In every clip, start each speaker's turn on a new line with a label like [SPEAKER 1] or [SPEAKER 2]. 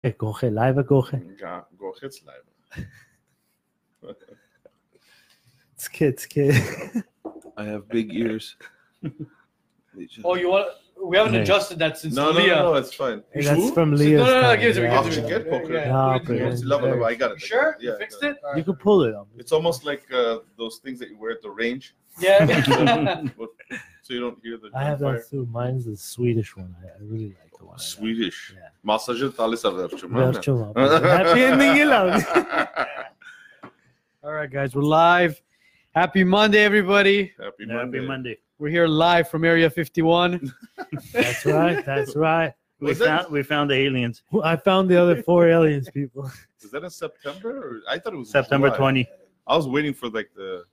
[SPEAKER 1] Ik kon geen lijven kochen.
[SPEAKER 2] Ja, go gids lijven.
[SPEAKER 1] Tske, tske.
[SPEAKER 3] I have big ears.
[SPEAKER 4] Oh, you want? We haven't
[SPEAKER 1] Nee.
[SPEAKER 4] adjusted that since
[SPEAKER 2] No, no,
[SPEAKER 4] Leah.
[SPEAKER 2] no, no, it's fine.
[SPEAKER 1] That's from
[SPEAKER 4] So-
[SPEAKER 1] Leah's.
[SPEAKER 4] no, no, no,
[SPEAKER 1] time,
[SPEAKER 4] give it to me,
[SPEAKER 1] yeah.
[SPEAKER 2] You
[SPEAKER 4] give it to
[SPEAKER 2] should
[SPEAKER 4] me.
[SPEAKER 2] get poker.
[SPEAKER 4] Yeah,
[SPEAKER 1] Yeah,
[SPEAKER 4] yeah.
[SPEAKER 1] okay.
[SPEAKER 2] It's 11 I got it. I got
[SPEAKER 4] You
[SPEAKER 2] it.
[SPEAKER 4] sure?
[SPEAKER 2] Yeah,
[SPEAKER 4] you fixed
[SPEAKER 2] yeah.
[SPEAKER 4] it?
[SPEAKER 1] You could pull it on me.
[SPEAKER 2] It's almost like uh, those things that you wear at the range,
[SPEAKER 4] Yeah.
[SPEAKER 2] but, so you don't hear the
[SPEAKER 1] I have
[SPEAKER 2] gunfire.
[SPEAKER 1] that too. Mine's the Swedish one. I, I really like the one. I got.
[SPEAKER 2] Swedish.
[SPEAKER 1] Yeah.
[SPEAKER 2] Massager talis
[SPEAKER 1] Left him up. Happy ending alone.
[SPEAKER 4] All right, guys, we're live. Happy Monday, everybody.
[SPEAKER 2] Happy Monday.
[SPEAKER 5] Every Monday.
[SPEAKER 4] We're here live from Area 51.
[SPEAKER 1] That's right. That's right.
[SPEAKER 5] We
[SPEAKER 2] Was that-
[SPEAKER 5] found, we found the aliens.
[SPEAKER 1] Well, I found the other four aliens people.
[SPEAKER 2] Is that in September? Or I thought it was
[SPEAKER 5] September
[SPEAKER 2] July.
[SPEAKER 5] 20.
[SPEAKER 2] I was waiting for like the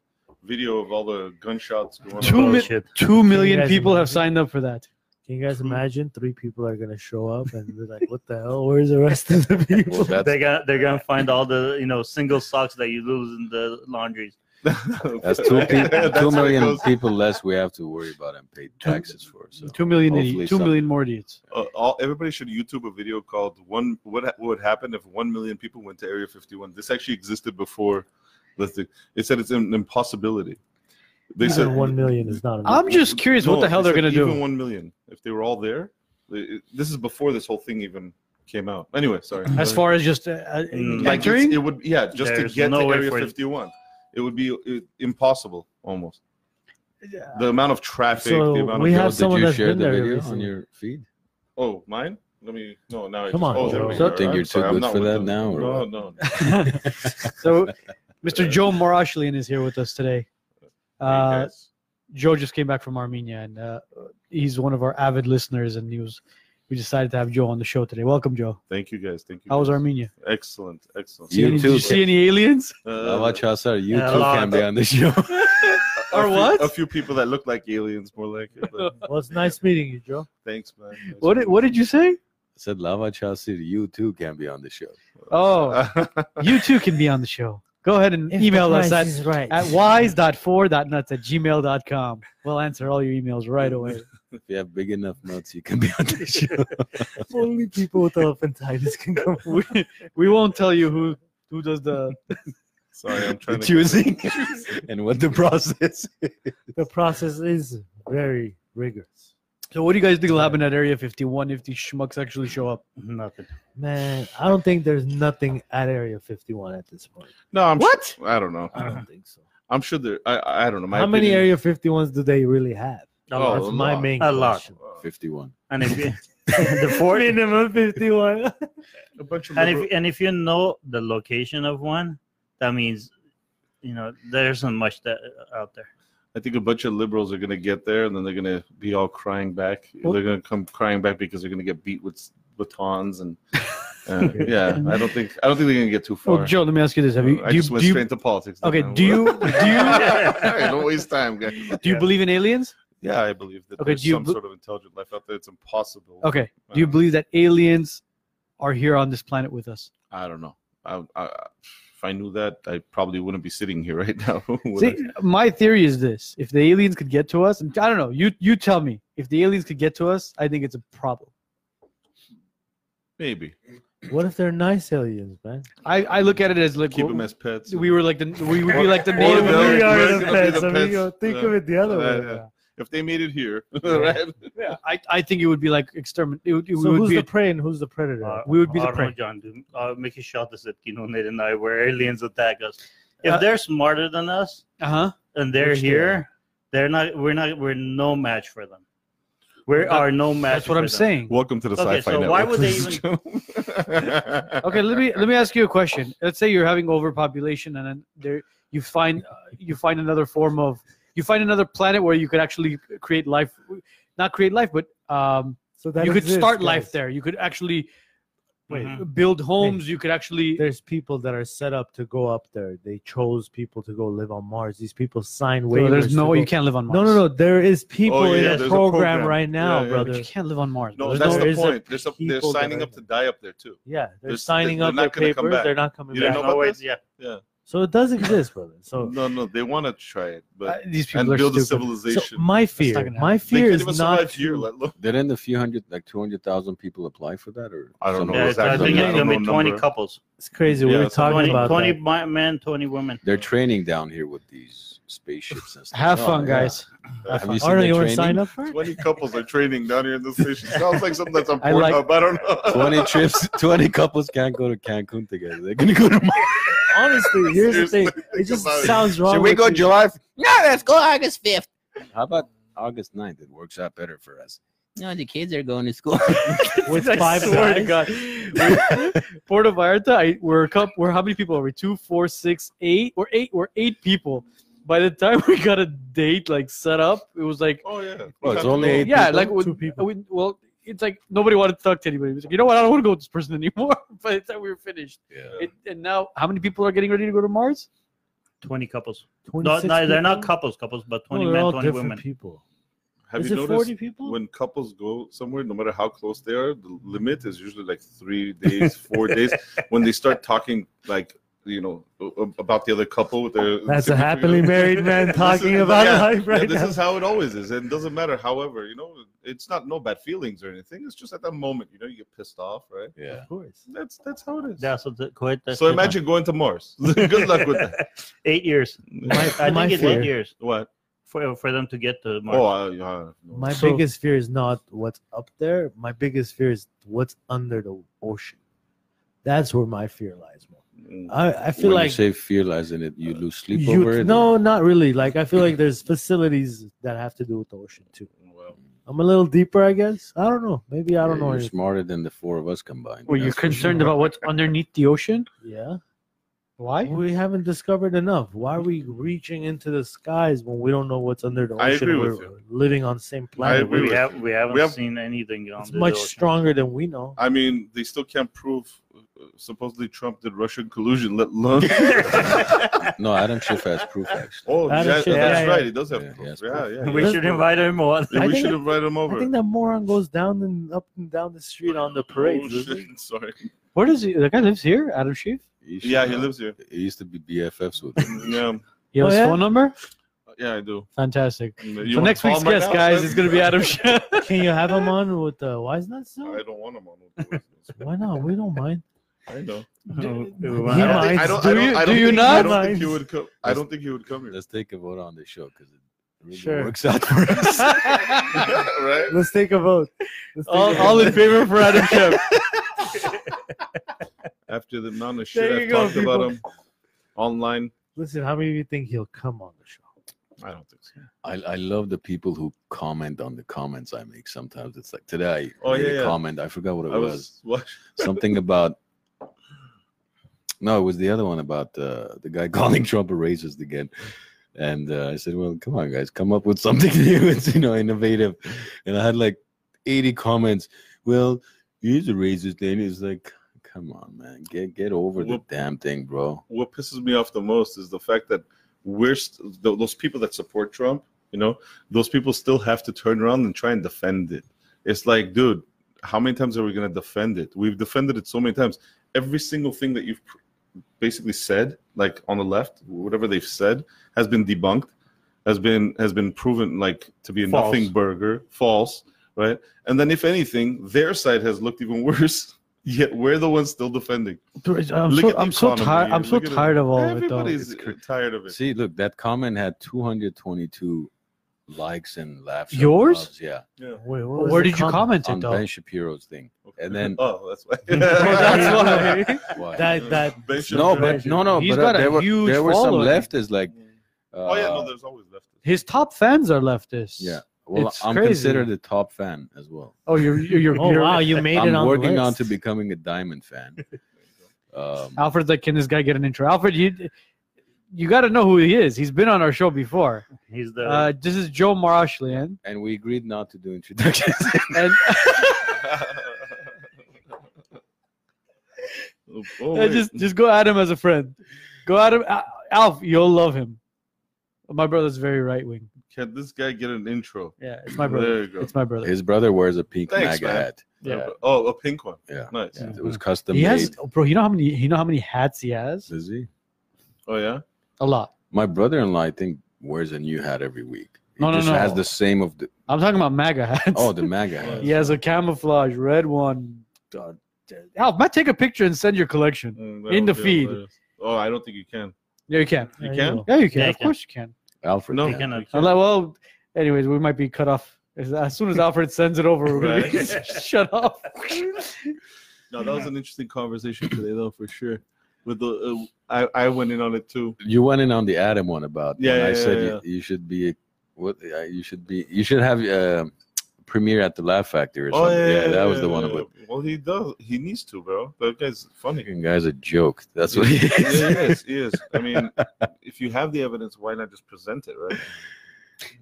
[SPEAKER 2] video of all the gunshots going
[SPEAKER 4] Two
[SPEAKER 2] on.
[SPEAKER 4] mi-
[SPEAKER 5] Bullshit.
[SPEAKER 4] Two million
[SPEAKER 1] guys
[SPEAKER 4] people have
[SPEAKER 1] imagine?
[SPEAKER 4] signed up for that.
[SPEAKER 1] Can you guys imagine? Three people are gonna show up and they're like, "What the hell? Where's the rest of the people?"
[SPEAKER 5] They got, they're going to find all the, you know, single socks that you lose in the laundries.
[SPEAKER 3] That's two, pe-
[SPEAKER 2] That's
[SPEAKER 3] two
[SPEAKER 2] how it
[SPEAKER 3] million
[SPEAKER 2] goes.
[SPEAKER 3] people less we have to worry about and pay taxes for. So
[SPEAKER 4] Two million, idi-
[SPEAKER 3] hopefully
[SPEAKER 4] two
[SPEAKER 3] some-
[SPEAKER 4] million more idiots.
[SPEAKER 2] Uh, all, everybody should YouTube a video called "One What Ha- What Would Happen If One Million People Went to Area 51." This actually existed before. Let's think. It said it's an impossibility. They
[SPEAKER 1] Even
[SPEAKER 2] said
[SPEAKER 1] one million is not. Enough.
[SPEAKER 4] I'm just curious what
[SPEAKER 2] No,
[SPEAKER 4] the hell they're
[SPEAKER 2] said
[SPEAKER 4] gonna
[SPEAKER 2] even
[SPEAKER 4] do.
[SPEAKER 2] One million. If they were all there, They- this is before this whole thing even came out. Anyway, sorry.
[SPEAKER 1] Mm-hmm.
[SPEAKER 4] As far as just uh, uh,
[SPEAKER 2] like
[SPEAKER 5] Mm.
[SPEAKER 2] it's-
[SPEAKER 4] entering,
[SPEAKER 2] it would yeah, just
[SPEAKER 5] There's
[SPEAKER 2] to get
[SPEAKER 5] no
[SPEAKER 2] to
[SPEAKER 5] way
[SPEAKER 2] Area
[SPEAKER 5] for it.
[SPEAKER 2] 51, it would be uh, impossible almost.
[SPEAKER 4] Yeah.
[SPEAKER 2] The amount of traffic,
[SPEAKER 1] So
[SPEAKER 2] the amount
[SPEAKER 1] we
[SPEAKER 2] of
[SPEAKER 1] have
[SPEAKER 3] Joe,
[SPEAKER 2] girls-
[SPEAKER 1] some- someone
[SPEAKER 3] did you
[SPEAKER 1] that's
[SPEAKER 3] share
[SPEAKER 1] been
[SPEAKER 3] the
[SPEAKER 1] there
[SPEAKER 3] video on
[SPEAKER 1] recently.
[SPEAKER 3] your feed?
[SPEAKER 2] Oh, mine? Let me. No, now. I
[SPEAKER 1] Come
[SPEAKER 2] just-
[SPEAKER 1] on,
[SPEAKER 2] Oh, there
[SPEAKER 1] Joe.
[SPEAKER 2] we
[SPEAKER 1] So-
[SPEAKER 2] go.
[SPEAKER 3] Think
[SPEAKER 2] I'm
[SPEAKER 3] you're too
[SPEAKER 2] sorry, I'm
[SPEAKER 3] good
[SPEAKER 2] not
[SPEAKER 3] for
[SPEAKER 2] with them.
[SPEAKER 3] that now, or
[SPEAKER 2] No,
[SPEAKER 3] what?
[SPEAKER 2] no.
[SPEAKER 4] so Mr. Joe Marashlian is here with us today. Uh,
[SPEAKER 2] Yes.
[SPEAKER 4] Joe just came back from Armenia, and uh, he's one of our avid listeners. And he was, we decided to have Joe on the show today. Welcome, Joe.
[SPEAKER 2] Thank you guys. Thank you.
[SPEAKER 4] How was
[SPEAKER 2] guys.
[SPEAKER 4] Armenia?
[SPEAKER 2] Excellent. Excellent.
[SPEAKER 3] You
[SPEAKER 4] Did
[SPEAKER 3] too,
[SPEAKER 4] you see any aliens?
[SPEAKER 3] How
[SPEAKER 2] Uh,
[SPEAKER 3] much house are you
[SPEAKER 5] Yeah,
[SPEAKER 3] two
[SPEAKER 5] a lot.
[SPEAKER 3] can be on the show?
[SPEAKER 2] a
[SPEAKER 4] or
[SPEAKER 2] few-
[SPEAKER 4] what?
[SPEAKER 2] A few people that look like aliens, more like. It, but
[SPEAKER 1] Well, it's nice meeting you, Joe.
[SPEAKER 2] thanks, man. Nice
[SPEAKER 4] What did, what did you say?
[SPEAKER 3] said Lava Chasir, you too can be on the show.
[SPEAKER 4] Oh, you too can be on the show. Go ahead and email us at,
[SPEAKER 1] right.
[SPEAKER 4] at wise.4.nuts at gmail.com. We'll answer all your emails right away.
[SPEAKER 3] If you have big enough nuts, you can be on the show.
[SPEAKER 1] Only people with elephantitis can come.
[SPEAKER 4] we, we won't tell you who who does the
[SPEAKER 2] Sorry, I'm trying to.
[SPEAKER 3] The choosing and what the process. is.
[SPEAKER 1] The process is very rigorous.
[SPEAKER 4] so what do you guys think will happen at area 51 if these schmucks actually show up
[SPEAKER 5] Nothing.
[SPEAKER 1] Man, I don't think there's nothing at Area 51 at this point.
[SPEAKER 2] No, I'm.
[SPEAKER 4] What?
[SPEAKER 2] Sure, I don't know.
[SPEAKER 1] I don't think so.
[SPEAKER 2] I'm sure there. I. I don't know. My
[SPEAKER 1] How many
[SPEAKER 2] opinion-
[SPEAKER 1] Area 51s do they really have?
[SPEAKER 2] Oh,
[SPEAKER 5] A
[SPEAKER 2] Uh,
[SPEAKER 5] lot.
[SPEAKER 1] That's
[SPEAKER 2] a
[SPEAKER 1] my
[SPEAKER 2] lot.
[SPEAKER 1] main
[SPEAKER 5] A lot.
[SPEAKER 1] question.
[SPEAKER 2] Wow.
[SPEAKER 3] 51.
[SPEAKER 5] And if you, the four, and
[SPEAKER 1] Minimum 51.
[SPEAKER 2] A bunch of. liberal-
[SPEAKER 5] if and if you know the location of one, that means you know there isn't much that uh, out there.
[SPEAKER 2] I think a bunch of liberals are gonna get there, and then they're gonna be all crying back.
[SPEAKER 1] Well-
[SPEAKER 2] they're gonna come crying back because they're gonna get beat with s- batons and. Uh, yeah, I don't think. I don't think they're gonna get too far.
[SPEAKER 4] oh joe let me ask you this have you
[SPEAKER 2] I
[SPEAKER 4] do you,
[SPEAKER 2] just went
[SPEAKER 4] do you,
[SPEAKER 2] straight into politics.
[SPEAKER 4] okay
[SPEAKER 2] then.
[SPEAKER 4] do you do you
[SPEAKER 2] hey, don't waste time, guys.
[SPEAKER 4] do you believe in aliens
[SPEAKER 2] Yeah, I believe that
[SPEAKER 4] Okay,
[SPEAKER 2] there's
[SPEAKER 4] do you
[SPEAKER 2] some
[SPEAKER 4] bel-
[SPEAKER 2] sort of intelligent life out there. It's impossible.
[SPEAKER 4] okay do you
[SPEAKER 2] Uh,
[SPEAKER 4] believe that aliens are here on this planet with us
[SPEAKER 2] I don't know. I, I, if I knew that, I probably wouldn't be sitting here right now. would
[SPEAKER 4] See,
[SPEAKER 2] I?
[SPEAKER 4] my theory is this: if the aliens could get to us, and I don't know. You you tell me. If the aliens could get to us, I think it's a problem.
[SPEAKER 2] Maybe
[SPEAKER 1] What if they're nice aliens, man?
[SPEAKER 4] I, I look at it as like
[SPEAKER 2] keep
[SPEAKER 4] we-
[SPEAKER 2] them as pets.
[SPEAKER 4] we were like the we would be like the
[SPEAKER 2] Or
[SPEAKER 4] Native
[SPEAKER 2] the-
[SPEAKER 4] American.
[SPEAKER 1] we are the
[SPEAKER 2] we're gonna be
[SPEAKER 1] pets.
[SPEAKER 2] the
[SPEAKER 1] I mean, you know,
[SPEAKER 2] pets,
[SPEAKER 1] think
[SPEAKER 2] yeah.
[SPEAKER 1] of it the other
[SPEAKER 2] Yeah,
[SPEAKER 1] way.
[SPEAKER 2] yeah.
[SPEAKER 1] around.
[SPEAKER 2] if they made it here, right?
[SPEAKER 4] I, I think it would be like extermin. It would, it
[SPEAKER 1] So
[SPEAKER 4] would
[SPEAKER 1] who's
[SPEAKER 4] be
[SPEAKER 1] the prey and who's the predator?
[SPEAKER 5] Uh,
[SPEAKER 4] we would be the
[SPEAKER 5] I don't know,
[SPEAKER 4] prey.
[SPEAKER 5] John, dude. Uh, Mickey shot us at Kinone and I, where aliens attack us. If
[SPEAKER 4] Uh,
[SPEAKER 5] they're smarter than us
[SPEAKER 4] Uh huh.
[SPEAKER 5] and they're
[SPEAKER 1] Which they
[SPEAKER 5] here, they're not. We're not. We're no match for them. We
[SPEAKER 4] That-
[SPEAKER 5] are no match.
[SPEAKER 4] That's what
[SPEAKER 5] for
[SPEAKER 4] I'm
[SPEAKER 5] them.
[SPEAKER 4] saying.
[SPEAKER 2] Welcome to the
[SPEAKER 5] Okay,
[SPEAKER 2] sci-fi
[SPEAKER 5] so
[SPEAKER 2] network.
[SPEAKER 5] why would they
[SPEAKER 2] even?
[SPEAKER 4] Okay, let me let me ask you a question. Let's say you're having overpopulation, and then there you find uh, you find another form of you find another planet where you could actually create life, not create life, but um,
[SPEAKER 1] so that
[SPEAKER 4] you could
[SPEAKER 1] exists,
[SPEAKER 4] start
[SPEAKER 1] guys.
[SPEAKER 4] life there. You could actually
[SPEAKER 5] Wait.
[SPEAKER 2] Mm-hmm.
[SPEAKER 4] build homes. You could actually
[SPEAKER 1] There's people that are set up to go up there. They chose people to go live on Mars. These people sign waivers.
[SPEAKER 4] there's
[SPEAKER 1] to
[SPEAKER 4] no
[SPEAKER 1] go-
[SPEAKER 4] you can't live on Mars.
[SPEAKER 1] No, no, no. There is people
[SPEAKER 2] Oh, yeah,
[SPEAKER 1] in
[SPEAKER 2] there's
[SPEAKER 1] the
[SPEAKER 2] a
[SPEAKER 1] program,
[SPEAKER 2] program.
[SPEAKER 1] right now,
[SPEAKER 2] Yeah, yeah.
[SPEAKER 1] brother.
[SPEAKER 4] But you can't live on Mars.
[SPEAKER 2] no,
[SPEAKER 4] There's
[SPEAKER 2] that's
[SPEAKER 1] no-
[SPEAKER 2] the
[SPEAKER 1] there's a
[SPEAKER 2] point. There's some, they're
[SPEAKER 1] people that
[SPEAKER 2] signing
[SPEAKER 1] are
[SPEAKER 2] up
[SPEAKER 1] there.
[SPEAKER 2] to die up there too.
[SPEAKER 1] Yeah, they're
[SPEAKER 2] There's-
[SPEAKER 1] signing
[SPEAKER 2] they're
[SPEAKER 1] up
[SPEAKER 2] not
[SPEAKER 1] their
[SPEAKER 2] gonna come
[SPEAKER 1] papers.
[SPEAKER 2] back.
[SPEAKER 1] They're not coming
[SPEAKER 2] You
[SPEAKER 5] Yeah,
[SPEAKER 2] didn't
[SPEAKER 1] back.
[SPEAKER 2] know about
[SPEAKER 5] no way.
[SPEAKER 2] this?
[SPEAKER 5] Yeah.
[SPEAKER 2] Yeah,
[SPEAKER 1] So it does exist, brother. So
[SPEAKER 2] No, no, they want to try it,
[SPEAKER 4] Uh,
[SPEAKER 2] but
[SPEAKER 4] these people
[SPEAKER 2] and
[SPEAKER 4] are
[SPEAKER 2] build a
[SPEAKER 4] stupid.
[SPEAKER 1] So
[SPEAKER 2] civilization.
[SPEAKER 1] my
[SPEAKER 4] not
[SPEAKER 1] fear,
[SPEAKER 4] gonna
[SPEAKER 1] my
[SPEAKER 2] they
[SPEAKER 1] fear
[SPEAKER 2] can't
[SPEAKER 1] is
[SPEAKER 2] even
[SPEAKER 1] not
[SPEAKER 2] survive here,
[SPEAKER 1] to-
[SPEAKER 2] let alone.
[SPEAKER 3] Didn't a few hundred, like two hundred thousand people apply for that, or
[SPEAKER 2] I don't know
[SPEAKER 5] Yeah, it's- I
[SPEAKER 2] exactly.
[SPEAKER 5] think
[SPEAKER 2] I
[SPEAKER 5] it's
[SPEAKER 2] don't
[SPEAKER 5] gonna be
[SPEAKER 2] know
[SPEAKER 5] twenty
[SPEAKER 2] number.
[SPEAKER 5] couples.
[SPEAKER 1] It's crazy. we
[SPEAKER 2] Yeah,
[SPEAKER 1] were
[SPEAKER 2] it's
[SPEAKER 1] talking
[SPEAKER 5] 20,
[SPEAKER 1] about
[SPEAKER 5] 20
[SPEAKER 1] that.
[SPEAKER 5] mi- men, twenty women.
[SPEAKER 3] They're training down here with these spaceships and stuff.
[SPEAKER 4] Have
[SPEAKER 3] Oh,
[SPEAKER 4] fun,
[SPEAKER 3] yeah.
[SPEAKER 4] guys.
[SPEAKER 3] Have you seen
[SPEAKER 1] Arnold,
[SPEAKER 3] the
[SPEAKER 1] you want to
[SPEAKER 3] training?
[SPEAKER 1] sign up for it?
[SPEAKER 2] Twenty couples are training down here in the station. Sounds like something that's on
[SPEAKER 1] I like-
[SPEAKER 2] Pornhub. I don't know.
[SPEAKER 3] Twenty trips, twenty couples can't go to Cancun together. They're gonna go to.
[SPEAKER 1] Honestly, here's the
[SPEAKER 2] Seriously,
[SPEAKER 1] thing. It
[SPEAKER 2] think
[SPEAKER 1] just
[SPEAKER 2] about it.
[SPEAKER 1] sounds wrong.
[SPEAKER 3] Should we
[SPEAKER 1] with
[SPEAKER 3] go
[SPEAKER 1] you.
[SPEAKER 3] July? f- No, let's go August fifth. How about August 9th? It works out better for us.
[SPEAKER 6] No, the kids are going to school.
[SPEAKER 1] with
[SPEAKER 4] I
[SPEAKER 1] five
[SPEAKER 4] swear to
[SPEAKER 1] guys?
[SPEAKER 4] God. We- Puerto Vallarta, I, we're a couple, we're how many people are we? Two, four, six, eight. We're eight. We're eight people. By the time we got a date like set up, it was like
[SPEAKER 2] Oh yeah.
[SPEAKER 3] Well, it's only eight
[SPEAKER 4] yeah,
[SPEAKER 3] people?
[SPEAKER 4] like with,
[SPEAKER 1] Two people.
[SPEAKER 4] with- well, it's like nobody wanted to talk to anybody. It was like, you know what? I don't want to go with this person anymore. By the time we were finished,
[SPEAKER 3] Yeah.
[SPEAKER 4] it, and now how many people are getting ready to go to Mars?
[SPEAKER 5] Twenty couples. No,
[SPEAKER 1] 26
[SPEAKER 5] no, they're not
[SPEAKER 1] people?
[SPEAKER 5] couples, couples, but twenty
[SPEAKER 1] No, they're
[SPEAKER 5] men,
[SPEAKER 1] all
[SPEAKER 5] twenty
[SPEAKER 1] different
[SPEAKER 5] women.
[SPEAKER 1] people.
[SPEAKER 2] Have
[SPEAKER 1] is
[SPEAKER 2] you
[SPEAKER 1] it
[SPEAKER 2] noticed
[SPEAKER 1] 40 people?
[SPEAKER 2] when couples go somewhere, no matter how close they are, the limit is usually like three days, four days. When they start talking, like you know, a- a- about the other couple with their
[SPEAKER 1] That's a
[SPEAKER 2] significant
[SPEAKER 1] happily
[SPEAKER 2] other.
[SPEAKER 1] married man
[SPEAKER 2] This is-
[SPEAKER 1] talking about
[SPEAKER 2] yeah,
[SPEAKER 1] life
[SPEAKER 2] yeah,
[SPEAKER 1] right
[SPEAKER 2] this
[SPEAKER 1] now.
[SPEAKER 2] is how it always is, and it doesn't matter. However, you know, it's not no bad feelings or anything. It's just at that moment, you know, you get pissed off, right?
[SPEAKER 3] Yeah.
[SPEAKER 1] Of course.
[SPEAKER 2] That's that's how it is.
[SPEAKER 5] That's what the, quite, that's
[SPEAKER 2] so
[SPEAKER 5] the-
[SPEAKER 2] imagine going to Mars. Good luck with that.
[SPEAKER 5] eight years.
[SPEAKER 1] My-
[SPEAKER 5] I
[SPEAKER 1] my
[SPEAKER 5] think it's
[SPEAKER 1] fear-
[SPEAKER 5] eight years
[SPEAKER 2] What?
[SPEAKER 5] for for them to get to Mars.
[SPEAKER 2] Oh, I, I, no.
[SPEAKER 1] My
[SPEAKER 4] So-
[SPEAKER 1] biggest fear is not what's up there. My biggest fear is what's under the ocean. That's where my fear lies more.
[SPEAKER 2] Mm.
[SPEAKER 1] I, I
[SPEAKER 3] When
[SPEAKER 1] feel like
[SPEAKER 3] you say feel as in it, you lose sleep
[SPEAKER 1] you-
[SPEAKER 3] over it.
[SPEAKER 1] no, not really. Like I feel like there's facilities that have to do with the ocean too.
[SPEAKER 2] Well,
[SPEAKER 1] I'm a little deeper, I guess. I don't know. Maybe I don't
[SPEAKER 3] Yeah,
[SPEAKER 1] know.
[SPEAKER 3] You're
[SPEAKER 1] anything.
[SPEAKER 3] smarter than the four of us combined.
[SPEAKER 4] Were you
[SPEAKER 3] that's for
[SPEAKER 4] concerned
[SPEAKER 3] sure.
[SPEAKER 4] about what's underneath the ocean?
[SPEAKER 1] Yeah,
[SPEAKER 4] Why?
[SPEAKER 1] we haven't discovered enough. Why are we reaching into the skies when we don't know what's under the ocean?
[SPEAKER 2] I agree
[SPEAKER 1] We're
[SPEAKER 2] with you.
[SPEAKER 1] living on the same
[SPEAKER 2] I
[SPEAKER 1] planet.
[SPEAKER 2] agree
[SPEAKER 5] we
[SPEAKER 2] with
[SPEAKER 5] have we haven't
[SPEAKER 2] We have-
[SPEAKER 5] seen anything on
[SPEAKER 1] It's
[SPEAKER 5] the
[SPEAKER 1] much
[SPEAKER 5] ocean.
[SPEAKER 1] stronger than we know.
[SPEAKER 2] I mean, they still can't prove. uh, Supposedly, Trump did Russian collusion. Let alone.
[SPEAKER 3] No, Adam Schiff has proof actually.
[SPEAKER 2] oh,
[SPEAKER 1] Adam
[SPEAKER 2] yeah,
[SPEAKER 1] Schiff,
[SPEAKER 2] that's
[SPEAKER 1] yeah, yeah.
[SPEAKER 2] right. He does have.
[SPEAKER 3] Yeah, he
[SPEAKER 2] proof.
[SPEAKER 3] has
[SPEAKER 2] Yeah,
[SPEAKER 3] proof.
[SPEAKER 2] yeah.
[SPEAKER 5] We
[SPEAKER 1] That's-
[SPEAKER 5] should invite him on.
[SPEAKER 2] yeah.
[SPEAKER 1] I
[SPEAKER 2] we
[SPEAKER 1] think-
[SPEAKER 2] should invite him over.
[SPEAKER 1] I think that moron goes down and up and down the street on the parade.
[SPEAKER 2] Oh,
[SPEAKER 1] doesn't he?
[SPEAKER 2] shit, Sorry.
[SPEAKER 4] Where does he? The guy lives here, Adam Schiff.
[SPEAKER 3] He should
[SPEAKER 2] Yeah, he
[SPEAKER 3] know.
[SPEAKER 2] lives here.
[SPEAKER 3] He used to be BFFs with him.
[SPEAKER 2] Yeah,
[SPEAKER 4] You have
[SPEAKER 1] Oh,
[SPEAKER 4] his
[SPEAKER 1] yeah?
[SPEAKER 4] phone number?
[SPEAKER 2] yeah, I do.
[SPEAKER 4] Fantastic.
[SPEAKER 2] You
[SPEAKER 4] so
[SPEAKER 2] wanna
[SPEAKER 4] next
[SPEAKER 2] call
[SPEAKER 4] week's
[SPEAKER 2] him right
[SPEAKER 4] guest,
[SPEAKER 2] now,
[SPEAKER 4] guys,
[SPEAKER 2] son?
[SPEAKER 4] is going to be Adam Schiff.
[SPEAKER 1] Can you have him on with the wise nuts?
[SPEAKER 2] I
[SPEAKER 1] though?
[SPEAKER 2] don't want him on.
[SPEAKER 1] Why not? We don't mind.
[SPEAKER 2] I know.
[SPEAKER 4] Oh,
[SPEAKER 5] Do-
[SPEAKER 1] He
[SPEAKER 5] do-
[SPEAKER 2] I don't think-
[SPEAKER 1] minds.
[SPEAKER 2] I don't.
[SPEAKER 4] Do
[SPEAKER 2] I don't-
[SPEAKER 4] you-
[SPEAKER 2] I
[SPEAKER 4] do
[SPEAKER 2] don't
[SPEAKER 4] you
[SPEAKER 2] think- I
[SPEAKER 4] not?
[SPEAKER 2] don't think he
[SPEAKER 1] Minds.
[SPEAKER 2] would come. I don't think he would come here.
[SPEAKER 3] Let's take a vote on the show because it really
[SPEAKER 1] Sure.
[SPEAKER 3] works out for us.
[SPEAKER 2] Right?
[SPEAKER 1] Let's take a vote. Let's take
[SPEAKER 4] all,
[SPEAKER 1] a
[SPEAKER 4] all
[SPEAKER 1] vote.
[SPEAKER 4] in favor for Adam Schiff.
[SPEAKER 2] After the amount of
[SPEAKER 1] There you
[SPEAKER 2] shit I
[SPEAKER 1] go,
[SPEAKER 2] talked about him online,
[SPEAKER 1] Listen, how many of you think he'll come on the show?
[SPEAKER 2] I don't think so.
[SPEAKER 3] I, I love the people who comment on the comments I make. Sometimes it's like today I
[SPEAKER 2] Oh,
[SPEAKER 3] made
[SPEAKER 2] yeah,
[SPEAKER 3] a
[SPEAKER 2] yeah.
[SPEAKER 3] comment. I forgot what it
[SPEAKER 2] I
[SPEAKER 3] was.
[SPEAKER 2] was watching.
[SPEAKER 3] Something about no, it was the other one about uh, the guy calling Trump a racist again. And uh, I said, "Well, come on, guys, come up with something new. It's you know innovative." And I had like eighty comments. Well, he's a racist, and it's like, "Come on, man, get get over
[SPEAKER 2] Whoop.
[SPEAKER 3] the damn thing, bro."
[SPEAKER 2] what pisses me off the most is the fact that we're st- th- those people that support Trump, you know, those people still have to turn around and try and defend it. It's like, dude, how many times are we going to defend it? We've defended it so many times. Every single thing that you've pr- basically said, like on the left, whatever they've said, has been debunked, has been has been proven like to be a
[SPEAKER 5] False.
[SPEAKER 2] nothing burger, false, right? And then if anything, their side has looked even worse. Yet we're the ones still defending.
[SPEAKER 4] Dude, I'm
[SPEAKER 2] Look at
[SPEAKER 4] so,
[SPEAKER 2] the
[SPEAKER 4] I'm so
[SPEAKER 2] economy,
[SPEAKER 4] tired. I'm so
[SPEAKER 2] look at it.
[SPEAKER 4] tired of all of it. Though.
[SPEAKER 2] Everybody's
[SPEAKER 4] It's
[SPEAKER 2] uh,
[SPEAKER 4] cr-
[SPEAKER 2] tired of it.
[SPEAKER 3] See, look, that comment had two hundred twenty-two likes and laughs. and
[SPEAKER 4] Yours?
[SPEAKER 3] loves, yeah,
[SPEAKER 2] Yeah.
[SPEAKER 1] Wait, what was
[SPEAKER 4] Where
[SPEAKER 1] the
[SPEAKER 4] did you
[SPEAKER 1] comment?
[SPEAKER 4] comment it
[SPEAKER 3] on
[SPEAKER 4] though?
[SPEAKER 3] Ben Shapiro's thing. And then-
[SPEAKER 2] oh, that's why.
[SPEAKER 1] That's why.
[SPEAKER 3] Why?
[SPEAKER 1] That that
[SPEAKER 2] They should-
[SPEAKER 3] no, but no, no,
[SPEAKER 4] He's
[SPEAKER 3] but
[SPEAKER 4] got
[SPEAKER 3] uh,
[SPEAKER 4] a
[SPEAKER 3] there were
[SPEAKER 4] huge
[SPEAKER 3] there were some
[SPEAKER 4] following.
[SPEAKER 3] leftists like. Uh,
[SPEAKER 2] oh yeah, no, there's always left.
[SPEAKER 4] His top fans are leftists.
[SPEAKER 3] yeah. Well,
[SPEAKER 4] It's
[SPEAKER 3] I'm
[SPEAKER 4] crazy.
[SPEAKER 3] considered a top fan as well.
[SPEAKER 4] Oh, you're you're, you're,
[SPEAKER 1] Oh
[SPEAKER 4] you're
[SPEAKER 1] wow, you made it
[SPEAKER 3] I'm
[SPEAKER 1] on
[SPEAKER 3] working
[SPEAKER 1] the
[SPEAKER 3] on
[SPEAKER 1] list.
[SPEAKER 3] to becoming a diamond fan. Um,
[SPEAKER 4] Alfred's like, can this guy get an intro? Alfred, you you got to know who he is. He's been on our show before.
[SPEAKER 5] He's the
[SPEAKER 4] Uh, this is Joe Marashlian,
[SPEAKER 3] and we agreed not to do introductions.
[SPEAKER 4] and
[SPEAKER 2] oh, oh,
[SPEAKER 4] Yeah,
[SPEAKER 2] wait.
[SPEAKER 4] just just go at him as a friend. Go at him, Al- Alf. You'll love him. My brother's very right wing.
[SPEAKER 2] Can this guy get an intro?
[SPEAKER 4] Yeah, it's my brother.
[SPEAKER 2] There you go.
[SPEAKER 4] It's my brother.
[SPEAKER 3] His brother wears a pink
[SPEAKER 2] Thanks,
[SPEAKER 3] MAGA
[SPEAKER 2] man.
[SPEAKER 3] hat.
[SPEAKER 4] Yeah.
[SPEAKER 2] Oh, a pink one.
[SPEAKER 3] Yeah,
[SPEAKER 2] Nice.
[SPEAKER 3] yeah. it was custom
[SPEAKER 4] Mm-hmm. He oh,
[SPEAKER 3] made.
[SPEAKER 4] has, bro. You know how many? You know how many hats he has?
[SPEAKER 3] Does he?
[SPEAKER 2] Oh yeah.
[SPEAKER 4] a lot.
[SPEAKER 3] My brother-in-law, I think, wears a new hat every week. He
[SPEAKER 4] No, no,
[SPEAKER 3] just
[SPEAKER 4] no.
[SPEAKER 3] has the same of the
[SPEAKER 4] I'm talking about MAGA hats.
[SPEAKER 3] oh the MAGA hat.
[SPEAKER 4] he has a camouflage red one. Uh, Al, might take a picture and send your collection.
[SPEAKER 2] Mm,
[SPEAKER 4] In the
[SPEAKER 2] that'll be
[SPEAKER 4] feed.
[SPEAKER 2] hilarious. Oh, I don't think you can.
[SPEAKER 4] Yeah, you can.
[SPEAKER 2] You
[SPEAKER 5] There
[SPEAKER 2] can?
[SPEAKER 5] go.
[SPEAKER 4] Yeah, you can.
[SPEAKER 5] Yeah, you
[SPEAKER 4] of
[SPEAKER 5] can.
[SPEAKER 4] course, you can.
[SPEAKER 3] Alfred.
[SPEAKER 2] No.
[SPEAKER 5] You
[SPEAKER 3] hat.
[SPEAKER 5] cannot.
[SPEAKER 4] I'm like, well, anyways, we might be cut off. As, as soon as Alfred sends it over, we're gonna be
[SPEAKER 2] Right.
[SPEAKER 4] shut off.
[SPEAKER 2] No, that was an interesting conversation today, though, for sure. With the, uh, I I went in on it too.
[SPEAKER 3] You went in on the Adam one about
[SPEAKER 2] Yeah,
[SPEAKER 3] when I
[SPEAKER 2] yeah,
[SPEAKER 3] said
[SPEAKER 2] yeah,
[SPEAKER 3] you-
[SPEAKER 2] yeah.
[SPEAKER 3] You, should be what uh, you should be you should have uh, premiere at the Laugh Factory or something. yeah, that was the one
[SPEAKER 2] Oh, yeah.
[SPEAKER 3] about
[SPEAKER 2] Well, he does. He needs to, bro. That guy's funny.
[SPEAKER 3] fucking guy's a joke. That's what he
[SPEAKER 2] Yeah, he
[SPEAKER 3] is.
[SPEAKER 2] is. He is. I mean, if you have the evidence, why not just present it, right?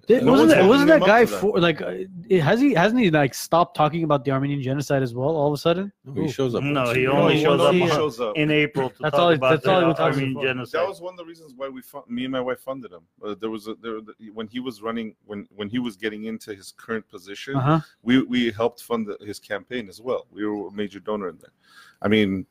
[SPEAKER 4] Did,
[SPEAKER 2] No
[SPEAKER 4] wasn't
[SPEAKER 2] one's
[SPEAKER 4] that, wasn't
[SPEAKER 2] holding him
[SPEAKER 4] that
[SPEAKER 2] up
[SPEAKER 4] guy
[SPEAKER 2] to that.
[SPEAKER 4] for like? Uh, it- has he hasn't he like stopped talking about the Armenian genocide as well? All of a sudden,
[SPEAKER 3] he shows up.
[SPEAKER 5] No,
[SPEAKER 3] once
[SPEAKER 5] he
[SPEAKER 3] a
[SPEAKER 5] only
[SPEAKER 3] year.
[SPEAKER 5] shows
[SPEAKER 2] no,
[SPEAKER 5] up
[SPEAKER 2] he
[SPEAKER 5] on-
[SPEAKER 2] shows up.
[SPEAKER 5] in April to
[SPEAKER 4] That's
[SPEAKER 5] talk
[SPEAKER 4] all-
[SPEAKER 5] about
[SPEAKER 4] that's all he
[SPEAKER 5] the
[SPEAKER 4] was talking
[SPEAKER 5] Armenian
[SPEAKER 4] about.
[SPEAKER 5] genocide.
[SPEAKER 2] That was one of the reasons why we fun- me and my wife funded him. Uh, there was a, there when he was running when when he was getting into his current position,
[SPEAKER 5] Uh-huh.
[SPEAKER 4] uh huh.
[SPEAKER 2] we we helped fund the, his campaign as well. We were a major donor in there. I mean,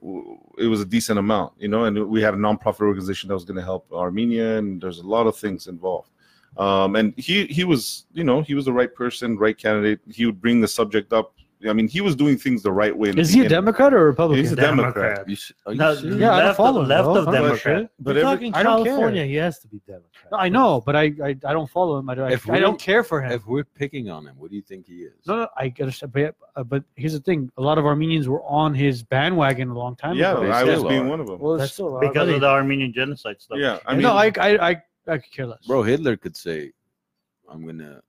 [SPEAKER 2] w- it was a decent amount, you know, and we had a nonprofit organization that was going to help Armenia, and there's a lot of things involved. Um, and he he was, you know, he was the right person, right candidate. He would bring the subject up. I mean, he was doing things the right way. in the
[SPEAKER 4] Is he a
[SPEAKER 2] beginning.
[SPEAKER 4] Democrat or a Republican?
[SPEAKER 2] He's a
[SPEAKER 5] Democrat.
[SPEAKER 2] Democrat.
[SPEAKER 3] You s- are you
[SPEAKER 5] No,
[SPEAKER 3] serious?
[SPEAKER 4] yeah, I don't
[SPEAKER 5] Left-
[SPEAKER 4] follow him,
[SPEAKER 5] left
[SPEAKER 4] though.
[SPEAKER 5] of
[SPEAKER 4] I'm not
[SPEAKER 5] Democrat.
[SPEAKER 4] sure.
[SPEAKER 2] But
[SPEAKER 1] You're
[SPEAKER 2] every-
[SPEAKER 1] talking
[SPEAKER 4] I don't care.
[SPEAKER 1] California, he has to be Democrat.
[SPEAKER 4] No, I know, but I, I I don't follow him. I, don't-
[SPEAKER 3] If
[SPEAKER 4] I don't
[SPEAKER 3] we-
[SPEAKER 4] care for him.
[SPEAKER 3] If we're picking on him, what do you think he is?
[SPEAKER 4] No, no, I understand, but, uh, but here's the thing: a lot of Armenians were on his bandwagon a long time
[SPEAKER 2] yeah,
[SPEAKER 4] ago.
[SPEAKER 3] They
[SPEAKER 2] I was
[SPEAKER 3] still
[SPEAKER 2] being
[SPEAKER 3] are.
[SPEAKER 2] one of them.
[SPEAKER 4] Well,
[SPEAKER 1] That's-
[SPEAKER 4] still, uh,
[SPEAKER 5] because
[SPEAKER 4] really-
[SPEAKER 5] of the Armenian genocide stuff.
[SPEAKER 2] yeah, I mean,
[SPEAKER 4] no, I, I, I, I could care less.
[SPEAKER 3] Bro, Hitler could say, "I'm gonna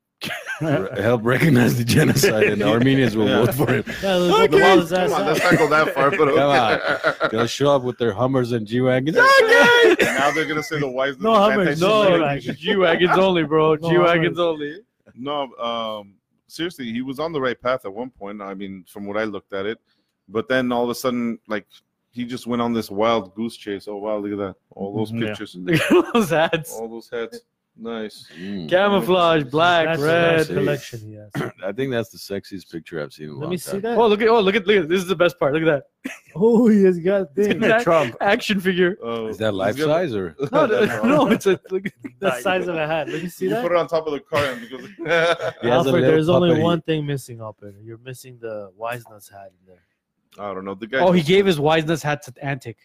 [SPEAKER 3] re- help recognize the genocide," and the Armenians will
[SPEAKER 2] Yeah.
[SPEAKER 3] vote for him.
[SPEAKER 1] Well, let's
[SPEAKER 3] Okay.
[SPEAKER 1] blow his ass
[SPEAKER 2] Come on,
[SPEAKER 1] out.
[SPEAKER 2] let's not go that far. But
[SPEAKER 3] Come on.
[SPEAKER 2] okay.
[SPEAKER 3] They'll show up with their Hummers and G wagons.
[SPEAKER 2] now they're gonna say the wives.
[SPEAKER 4] no,
[SPEAKER 2] the
[SPEAKER 4] Hummers, no,
[SPEAKER 2] anti-Semitic
[SPEAKER 4] like, G wagons only, bro.
[SPEAKER 1] No,
[SPEAKER 4] G wagons only.
[SPEAKER 2] No, um, seriously, he was on the right path at one point. I mean, from what I looked at it, but then all of a sudden, like he just went on this wild goose chase. Oh wow, look at that! All those
[SPEAKER 5] Mhm, yeah.
[SPEAKER 2] pictures,
[SPEAKER 4] Look at those hats.
[SPEAKER 2] all those heads. Nice.
[SPEAKER 3] Mm.
[SPEAKER 4] Camouflage, black,
[SPEAKER 1] That's
[SPEAKER 4] red.
[SPEAKER 1] the collection he has.
[SPEAKER 3] I think that's the sexiest picture I've seen in a long
[SPEAKER 1] Let me see
[SPEAKER 3] time.
[SPEAKER 1] that.
[SPEAKER 4] Oh, look at, oh, look at, look at. This is the best part. Look at
[SPEAKER 1] Oh, he has got
[SPEAKER 4] that.
[SPEAKER 1] things.
[SPEAKER 4] that
[SPEAKER 5] Trump.
[SPEAKER 4] action figure.
[SPEAKER 2] Oh,
[SPEAKER 3] Is that
[SPEAKER 2] he's
[SPEAKER 3] life
[SPEAKER 2] got-
[SPEAKER 3] size or?
[SPEAKER 4] No,
[SPEAKER 2] That's
[SPEAKER 4] no,
[SPEAKER 2] all.
[SPEAKER 4] no, it's a. Look,
[SPEAKER 1] The size of a hat. Let me see
[SPEAKER 2] You put
[SPEAKER 1] that.
[SPEAKER 2] it on top of the car and because
[SPEAKER 3] He has a
[SPEAKER 1] Alfred,
[SPEAKER 3] little
[SPEAKER 1] there's only
[SPEAKER 3] puppet.
[SPEAKER 1] one thing missing up there. You're missing the Wiseness hat in there.
[SPEAKER 2] I don't know the guy.
[SPEAKER 4] oh, he gave his wiseness hat to Antic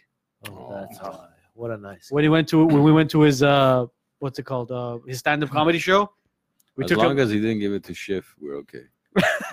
[SPEAKER 1] Oh,
[SPEAKER 3] Oh.
[SPEAKER 1] that's why. What a nice.
[SPEAKER 4] when he went to when we went to his uh, what's it called? Uh, his stand-up comedy show. We
[SPEAKER 3] as
[SPEAKER 4] took
[SPEAKER 3] long
[SPEAKER 4] him.
[SPEAKER 3] as he didn't give it to Schiff, we're okay.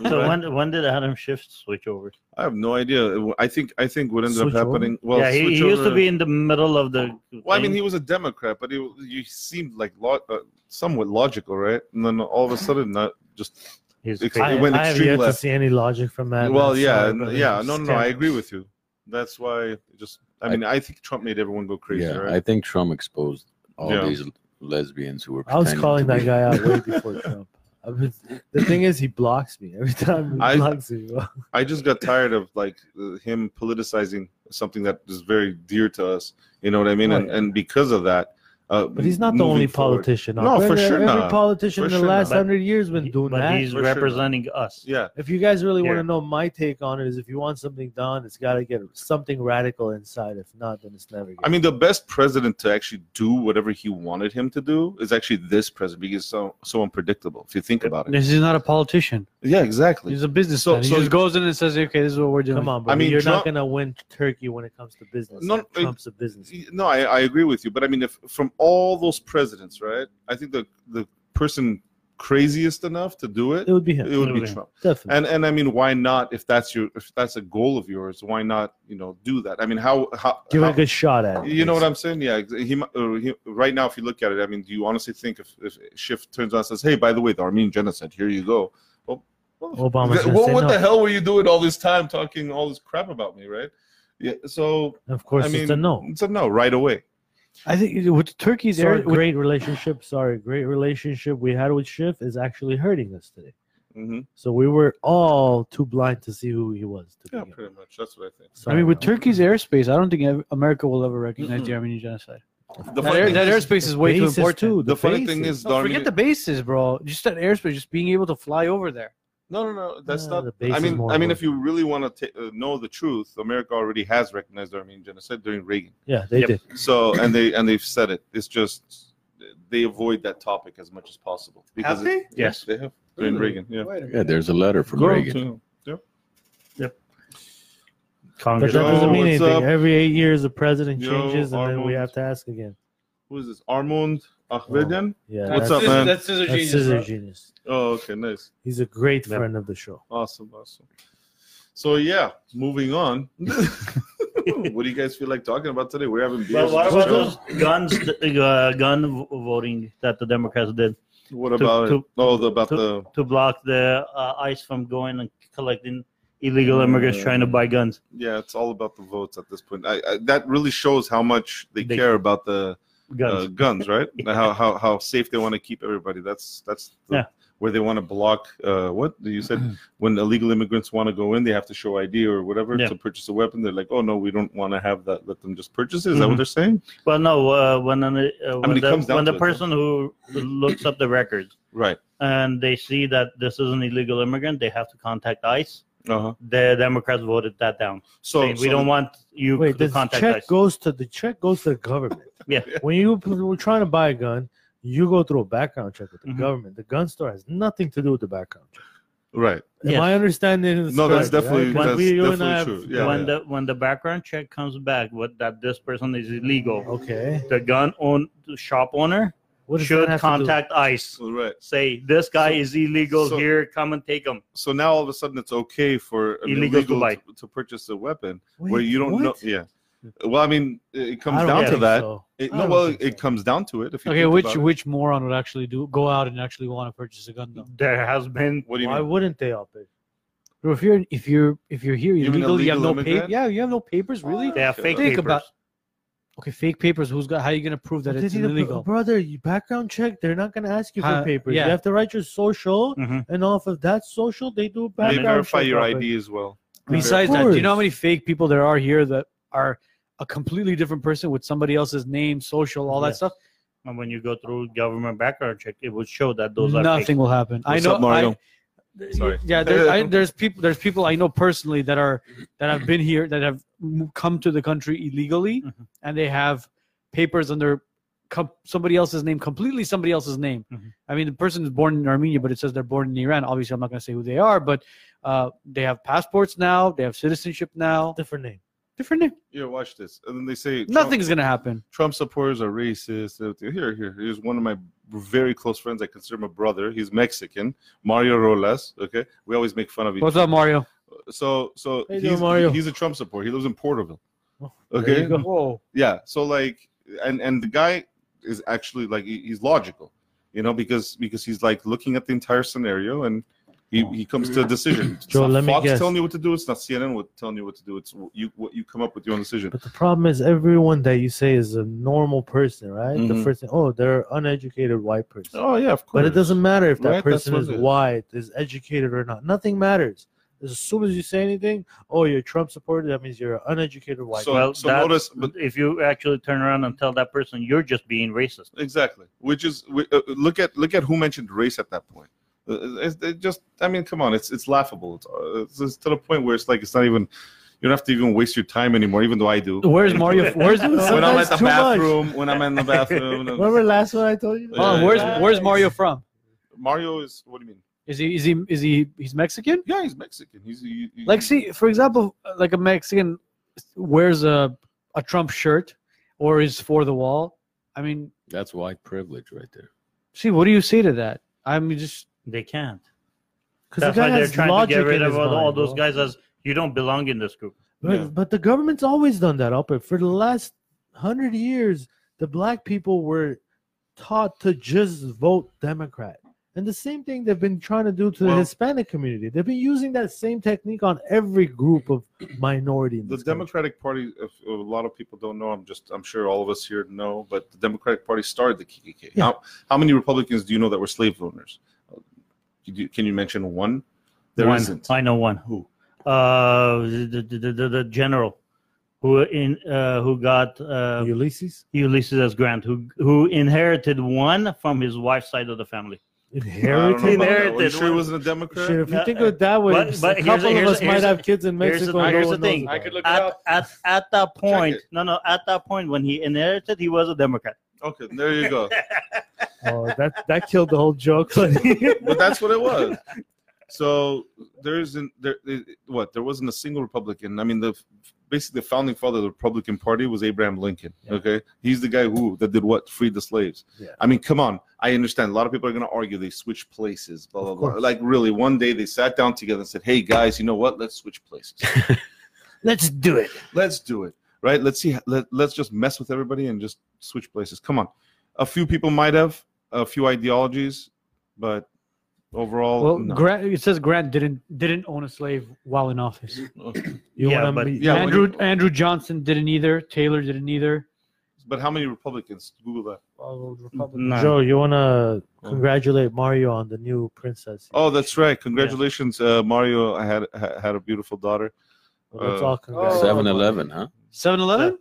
[SPEAKER 5] So when when did Adam Schiff switch over?
[SPEAKER 2] I have no idea. I think I think what ended
[SPEAKER 1] Switch
[SPEAKER 2] up
[SPEAKER 1] over?
[SPEAKER 2] happening. Well,
[SPEAKER 5] yeah, he, he
[SPEAKER 2] switch
[SPEAKER 5] used to
[SPEAKER 2] over-
[SPEAKER 5] be in the middle of the.
[SPEAKER 2] Well, I mean,
[SPEAKER 5] thing.
[SPEAKER 2] he was a Democrat, but he you seemed like lo- uh, somewhat logical, right? And then all of a sudden, not just
[SPEAKER 5] He's
[SPEAKER 2] Ex-
[SPEAKER 5] crazy.
[SPEAKER 2] it went
[SPEAKER 1] I have
[SPEAKER 2] extreme
[SPEAKER 1] yet to
[SPEAKER 2] left.
[SPEAKER 1] see any logic from that.
[SPEAKER 2] well,
[SPEAKER 1] That's
[SPEAKER 2] yeah,
[SPEAKER 1] why,
[SPEAKER 2] n-
[SPEAKER 1] brother,
[SPEAKER 2] yeah,
[SPEAKER 1] it's
[SPEAKER 2] no, no, no, I
[SPEAKER 1] terrible.
[SPEAKER 2] agree with you. That's why just I
[SPEAKER 3] I-
[SPEAKER 2] mean, I, think Trump made everyone go crazy,
[SPEAKER 3] yeah,
[SPEAKER 2] right?
[SPEAKER 3] I think Trump exposed all
[SPEAKER 2] Yeah.
[SPEAKER 3] these lesbians who were.
[SPEAKER 1] I was
[SPEAKER 3] pretending
[SPEAKER 1] calling
[SPEAKER 3] to
[SPEAKER 1] that
[SPEAKER 3] be-
[SPEAKER 1] guy out way before Trump. I was, the thing is, he blocks me every time. He
[SPEAKER 2] I-
[SPEAKER 1] blocks me. bro.
[SPEAKER 2] I just got tired of like uh, him politicizing something that is very dear to us. You know what I mean?
[SPEAKER 1] Oh,
[SPEAKER 2] and
[SPEAKER 1] yeah.
[SPEAKER 2] and because of that, uh,
[SPEAKER 1] But he's not the
[SPEAKER 2] moving
[SPEAKER 1] only
[SPEAKER 2] forward-
[SPEAKER 1] politician.
[SPEAKER 2] No, for
[SPEAKER 1] Every-
[SPEAKER 2] sure
[SPEAKER 1] Every
[SPEAKER 2] not.
[SPEAKER 1] politician
[SPEAKER 2] For
[SPEAKER 1] in the
[SPEAKER 2] sure
[SPEAKER 1] last
[SPEAKER 5] not.
[SPEAKER 1] hundred years been doing
[SPEAKER 5] but
[SPEAKER 1] that.
[SPEAKER 5] he's
[SPEAKER 2] For sure not.
[SPEAKER 5] representing us.
[SPEAKER 2] Yeah,
[SPEAKER 1] if you guys really want
[SPEAKER 5] Here.
[SPEAKER 1] to know my take on it, is if you want something done, it's got to get something radical inside. If not, then it's never.
[SPEAKER 2] I mean, the best president to actually do whatever he wanted him to do is actually this president because he's so so unpredictable. If you think about it,
[SPEAKER 4] This is not a politician.
[SPEAKER 2] yeah, exactly.
[SPEAKER 4] He's a business.
[SPEAKER 2] So-
[SPEAKER 4] man. He
[SPEAKER 2] so-
[SPEAKER 4] just goes in and says, "Okay, this is what we're doing."
[SPEAKER 1] come on, bro. I
[SPEAKER 2] mean,
[SPEAKER 1] mean, you're
[SPEAKER 2] Trump-
[SPEAKER 1] not gonna win Turkey when it comes to business.
[SPEAKER 2] No,
[SPEAKER 1] No,
[SPEAKER 2] it-
[SPEAKER 1] Trump's a business.
[SPEAKER 2] No, I, I agree with you, but I mean, if from all those presidents, right? I think the the person craziest enough to do it,
[SPEAKER 1] It would be
[SPEAKER 2] it
[SPEAKER 1] him,
[SPEAKER 2] would be
[SPEAKER 5] Absolutely.
[SPEAKER 2] Trump.
[SPEAKER 1] definitely.
[SPEAKER 2] And and I mean, why not? If that's your if that's a goal of yours, why not? You know, do that. I mean, how how,
[SPEAKER 1] Give it a
[SPEAKER 2] how
[SPEAKER 1] good shot at it.
[SPEAKER 2] you know what I'm saying? Yeah, ex- he, mi- uh, he right now, if you look at it, I mean, do you honestly think if if Schiff turns around and says, "Hey, by the way, the Armenian genocide, here you go." Well, well,
[SPEAKER 1] Obama's
[SPEAKER 2] th-
[SPEAKER 1] gonna
[SPEAKER 2] well,
[SPEAKER 1] say
[SPEAKER 2] what
[SPEAKER 1] no.
[SPEAKER 2] the hell were you doing all this time talking all this crap about me, right? Yeah, so
[SPEAKER 1] And Of course,
[SPEAKER 2] I mean,
[SPEAKER 1] it's a no.
[SPEAKER 2] It's a no right away.
[SPEAKER 4] I think with Turkey's
[SPEAKER 1] Sorry,
[SPEAKER 4] air, with,
[SPEAKER 1] great relationship. Sorry, great relationship we had with Schiff is actually hurting us today.
[SPEAKER 2] hmm
[SPEAKER 1] So we were all too blind to see who he was. To
[SPEAKER 2] Yeah,
[SPEAKER 1] begin with.
[SPEAKER 2] pretty much. That's what I think.
[SPEAKER 4] I mean, with
[SPEAKER 1] Sorry,
[SPEAKER 4] Turkey's airspace, I don't think ev- America will ever recognize the Armenian genocide.
[SPEAKER 2] The
[SPEAKER 4] That,
[SPEAKER 2] funny
[SPEAKER 4] air,
[SPEAKER 2] thing
[SPEAKER 4] that
[SPEAKER 2] is,
[SPEAKER 4] airspace is way too
[SPEAKER 1] bases
[SPEAKER 4] important.
[SPEAKER 1] too.
[SPEAKER 2] the funny thing
[SPEAKER 1] bases.
[SPEAKER 2] is, the
[SPEAKER 4] No, forget
[SPEAKER 2] Armenian,
[SPEAKER 4] the bases, bro. Just that airspace, just being able to fly over there.
[SPEAKER 2] No, no, no. That's
[SPEAKER 1] Uh, the
[SPEAKER 2] not.
[SPEAKER 1] base
[SPEAKER 2] I
[SPEAKER 1] is
[SPEAKER 2] mean,
[SPEAKER 1] more
[SPEAKER 2] I mean, if
[SPEAKER 1] working.
[SPEAKER 2] you really want to uh, know the truth, America already has recognized the Armenian genocide during Reagan.
[SPEAKER 1] Yeah, they
[SPEAKER 5] Yep.
[SPEAKER 1] did.
[SPEAKER 2] So, and they and they've said it. It's just they avoid that topic as much as possible.
[SPEAKER 7] Have
[SPEAKER 2] it-
[SPEAKER 7] they?
[SPEAKER 5] Yes.
[SPEAKER 2] they have during
[SPEAKER 7] Really?
[SPEAKER 2] Reagan. Yeah.
[SPEAKER 7] Wait a minute.
[SPEAKER 3] Yeah, there's a letter from
[SPEAKER 2] Girl,
[SPEAKER 3] Reagan.
[SPEAKER 2] too.
[SPEAKER 1] But
[SPEAKER 5] Congress.
[SPEAKER 1] that doesn't
[SPEAKER 2] Yo,
[SPEAKER 1] mean
[SPEAKER 2] uh, what's
[SPEAKER 1] anything.
[SPEAKER 2] up?
[SPEAKER 1] Every eight years, the president
[SPEAKER 2] Yo,
[SPEAKER 1] changes, and then we
[SPEAKER 2] Armand.
[SPEAKER 1] have to ask again.
[SPEAKER 2] Who is this? Armand Ahvedian.
[SPEAKER 1] Yeah,
[SPEAKER 2] What's
[SPEAKER 1] that's,
[SPEAKER 2] up, man?
[SPEAKER 7] That's scissor
[SPEAKER 1] That's
[SPEAKER 7] genius.
[SPEAKER 1] Scissor
[SPEAKER 7] bro.
[SPEAKER 1] Genius.
[SPEAKER 2] Oh, okay, nice.
[SPEAKER 1] He's a great
[SPEAKER 5] Yep.
[SPEAKER 1] friend of the show.
[SPEAKER 2] Awesome, awesome. So yeah, moving on. what do you guys feel like talking about today? We're having beers.
[SPEAKER 5] But what
[SPEAKER 2] and
[SPEAKER 5] about
[SPEAKER 2] chill.
[SPEAKER 5] those guns, uh, gun v- voting that the Democrats did
[SPEAKER 2] What about
[SPEAKER 5] to-
[SPEAKER 2] it? Oh, the, about
[SPEAKER 5] to-
[SPEAKER 2] the
[SPEAKER 5] to block the uh, ICE from going and collecting illegal immigrants
[SPEAKER 2] Mm.
[SPEAKER 5] trying to buy guns?
[SPEAKER 2] yeah, it's all about the votes at this point. I, I, that really shows how much they,
[SPEAKER 5] They-
[SPEAKER 2] care about the guns,
[SPEAKER 5] Guns.
[SPEAKER 2] uh, guns right?
[SPEAKER 5] Yeah.
[SPEAKER 2] How how how safe they want to keep everybody. That's that's the,
[SPEAKER 5] Yeah.
[SPEAKER 2] where they want to block. Uh, what you said when illegal immigrants want to go in, they have to show ID or whatever
[SPEAKER 5] Yeah.
[SPEAKER 2] to purchase a weepon. They're like, oh no, we don't want to have that. Let them just purchase it. Is that what
[SPEAKER 5] Mhm.
[SPEAKER 2] they're saying?
[SPEAKER 5] well, no, uh, when an, uh, when
[SPEAKER 2] it
[SPEAKER 5] the,
[SPEAKER 2] comes down
[SPEAKER 5] when the
[SPEAKER 2] to it,
[SPEAKER 5] person who looks up the records
[SPEAKER 2] Right.
[SPEAKER 5] and they see that this is an illegal immigrant, they have to contact ICE.
[SPEAKER 2] Uh huh.
[SPEAKER 5] The Democrats voted that down.
[SPEAKER 2] So
[SPEAKER 5] saying, we don't want you
[SPEAKER 1] Wait,
[SPEAKER 5] to
[SPEAKER 1] the
[SPEAKER 5] contact
[SPEAKER 1] check
[SPEAKER 5] ICE.
[SPEAKER 1] goes to the check goes to the government.
[SPEAKER 5] Yeah.
[SPEAKER 1] When you were trying to buy a gun, you go through a background check with the
[SPEAKER 5] Mhm.
[SPEAKER 1] government. The gun store has nothing to do with the background check.
[SPEAKER 2] right.
[SPEAKER 1] Am
[SPEAKER 5] Yes.
[SPEAKER 1] I understanding this
[SPEAKER 2] No, that's
[SPEAKER 1] correctly,
[SPEAKER 2] definitely
[SPEAKER 1] right? 'Cause
[SPEAKER 2] that's
[SPEAKER 1] we- you and
[SPEAKER 2] definitely
[SPEAKER 1] I have-
[SPEAKER 2] true. Yeah,
[SPEAKER 5] when
[SPEAKER 2] yeah.
[SPEAKER 5] the when the background check comes back, what that this person is illegal,
[SPEAKER 1] Okay.
[SPEAKER 5] the gun own the shop owner
[SPEAKER 1] What does that
[SPEAKER 5] should
[SPEAKER 1] have to do-
[SPEAKER 5] contact ICE.
[SPEAKER 2] All right.
[SPEAKER 5] Say this guy
[SPEAKER 2] So-
[SPEAKER 5] is illegal
[SPEAKER 2] so-
[SPEAKER 5] here. Come and take him.
[SPEAKER 2] So now all of a sudden it's okay for an
[SPEAKER 5] Illegal to
[SPEAKER 2] illegal,
[SPEAKER 5] buy.
[SPEAKER 2] to, to purchase a weapon
[SPEAKER 1] Wait,
[SPEAKER 2] where you don't know.
[SPEAKER 1] what?
[SPEAKER 2] Yeah. Well, I mean, it it
[SPEAKER 1] I
[SPEAKER 2] comes
[SPEAKER 1] don't
[SPEAKER 2] down to
[SPEAKER 1] think
[SPEAKER 2] that.
[SPEAKER 1] so.
[SPEAKER 2] It,
[SPEAKER 1] I
[SPEAKER 2] no,
[SPEAKER 1] don't
[SPEAKER 2] well,
[SPEAKER 1] think
[SPEAKER 2] it
[SPEAKER 1] so.
[SPEAKER 2] comes down to it. If you
[SPEAKER 4] Okay,
[SPEAKER 2] think
[SPEAKER 4] which
[SPEAKER 2] about it.
[SPEAKER 4] which moron would actually do go out and actually want to purchase a gun though?
[SPEAKER 5] There has been
[SPEAKER 2] What do you
[SPEAKER 1] Why
[SPEAKER 2] mean?
[SPEAKER 1] wouldn't they up it?
[SPEAKER 4] Bro, if you're if you're if you're here
[SPEAKER 2] You mean
[SPEAKER 4] illegally, you have no
[SPEAKER 2] illegal
[SPEAKER 4] papers.
[SPEAKER 2] immigrant?
[SPEAKER 4] Yeah, you have no papers, really.
[SPEAKER 5] they have fake
[SPEAKER 4] Think
[SPEAKER 5] papers.
[SPEAKER 4] about- Okay, fake papers. Who's got? How are you gonna prove that
[SPEAKER 1] But
[SPEAKER 4] it's
[SPEAKER 1] they need a br-
[SPEAKER 4] illegal?
[SPEAKER 1] brother, you background check, they're not gonna ask you for
[SPEAKER 4] Huh,
[SPEAKER 1] papers.
[SPEAKER 4] yeah.
[SPEAKER 1] You have to write your social
[SPEAKER 5] Mhm.
[SPEAKER 1] and off of that social they do a
[SPEAKER 2] They
[SPEAKER 1] background
[SPEAKER 2] verify
[SPEAKER 1] check
[SPEAKER 2] your
[SPEAKER 1] off it.
[SPEAKER 2] ID as well.
[SPEAKER 4] Besides
[SPEAKER 1] Of
[SPEAKER 4] that, do you know how
[SPEAKER 1] course.
[SPEAKER 4] many fake people there are here that are a completely different person with somebody else's name, social, all that
[SPEAKER 1] Yes.
[SPEAKER 4] stuff?
[SPEAKER 5] And when you go through government background check, it would show that those are
[SPEAKER 4] Nothing
[SPEAKER 5] fake.
[SPEAKER 4] will happen. I
[SPEAKER 2] What's
[SPEAKER 4] know.
[SPEAKER 2] up, Mario?
[SPEAKER 4] I,
[SPEAKER 2] Sorry.
[SPEAKER 4] Yeah, there, I, there's people. There's people I know personally that are that have been here that have m- come to the country illegally,
[SPEAKER 5] Mhm.
[SPEAKER 4] and they have papers under com- somebody else's name, completely somebody else's name.
[SPEAKER 5] Mhm.
[SPEAKER 4] I mean, the person is born in Armenia, but it says they're born in Iran. Obviously, I'm not going to say who they are, but uh, they have passports now. They have citizenship now.
[SPEAKER 1] different name.
[SPEAKER 4] Different name.
[SPEAKER 2] Yeah, watch this. And then they say Trump-
[SPEAKER 4] Nothing's going to happen.
[SPEAKER 2] Trump supporters are racist. Here, here, here's one of my very close friends. I consider him a brother. He's Mexican, Mario Rolas. Okay, we always make fun of each
[SPEAKER 4] What's up, Mario?
[SPEAKER 2] so so
[SPEAKER 1] How you
[SPEAKER 2] he's,
[SPEAKER 1] doing, Mario?
[SPEAKER 2] he's a Trump supporter. He lives in Porterville.
[SPEAKER 1] Oh,
[SPEAKER 2] Okay.
[SPEAKER 1] you go.
[SPEAKER 4] Whoa.
[SPEAKER 2] Yeah. So like, and and the guy is actually like he- he's logical, you know, because because he's like looking at the entire scenario and he, he comes to a decision. It's
[SPEAKER 1] Joe,
[SPEAKER 2] not
[SPEAKER 1] let me
[SPEAKER 2] Fox
[SPEAKER 1] guess.
[SPEAKER 2] telling you what to do. It's not CNN what telling you what to do. It's what you what you come up with your own decision.
[SPEAKER 1] But the problem is everyone that you say is a normal person, right? The
[SPEAKER 2] Mhm.
[SPEAKER 1] first thing, oh, they're uneducated white person.
[SPEAKER 2] Oh yeah, of course.
[SPEAKER 1] But it doesn't matter if that
[SPEAKER 2] Right, that's
[SPEAKER 1] person
[SPEAKER 2] what
[SPEAKER 1] is
[SPEAKER 2] it is.
[SPEAKER 1] white, is educated or not. Nothing matters. As soon as you say anything, oh, you're a Trump supporter, that means you're an uneducated white.
[SPEAKER 2] So-
[SPEAKER 1] guy.
[SPEAKER 5] Well,
[SPEAKER 2] so
[SPEAKER 5] that-
[SPEAKER 2] notice- but-
[SPEAKER 5] if you actually turn around and tell that person you're just being racist,
[SPEAKER 2] Exactly. Which is we- uh, look at look at who mentioned race at that point. Uh, It's it just I mean, come on, it's it's laughable. It's, uh, it's, it's to the point where it's like it's not even you don't have to even waste your time anymore. Even though I do.
[SPEAKER 4] Where's Mario? Where's
[SPEAKER 2] When I'm at the
[SPEAKER 1] Sometimes too much.
[SPEAKER 2] bathroom, when I'm in the bathroom, and-
[SPEAKER 1] Remember last one I told you?
[SPEAKER 2] Yeah,
[SPEAKER 4] Oh, where's where's Mario from?
[SPEAKER 2] Mario is what do you mean?
[SPEAKER 4] Is he is he is he he's Mexican?
[SPEAKER 2] Yeah, he's Mexican. He's he, he-
[SPEAKER 4] Like, see, for example, like a Mexican wears a a Trump shirt or is for the wall. I mean,
[SPEAKER 3] That's white privilege right there.
[SPEAKER 4] see, what do you say to that? I'm just
[SPEAKER 5] they can't.
[SPEAKER 1] Because
[SPEAKER 5] That's
[SPEAKER 1] the guy
[SPEAKER 5] why they're
[SPEAKER 1] has
[SPEAKER 5] trying to
[SPEAKER 1] logic
[SPEAKER 5] get rid
[SPEAKER 1] in
[SPEAKER 5] of
[SPEAKER 1] his
[SPEAKER 5] all, all
[SPEAKER 1] mind,
[SPEAKER 5] those
[SPEAKER 1] bro.
[SPEAKER 5] guys as you don't belong in this group.
[SPEAKER 1] But,
[SPEAKER 2] Yeah.
[SPEAKER 1] but the government's always done that, Upper. For the last hundred years, the black people were taught to just vote Democrat. And the same thing they've been trying to do to
[SPEAKER 2] Well-
[SPEAKER 1] the Hispanic community. They've been using that same technique on every group of minority. In
[SPEAKER 2] the
[SPEAKER 1] this country.
[SPEAKER 2] Democratic Party. If a lot of people don't know, I'm just I'm sure all of us here know, but the Democratic Party started the KKK.
[SPEAKER 1] Yeah.
[SPEAKER 2] How how many Republicans do you know that were slave owners? Can you- Can you mention one? There
[SPEAKER 5] one.
[SPEAKER 2] not
[SPEAKER 5] I know one.
[SPEAKER 2] Who?
[SPEAKER 5] Uh, the, the, the, the, the general who in uh, who got uh,
[SPEAKER 1] Ulysses.
[SPEAKER 5] Ulysses S. Grant, who who inherited one from his wife's side of the family.
[SPEAKER 2] I don't
[SPEAKER 1] inherited.
[SPEAKER 2] know about that. Were you
[SPEAKER 5] Inherited
[SPEAKER 2] sure he
[SPEAKER 5] one.
[SPEAKER 2] wasn't a Democrat?
[SPEAKER 1] Shit, if you
[SPEAKER 5] No,
[SPEAKER 1] think of it that way,
[SPEAKER 5] but-
[SPEAKER 1] s-
[SPEAKER 5] but
[SPEAKER 1] a
[SPEAKER 5] here's the-
[SPEAKER 1] couple
[SPEAKER 5] here's
[SPEAKER 1] of us
[SPEAKER 5] the-
[SPEAKER 1] might
[SPEAKER 5] here's
[SPEAKER 1] have kids in
[SPEAKER 5] here's the-
[SPEAKER 1] Mexico. and
[SPEAKER 5] here's
[SPEAKER 1] no
[SPEAKER 5] the
[SPEAKER 1] one knows
[SPEAKER 5] thing.
[SPEAKER 1] about
[SPEAKER 7] I could
[SPEAKER 1] it.
[SPEAKER 7] look it
[SPEAKER 5] At,
[SPEAKER 7] up.
[SPEAKER 5] at, at that point,
[SPEAKER 2] it.
[SPEAKER 5] no, no, at that point when he inherited, he was a Democrat.
[SPEAKER 2] Okay, there you go.
[SPEAKER 1] Oh, that that killed the whole joke. buddy.
[SPEAKER 2] but that's what it was. So there isn't there it- what there wasn't a single Republican. I mean, the basically the founding father of the Republican Party was Abraham Lincoln.
[SPEAKER 1] Yeah.
[SPEAKER 2] Okay, he's the guy who that did what freed the slaves.
[SPEAKER 1] Yeah.
[SPEAKER 2] I mean, come on. I understand a lot of people are going to argue they switched places, blah blah
[SPEAKER 1] Of
[SPEAKER 2] blah.
[SPEAKER 1] course.
[SPEAKER 2] Like really, one day they sat down together and said, "Hey guys, you know what? Let's switch places.
[SPEAKER 5] Let's do it.
[SPEAKER 2] let's do it. Right? Let's see. Let, let's just mess with everybody and just switch places. Come on. A few people might have a few ideologies, but overall,
[SPEAKER 4] Well,
[SPEAKER 2] Oh, no.
[SPEAKER 4] Grant, it says Grant didn't didn't own a slave while in office.
[SPEAKER 1] You
[SPEAKER 5] Yeah,
[SPEAKER 1] wanna
[SPEAKER 5] but-
[SPEAKER 1] meet-
[SPEAKER 2] Yeah, when
[SPEAKER 4] Andrew
[SPEAKER 2] you-
[SPEAKER 4] Andrew Johnson didn't either. Taylor didn't either.
[SPEAKER 2] But how many Republicans? Google that.
[SPEAKER 5] No.
[SPEAKER 1] Joe, you want
[SPEAKER 3] Oh.
[SPEAKER 1] to congratulate Mario on the new princess?
[SPEAKER 2] Oh, that's right. Congratulations, uh, Mario. I had ha- had a beautiful daughter.
[SPEAKER 1] Let's
[SPEAKER 2] uh,
[SPEAKER 1] all congratulate.
[SPEAKER 3] Seven Eleven, huh?
[SPEAKER 4] 7-Eleven?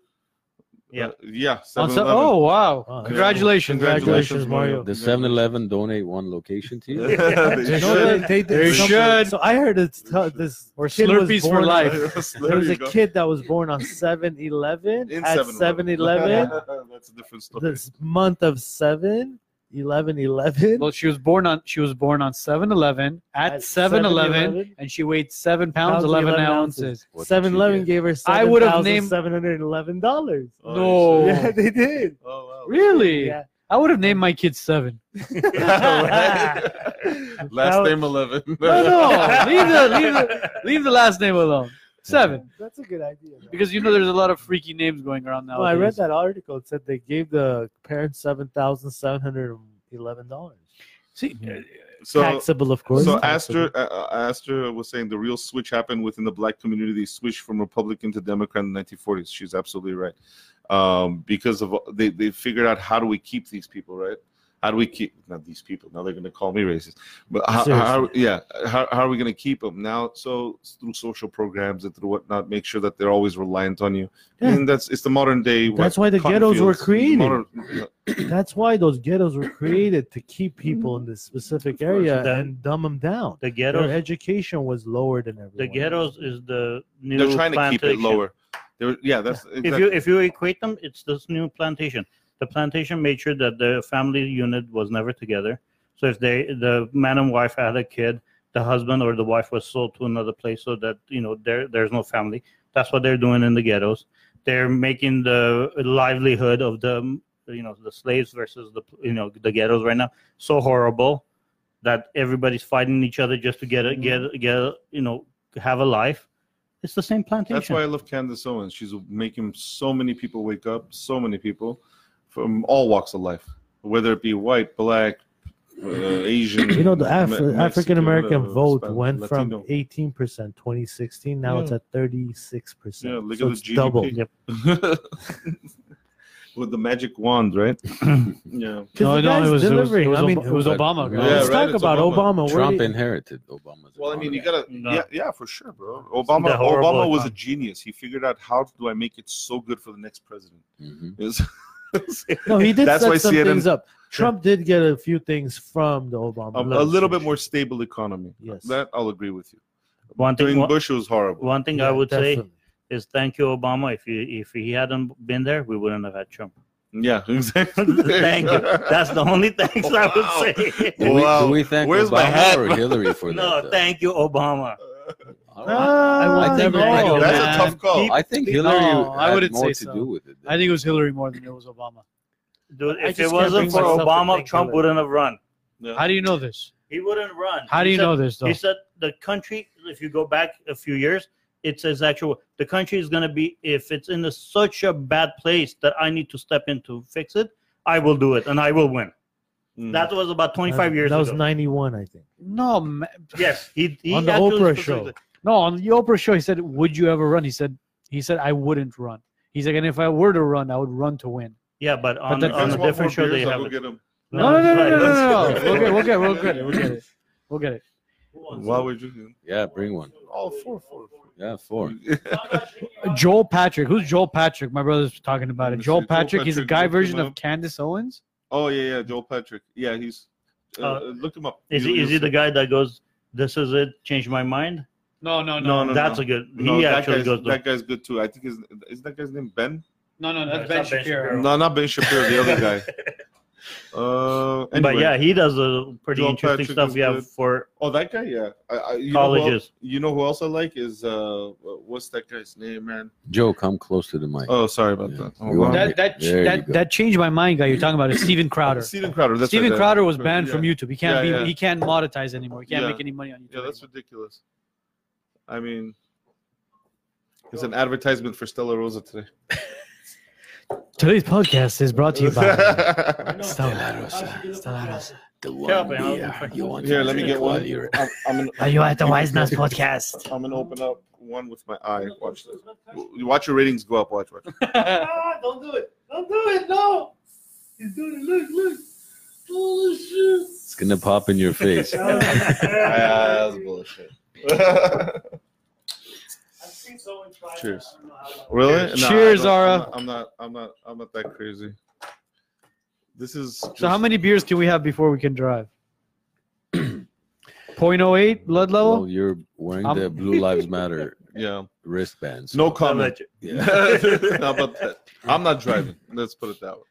[SPEAKER 5] Yeah.
[SPEAKER 2] Uh, yeah.
[SPEAKER 4] On
[SPEAKER 2] 7-Eleven.
[SPEAKER 4] se- oh wow!
[SPEAKER 1] Wow.
[SPEAKER 4] Congratulations.
[SPEAKER 1] Congratulations, Mario.
[SPEAKER 3] The 7 Eleven donate one location to you?
[SPEAKER 2] They
[SPEAKER 1] You know, they-
[SPEAKER 2] should.
[SPEAKER 1] they did
[SPEAKER 4] They
[SPEAKER 1] something-
[SPEAKER 4] should.
[SPEAKER 1] So I heard it's t- this.
[SPEAKER 4] Or
[SPEAKER 1] kid was
[SPEAKER 4] Slurpees for
[SPEAKER 1] born-
[SPEAKER 4] life.
[SPEAKER 1] There
[SPEAKER 2] there
[SPEAKER 1] was
[SPEAKER 2] you
[SPEAKER 1] a
[SPEAKER 2] go.
[SPEAKER 1] kid that was born on 7 Eleven
[SPEAKER 2] In
[SPEAKER 1] at 7 Eleven
[SPEAKER 2] 7-Eleven. That's a different story.
[SPEAKER 1] this month of 7 11 11.
[SPEAKER 4] Well, she was born on she was born on 7-Eleven at, 7-Eleven, and she weighed seven pounds
[SPEAKER 1] Pounds,
[SPEAKER 4] eleven,
[SPEAKER 1] 11
[SPEAKER 4] ounces.
[SPEAKER 1] ounces.
[SPEAKER 3] What did
[SPEAKER 1] 7
[SPEAKER 3] you
[SPEAKER 1] Eleven
[SPEAKER 3] get?
[SPEAKER 1] gave her
[SPEAKER 4] I would have
[SPEAKER 1] $7,711.
[SPEAKER 2] Oh,
[SPEAKER 4] No.
[SPEAKER 2] shit.
[SPEAKER 1] Yeah, they did.
[SPEAKER 2] Oh, wow.
[SPEAKER 4] Really?
[SPEAKER 1] Yeah.
[SPEAKER 4] I would have named my kid seven.
[SPEAKER 2] Last name 11.
[SPEAKER 4] No, no, leave the leave the leave the last name alone. Seven,
[SPEAKER 1] That's a good idea. though.
[SPEAKER 4] because you know there's a lot of freaky names going around now.
[SPEAKER 1] No, I read that article. It said they gave the parents seven thousand seven hundred eleven dollars.
[SPEAKER 4] See,
[SPEAKER 2] So,
[SPEAKER 1] taxable, of course.
[SPEAKER 2] so
[SPEAKER 1] taxable.
[SPEAKER 2] Astor, uh, uh, Astor was saying the real switch happened within the black community. They switched from Republican to Democrat in the 1940s. She's absolutely right. Um, because of they, they figured out how do we keep these people, right? How do we keep not these people? Now they're going to call me racist. But how, how yeah, how, how are we going to keep them now? So through social programs and through whatnot, make sure that they're always reliant on you.
[SPEAKER 1] Yeah.
[SPEAKER 2] And that's it's the modern day. what,
[SPEAKER 1] That's why the
[SPEAKER 2] cotton
[SPEAKER 1] ghettos were
[SPEAKER 2] fields,
[SPEAKER 1] created.
[SPEAKER 2] modern-
[SPEAKER 1] That's why those ghettos were created to keep people in this specific area
[SPEAKER 5] That-
[SPEAKER 1] and dumb them down.
[SPEAKER 5] The
[SPEAKER 1] Their
[SPEAKER 5] ghettos.
[SPEAKER 1] education was lower than everyone.
[SPEAKER 5] The ghettos is the new.
[SPEAKER 2] they're trying to keep it
[SPEAKER 5] plantation.
[SPEAKER 2] lower. They're, yeah, that's
[SPEAKER 5] If
[SPEAKER 2] exactly.
[SPEAKER 5] you if you equate them, it's this new plantation. The plantation made sure that the family unit was never together. So if they the man and wife had a kid, the husband or the wife was sold to another place so that you know there there's no family. That's what they're doing in the ghettos. They're making the livelihood of the you know the slaves versus the you know the ghettos right now so horrible that everybody's fighting each other just to get a, get a- get a, you know have a life. It's the same plantation.
[SPEAKER 2] That's why I love Candace Owens. She's making so many people wake up, so many people from all walks of life, whether it be white, black, uh, Asian.
[SPEAKER 1] You know, the Af-
[SPEAKER 2] Me- Mexican,
[SPEAKER 1] African American
[SPEAKER 2] whatever,
[SPEAKER 1] vote
[SPEAKER 2] Hispanic,
[SPEAKER 1] went from
[SPEAKER 2] Latino.
[SPEAKER 1] 18% 2016. Now it's at 36%.
[SPEAKER 2] Yeah, look
[SPEAKER 1] so
[SPEAKER 2] at
[SPEAKER 1] it's
[SPEAKER 2] the GDP.
[SPEAKER 1] double.
[SPEAKER 2] with the magic wand, right? yeah.
[SPEAKER 1] 'Cause the guy's delivering. I mean,
[SPEAKER 4] it was
[SPEAKER 3] but-
[SPEAKER 4] Obama.
[SPEAKER 3] Yeah,
[SPEAKER 1] let's
[SPEAKER 2] right,
[SPEAKER 1] talk
[SPEAKER 2] it's
[SPEAKER 1] about Obama.
[SPEAKER 2] Obama.
[SPEAKER 1] Where
[SPEAKER 3] Trump
[SPEAKER 1] did-
[SPEAKER 3] inherited Obama's.
[SPEAKER 2] Well, I mean,
[SPEAKER 3] economy.
[SPEAKER 2] you gotta,
[SPEAKER 5] No.
[SPEAKER 2] yeah, yeah, for sure, bro. Obama,
[SPEAKER 5] The horrible
[SPEAKER 2] Obama was a
[SPEAKER 5] economy.
[SPEAKER 2] genius. He figured out how do I make it so good for the next president.
[SPEAKER 3] Mhm.
[SPEAKER 2] It's-
[SPEAKER 1] No, he did
[SPEAKER 2] That's
[SPEAKER 1] set
[SPEAKER 2] why
[SPEAKER 1] some
[SPEAKER 2] CNN
[SPEAKER 1] things up. Trump did get a few things from the Obama.
[SPEAKER 2] Um, a, a little bit more stable economy.
[SPEAKER 1] Yes.
[SPEAKER 2] That I'll agree with you.
[SPEAKER 5] One thing,
[SPEAKER 2] During
[SPEAKER 5] one,
[SPEAKER 2] Bush, it was horrible.
[SPEAKER 5] one thing I would say is thank you, Obama. If you if he hadn't been there, we wouldn't have had Trump.
[SPEAKER 2] Yeah, exactly.
[SPEAKER 5] thank you. That's the only thanks
[SPEAKER 2] Wow.
[SPEAKER 5] I would say.
[SPEAKER 3] Do we,
[SPEAKER 2] Wow.
[SPEAKER 3] do we thank
[SPEAKER 2] Where's
[SPEAKER 3] Obama
[SPEAKER 2] my hat?
[SPEAKER 3] or Hillary for
[SPEAKER 5] no,
[SPEAKER 3] that? uh,
[SPEAKER 5] thank you, Obama.
[SPEAKER 3] all right.
[SPEAKER 1] I
[SPEAKER 3] I think, I,
[SPEAKER 4] no,
[SPEAKER 3] think-
[SPEAKER 2] Oh, That's
[SPEAKER 4] man.
[SPEAKER 2] a tough call.
[SPEAKER 3] I think
[SPEAKER 4] No,
[SPEAKER 3] Hillary
[SPEAKER 4] I
[SPEAKER 3] had
[SPEAKER 4] wouldn't
[SPEAKER 3] more to
[SPEAKER 4] say so.
[SPEAKER 3] do with it.
[SPEAKER 4] I think it was Hillary more than it was Obama.
[SPEAKER 5] Dude,
[SPEAKER 1] I just
[SPEAKER 5] if it
[SPEAKER 1] can't bring
[SPEAKER 5] wasn't for
[SPEAKER 1] myself to
[SPEAKER 5] Obama,
[SPEAKER 1] think
[SPEAKER 5] Trump
[SPEAKER 1] Hillary.
[SPEAKER 5] wouldn't have run.
[SPEAKER 4] How do you know this?
[SPEAKER 5] He wouldn't run.
[SPEAKER 4] How do
[SPEAKER 5] He
[SPEAKER 4] you
[SPEAKER 5] said-
[SPEAKER 4] know this though?
[SPEAKER 5] He said the country. If you go back a few years, it says actual. The country is gonna be if it's in a, such a bad place that I need to step in to fix it. I will do it, and I will win.
[SPEAKER 2] Mm.
[SPEAKER 5] That was about 25 years
[SPEAKER 1] Hmm. Uh, That was
[SPEAKER 5] ago.
[SPEAKER 1] 91, I think.
[SPEAKER 4] No, ma-
[SPEAKER 5] Yes, he, he
[SPEAKER 1] On the
[SPEAKER 5] actually
[SPEAKER 1] Oprah
[SPEAKER 5] specifically-
[SPEAKER 1] show.
[SPEAKER 4] no. On the Oprah show, he said, "Would you ever run?" He said, "He said I wouldn't run." He's like, "And if I were to run, I would run to win."
[SPEAKER 5] Yeah, but on,
[SPEAKER 4] that-
[SPEAKER 5] on
[SPEAKER 4] That's
[SPEAKER 2] one
[SPEAKER 5] a
[SPEAKER 2] more
[SPEAKER 5] different show
[SPEAKER 2] beers,
[SPEAKER 5] they
[SPEAKER 2] I'll
[SPEAKER 5] have
[SPEAKER 2] go
[SPEAKER 5] it.
[SPEAKER 2] get 'em.
[SPEAKER 4] No, no, no, no, no,
[SPEAKER 5] it's
[SPEAKER 4] no,
[SPEAKER 5] fine.
[SPEAKER 4] no. We'll get, we'll get, we'll get it. We'll get it. We'll get it.
[SPEAKER 2] While we're drinking,
[SPEAKER 3] yeah, bring one.
[SPEAKER 2] all Oh, four, four,
[SPEAKER 3] Yeah, four.
[SPEAKER 4] Joel Patrick. Who's Joel Patrick? My brother's talking about it.
[SPEAKER 2] Let me
[SPEAKER 4] Joel
[SPEAKER 2] see. Joel
[SPEAKER 4] Patrick. He's a
[SPEAKER 2] Patrick
[SPEAKER 4] guy
[SPEAKER 2] looked
[SPEAKER 4] version
[SPEAKER 2] him
[SPEAKER 4] of
[SPEAKER 2] up.
[SPEAKER 4] Candace Owens.
[SPEAKER 2] Oh yeah, yeah, Joel Patrick. Yeah, he's Uh, look him up.
[SPEAKER 5] Is
[SPEAKER 2] You-
[SPEAKER 5] he, is
[SPEAKER 2] you'll
[SPEAKER 5] he
[SPEAKER 2] see.
[SPEAKER 5] the guy that goes, "This is it, change my mind"?
[SPEAKER 4] No, no,
[SPEAKER 2] No,
[SPEAKER 4] no,
[SPEAKER 2] no,
[SPEAKER 5] that's
[SPEAKER 2] no.
[SPEAKER 5] a good. He
[SPEAKER 2] No, that
[SPEAKER 5] actually
[SPEAKER 2] guy's,
[SPEAKER 5] goes. To,
[SPEAKER 2] that guy's good too. I think is is that guy's name Ben?
[SPEAKER 4] no, no.
[SPEAKER 5] No,
[SPEAKER 4] That's
[SPEAKER 5] it's
[SPEAKER 4] Ben
[SPEAKER 5] not Ben
[SPEAKER 4] Shapiro.
[SPEAKER 5] Shapiro.
[SPEAKER 2] No, not Ben Shapiro, the other guy. Uh, anyway.
[SPEAKER 5] But yeah, he does a pretty
[SPEAKER 2] Joel
[SPEAKER 5] interesting
[SPEAKER 2] Patrick
[SPEAKER 5] stuff.
[SPEAKER 2] is
[SPEAKER 5] Yeah,
[SPEAKER 2] good.
[SPEAKER 5] for
[SPEAKER 2] Oh, that guy, yeah. I, I, you Know who else,
[SPEAKER 5] colleges.
[SPEAKER 2] you know who else I like is uh, what's that guy's name, man?
[SPEAKER 3] Joe, come close to the mic.
[SPEAKER 2] Oh, sorry about
[SPEAKER 3] Yeah.
[SPEAKER 2] that.
[SPEAKER 3] You
[SPEAKER 2] Hold on.
[SPEAKER 3] want
[SPEAKER 4] That that
[SPEAKER 3] There you
[SPEAKER 4] that,
[SPEAKER 3] go.
[SPEAKER 4] that changed my mind, guy. You're talking about is Steven Crowder.
[SPEAKER 2] Steven Crowder. That's uh,
[SPEAKER 4] Steven
[SPEAKER 2] right, that-
[SPEAKER 4] Crowder was banned
[SPEAKER 2] yeah.
[SPEAKER 4] from YouTube. He can't
[SPEAKER 2] Yeah,
[SPEAKER 4] be,
[SPEAKER 2] yeah.
[SPEAKER 4] he can't monetize anymore. He can't
[SPEAKER 2] Yeah.
[SPEAKER 4] make any money on YouTube.
[SPEAKER 2] Yeah, that's
[SPEAKER 4] anymore.
[SPEAKER 2] ridiculous. I mean, it's an advertisement for Stella Rosa today.
[SPEAKER 4] Today's podcast is brought to you by
[SPEAKER 2] I'm,
[SPEAKER 4] Stella Rosa. Stella Rosa.
[SPEAKER 3] The
[SPEAKER 5] Yeah, but I'll- beer you
[SPEAKER 3] want
[SPEAKER 2] to Here, let me drink get while one.
[SPEAKER 3] You're...
[SPEAKER 2] I'm gonna,
[SPEAKER 4] Are you at the Wise Nuts podcast?
[SPEAKER 2] I'm gonna open up one with my eye. Watch this. W- Watch your ratings go up. Watch, watch.
[SPEAKER 1] Ah, don't do it. Don't do it. No. He's doing it. Look, look. Holy shit.
[SPEAKER 3] It's gonna pop in your face.
[SPEAKER 2] that's bullshit. Cheers. Really?
[SPEAKER 4] Cheers,
[SPEAKER 2] I
[SPEAKER 4] Ara.
[SPEAKER 2] don't- I'm not, I'm not. I'm not. I'm not that crazy. This is.
[SPEAKER 4] So how many beers can we have before we can drive? 0.08 blood
[SPEAKER 3] well,
[SPEAKER 4] level.
[SPEAKER 3] you're wearing
[SPEAKER 4] I'm-
[SPEAKER 3] the Blue Lives Matter
[SPEAKER 2] Yeah.
[SPEAKER 3] wristbands.
[SPEAKER 2] No
[SPEAKER 5] uh,
[SPEAKER 2] comment.
[SPEAKER 3] Yeah,
[SPEAKER 2] how about that? I'm not driving. Let's put it that way.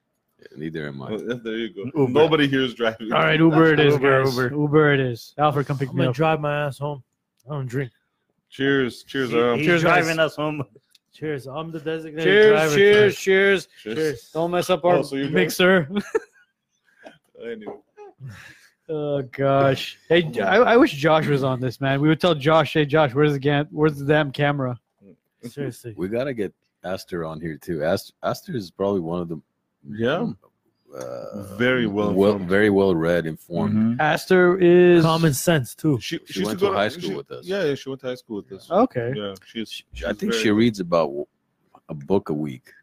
[SPEAKER 3] neither am I.
[SPEAKER 2] There you go.
[SPEAKER 5] Uber.
[SPEAKER 2] Nobody here is driving.
[SPEAKER 4] All right, Uber it is,
[SPEAKER 5] Uber,
[SPEAKER 4] guys.
[SPEAKER 5] Uber.
[SPEAKER 4] Uber it is. Alfred, come pick
[SPEAKER 1] I'm
[SPEAKER 4] me
[SPEAKER 1] gonna
[SPEAKER 4] up.
[SPEAKER 1] drive my ass home. I don't drink.
[SPEAKER 2] Cheers. Cheers.
[SPEAKER 5] He-
[SPEAKER 2] Ara.
[SPEAKER 5] he's
[SPEAKER 4] Cheers, guys.
[SPEAKER 5] driving us home.
[SPEAKER 1] Cheers. I'm the designated
[SPEAKER 4] Cheers,
[SPEAKER 1] driver.
[SPEAKER 4] cheers, cheers.
[SPEAKER 2] Cheers.
[SPEAKER 4] Don't mess up our
[SPEAKER 2] Oh, so you're going-
[SPEAKER 4] mixer.
[SPEAKER 2] Anyway.
[SPEAKER 4] oh gosh. Hey, J- I, I wish Josh was on this, man. We would tell Josh, hey Josh, where's the gam- where's the damn camera?
[SPEAKER 1] Seriously.
[SPEAKER 3] We gotta get Aster on here too. Aster, Aster is probably one of the
[SPEAKER 2] Yeah.
[SPEAKER 3] uh,
[SPEAKER 2] Very well Mm-hmm. informed.
[SPEAKER 3] very well read, informed.
[SPEAKER 4] Mm-hmm. Aster is
[SPEAKER 1] Common sense too.
[SPEAKER 2] She,
[SPEAKER 3] She
[SPEAKER 2] used
[SPEAKER 3] went to
[SPEAKER 2] go
[SPEAKER 3] high school
[SPEAKER 2] she-
[SPEAKER 3] with us.
[SPEAKER 2] Yeah, yeah, she went to high school with us.
[SPEAKER 4] Okay.
[SPEAKER 2] Yeah, she's.
[SPEAKER 3] I
[SPEAKER 2] she's
[SPEAKER 3] think
[SPEAKER 2] very-
[SPEAKER 3] she reads about w- a book a week.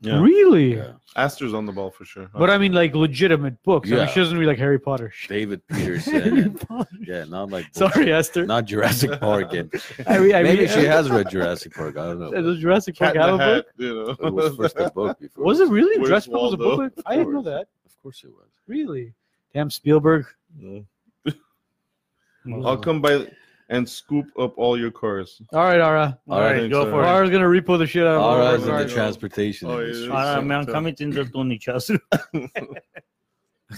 [SPEAKER 2] Yeah.
[SPEAKER 4] Really?
[SPEAKER 3] Yeah.
[SPEAKER 2] Aster's on the ball for sure.
[SPEAKER 4] But I mean like legitimate books. I
[SPEAKER 3] Yeah.
[SPEAKER 4] mean she doesn't read like Harry Potter.
[SPEAKER 3] David Peterson. yeah, not like books.
[SPEAKER 4] Sorry, Esther.
[SPEAKER 3] not Jurassic Park. And
[SPEAKER 4] I re- I
[SPEAKER 3] maybe
[SPEAKER 4] re-
[SPEAKER 3] she has read Jurassic Park. I don't know.
[SPEAKER 4] Uh, does Jurassic Park
[SPEAKER 2] Cat in the
[SPEAKER 4] have a book?
[SPEAKER 2] Hat, you know.
[SPEAKER 3] It was first a book before.
[SPEAKER 4] Was it really?
[SPEAKER 2] Where's
[SPEAKER 4] Jurassic Park was a
[SPEAKER 2] Waldo?
[SPEAKER 4] book? I didn't know that.
[SPEAKER 3] Of course it was.
[SPEAKER 4] Really? Damn Spielberg.
[SPEAKER 2] Yeah. I'll come by and scoop up all your cars.
[SPEAKER 4] All right, Ara.
[SPEAKER 5] All right,
[SPEAKER 2] Thanks,
[SPEAKER 5] go
[SPEAKER 2] Ara.
[SPEAKER 5] for it.
[SPEAKER 4] Ara's gonna repo the shit out of
[SPEAKER 3] All
[SPEAKER 4] all
[SPEAKER 3] right,
[SPEAKER 4] of
[SPEAKER 2] sorry.
[SPEAKER 3] in
[SPEAKER 4] ours.
[SPEAKER 3] the transportation
[SPEAKER 2] Oh, yeah,
[SPEAKER 3] industry.
[SPEAKER 2] yeah.
[SPEAKER 5] Ah, man, come into the Tony Chas.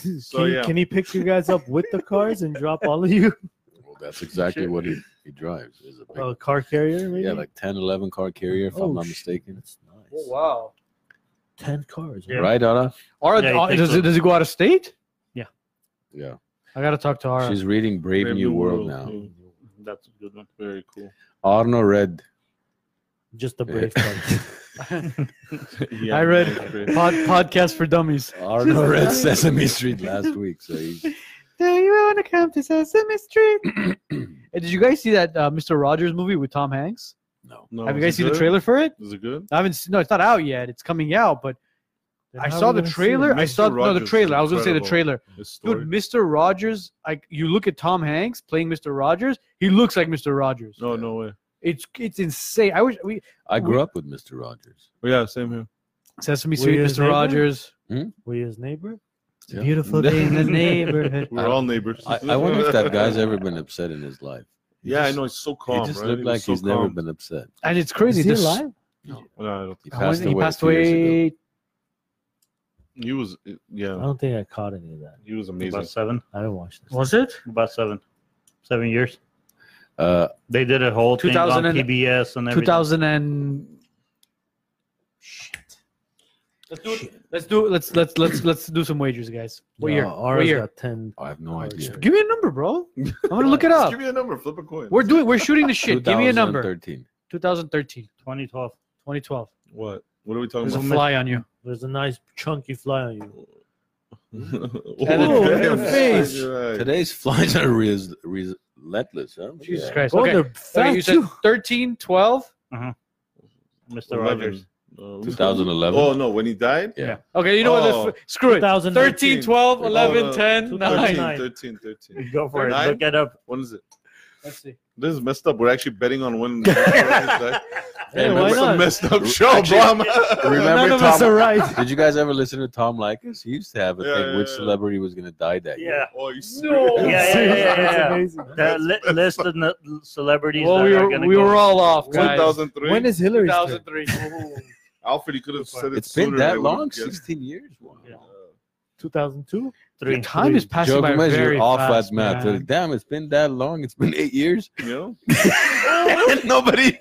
[SPEAKER 1] Can,
[SPEAKER 2] So,
[SPEAKER 1] he-
[SPEAKER 2] yeah.
[SPEAKER 1] can he pick you guys up with the cars and drop all of you?
[SPEAKER 3] Well, that's exactly what he, he drives. Is a big,
[SPEAKER 1] A Oh, car carrier, maybe?
[SPEAKER 3] yeah, like 10, 11 car carrier, if
[SPEAKER 1] Oh,
[SPEAKER 3] I'm not
[SPEAKER 1] shit.
[SPEAKER 3] mistaken.
[SPEAKER 1] That's nice.
[SPEAKER 4] Oh, wow.
[SPEAKER 1] Ten cars. huh?
[SPEAKER 3] Right, Anna?
[SPEAKER 4] Ara, uh,
[SPEAKER 5] Yeah, you think
[SPEAKER 4] does,
[SPEAKER 5] so?
[SPEAKER 4] it, does it go out of state?
[SPEAKER 3] Yeah.
[SPEAKER 4] I gotta talk to Ara.
[SPEAKER 3] She's reading Brave, New World, now.
[SPEAKER 2] yeah.
[SPEAKER 5] That's a good one.
[SPEAKER 2] Very cool.
[SPEAKER 3] Arno read.
[SPEAKER 1] Just the
[SPEAKER 3] Yeah.
[SPEAKER 1] brave cars.
[SPEAKER 2] Yeah,
[SPEAKER 4] I read-
[SPEAKER 2] that's great.
[SPEAKER 4] Pod, podcast for dummies.
[SPEAKER 3] Arno read Sesame Street last week, so he's
[SPEAKER 4] Do you wanna come to Sesame Street? Hey, did you guys see that uh, Mr. Rogers movie with Tom Hanks?
[SPEAKER 3] no.
[SPEAKER 2] No,
[SPEAKER 4] Have you
[SPEAKER 2] Oh, is
[SPEAKER 4] guys
[SPEAKER 2] it
[SPEAKER 4] seen the
[SPEAKER 2] good?
[SPEAKER 4] trailer for it?
[SPEAKER 2] Is it good?
[SPEAKER 4] I haven't. Seen, no, it's not out yet. It's coming out, but
[SPEAKER 1] Then
[SPEAKER 4] I
[SPEAKER 1] how
[SPEAKER 4] saw
[SPEAKER 1] are we
[SPEAKER 4] the
[SPEAKER 1] gonna see
[SPEAKER 4] trailer.
[SPEAKER 1] it?
[SPEAKER 4] I
[SPEAKER 2] Mr.
[SPEAKER 4] saw no the
[SPEAKER 2] Rogers is
[SPEAKER 4] trailer. I was gonna say the
[SPEAKER 2] incredible.
[SPEAKER 4] trailer.
[SPEAKER 2] His story?
[SPEAKER 4] Dude, Mr. Rogers, like you look at Tom Hanks playing Mr. Rogers, he looks like Mr. Rogers.
[SPEAKER 2] no, no way.
[SPEAKER 4] It's it's insane. I wish we
[SPEAKER 3] I grew up with Mr. Rogers.
[SPEAKER 2] But Oh, yeah, same here.
[SPEAKER 4] Sesame
[SPEAKER 1] Were
[SPEAKER 4] Street,
[SPEAKER 1] you his
[SPEAKER 4] Mr.
[SPEAKER 1] neighbor?
[SPEAKER 4] Rogers.
[SPEAKER 1] Were you his neighbor? It's a
[SPEAKER 3] Yeah.
[SPEAKER 1] Beautiful day in the neighborhood.
[SPEAKER 2] We're
[SPEAKER 3] I-
[SPEAKER 2] all neighbors.
[SPEAKER 3] I, I wonder if that guy's ever been upset in his life. He
[SPEAKER 2] Yeah, I
[SPEAKER 3] just-
[SPEAKER 2] know. It's so calm.
[SPEAKER 3] he just
[SPEAKER 2] right?
[SPEAKER 3] looked
[SPEAKER 2] was
[SPEAKER 3] like
[SPEAKER 2] so
[SPEAKER 3] he's never
[SPEAKER 2] calm.
[SPEAKER 3] been upset.
[SPEAKER 4] And it's
[SPEAKER 1] Is
[SPEAKER 4] crazy.
[SPEAKER 1] he
[SPEAKER 4] this-
[SPEAKER 1] alive?
[SPEAKER 2] No, I don't
[SPEAKER 3] He
[SPEAKER 2] think-
[SPEAKER 4] I wonder-
[SPEAKER 3] passed
[SPEAKER 4] he
[SPEAKER 3] away.
[SPEAKER 4] passed
[SPEAKER 3] two years ago.
[SPEAKER 4] away.
[SPEAKER 2] He was,
[SPEAKER 1] I
[SPEAKER 2] yeah,
[SPEAKER 1] don't think I caught any of that.
[SPEAKER 2] he was amazing.
[SPEAKER 5] About seven.
[SPEAKER 1] I didn't watch this.
[SPEAKER 4] Was it?
[SPEAKER 5] About seven. Seven years.
[SPEAKER 3] Uh,
[SPEAKER 5] They did a whole thing on
[SPEAKER 4] 2000 and-
[SPEAKER 5] PBS and
[SPEAKER 4] Two
[SPEAKER 5] everything.
[SPEAKER 4] thousand and Let's do it. Let's do let's let's let's let's do some wagers, guys. What
[SPEAKER 1] No,
[SPEAKER 4] year?
[SPEAKER 1] Ara's
[SPEAKER 4] What year?
[SPEAKER 1] got ten.
[SPEAKER 3] I have no
[SPEAKER 1] Oh,
[SPEAKER 3] idea.
[SPEAKER 4] Give me a number, bro. I'm gonna look it
[SPEAKER 2] Just
[SPEAKER 4] up.
[SPEAKER 2] give me a number. Flip a coin.
[SPEAKER 4] We're doing we're shooting the shit. Give me a number.
[SPEAKER 3] 2013.
[SPEAKER 4] 2013,
[SPEAKER 5] 2012.
[SPEAKER 4] 2012.
[SPEAKER 2] What? What are we talking
[SPEAKER 4] There's a
[SPEAKER 2] about?
[SPEAKER 4] fly on you.
[SPEAKER 1] There's a nice chunky fly on you.
[SPEAKER 2] oh,
[SPEAKER 4] And
[SPEAKER 1] then-
[SPEAKER 2] damn,
[SPEAKER 1] Damn
[SPEAKER 4] face.
[SPEAKER 2] you're right.
[SPEAKER 3] Today's flies are res- res- relentless, huh?
[SPEAKER 4] Jesus
[SPEAKER 3] Yeah.
[SPEAKER 4] Christ.
[SPEAKER 1] Oh,
[SPEAKER 4] Okay.
[SPEAKER 1] they're
[SPEAKER 4] Okay,
[SPEAKER 1] fat
[SPEAKER 4] you said
[SPEAKER 1] too.
[SPEAKER 4] 13, 12.
[SPEAKER 5] Mr.
[SPEAKER 2] Eleven.
[SPEAKER 5] Rogers.
[SPEAKER 2] No.
[SPEAKER 3] 2011.
[SPEAKER 2] Oh no, when he died?
[SPEAKER 3] yeah.
[SPEAKER 4] Okay, you know
[SPEAKER 2] Oh.
[SPEAKER 4] what? This, screw it.
[SPEAKER 1] 2013.
[SPEAKER 4] 13, 12, 11,
[SPEAKER 2] Oh, no.
[SPEAKER 4] 10, 9.
[SPEAKER 2] 13, 13, 13.
[SPEAKER 5] Go for it.
[SPEAKER 2] Nine?
[SPEAKER 5] Look it up.
[SPEAKER 2] When is it?
[SPEAKER 4] Let's see.
[SPEAKER 2] This is messed up. We're actually betting on when. hey,
[SPEAKER 1] Hey,
[SPEAKER 3] Hey,
[SPEAKER 1] why
[SPEAKER 2] that's a
[SPEAKER 1] not?
[SPEAKER 2] messed up show,
[SPEAKER 3] Actually-
[SPEAKER 2] bro. I'm-
[SPEAKER 3] Remember
[SPEAKER 1] None of
[SPEAKER 3] Tom-
[SPEAKER 1] us are right.
[SPEAKER 3] Did you guys ever listen to Tom Likas? He used to have a
[SPEAKER 2] Yeah,
[SPEAKER 3] thing
[SPEAKER 2] yeah,
[SPEAKER 3] which
[SPEAKER 2] yeah.
[SPEAKER 3] celebrity was gonna die that year.
[SPEAKER 5] Yeah.
[SPEAKER 2] Oh, you
[SPEAKER 4] No.
[SPEAKER 5] Yeah, yeah, yeah, yeah,
[SPEAKER 1] That's
[SPEAKER 5] yeah.
[SPEAKER 1] amazing.
[SPEAKER 5] The li- list of the celebrities
[SPEAKER 4] Well,
[SPEAKER 5] that
[SPEAKER 4] we
[SPEAKER 5] are
[SPEAKER 4] were,
[SPEAKER 5] gonna
[SPEAKER 4] we
[SPEAKER 5] go.
[SPEAKER 4] were all off, guys.
[SPEAKER 2] 2003.
[SPEAKER 1] When is Hillary's turn?
[SPEAKER 4] 2003.
[SPEAKER 2] Alfred, you could have said it
[SPEAKER 3] It's been
[SPEAKER 2] sooner, I
[SPEAKER 3] that
[SPEAKER 2] would've
[SPEAKER 3] long,
[SPEAKER 2] guessed. Uh,
[SPEAKER 3] sixteen years. Wow.
[SPEAKER 5] Yeah.
[SPEAKER 1] 2002?
[SPEAKER 4] Your
[SPEAKER 5] three.
[SPEAKER 4] time is passing
[SPEAKER 3] Joe
[SPEAKER 4] by
[SPEAKER 3] Gomez,
[SPEAKER 4] very
[SPEAKER 3] you're off
[SPEAKER 4] fast,
[SPEAKER 3] at math.
[SPEAKER 4] man.
[SPEAKER 3] Like, Damn, it's been that long. It's been eight years.
[SPEAKER 2] You know?
[SPEAKER 3] And Nobody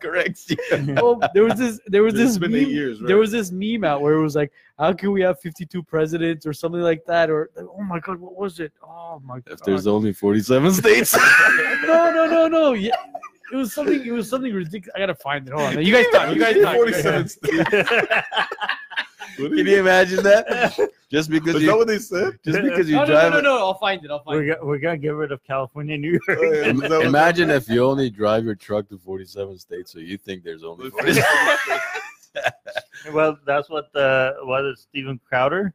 [SPEAKER 3] corrects you.
[SPEAKER 4] Well, there was this. There was
[SPEAKER 2] It's
[SPEAKER 4] this.
[SPEAKER 2] been
[SPEAKER 4] meme,
[SPEAKER 2] eight years, right?
[SPEAKER 4] There was this meme out where it was like, "How can we have 52 presidents or something like that?" Or, "Oh my God, what was it? Oh my God.
[SPEAKER 3] If there's only forty-seven states,
[SPEAKER 4] no, no, no, no. Yeah, it was something. It was something ridiculous. I gotta find it. Hold on. You guys talk. You guys talk.
[SPEAKER 2] 47 states. What
[SPEAKER 3] can
[SPEAKER 2] is-
[SPEAKER 3] you imagine that? Just because
[SPEAKER 2] Is that
[SPEAKER 3] you,
[SPEAKER 2] what they said?
[SPEAKER 3] just because you
[SPEAKER 4] No, no, no,
[SPEAKER 3] drive.
[SPEAKER 4] no, no. I'll find it. I'll find
[SPEAKER 5] We're,
[SPEAKER 4] it.
[SPEAKER 5] go- we're gonna get rid of California, New York.
[SPEAKER 2] Oh, yeah, is that what-
[SPEAKER 3] Imagine if you only drive your truck to forty-seven states, so you think there's only. 47.
[SPEAKER 5] Well, that's what the what is Stephen Crowder,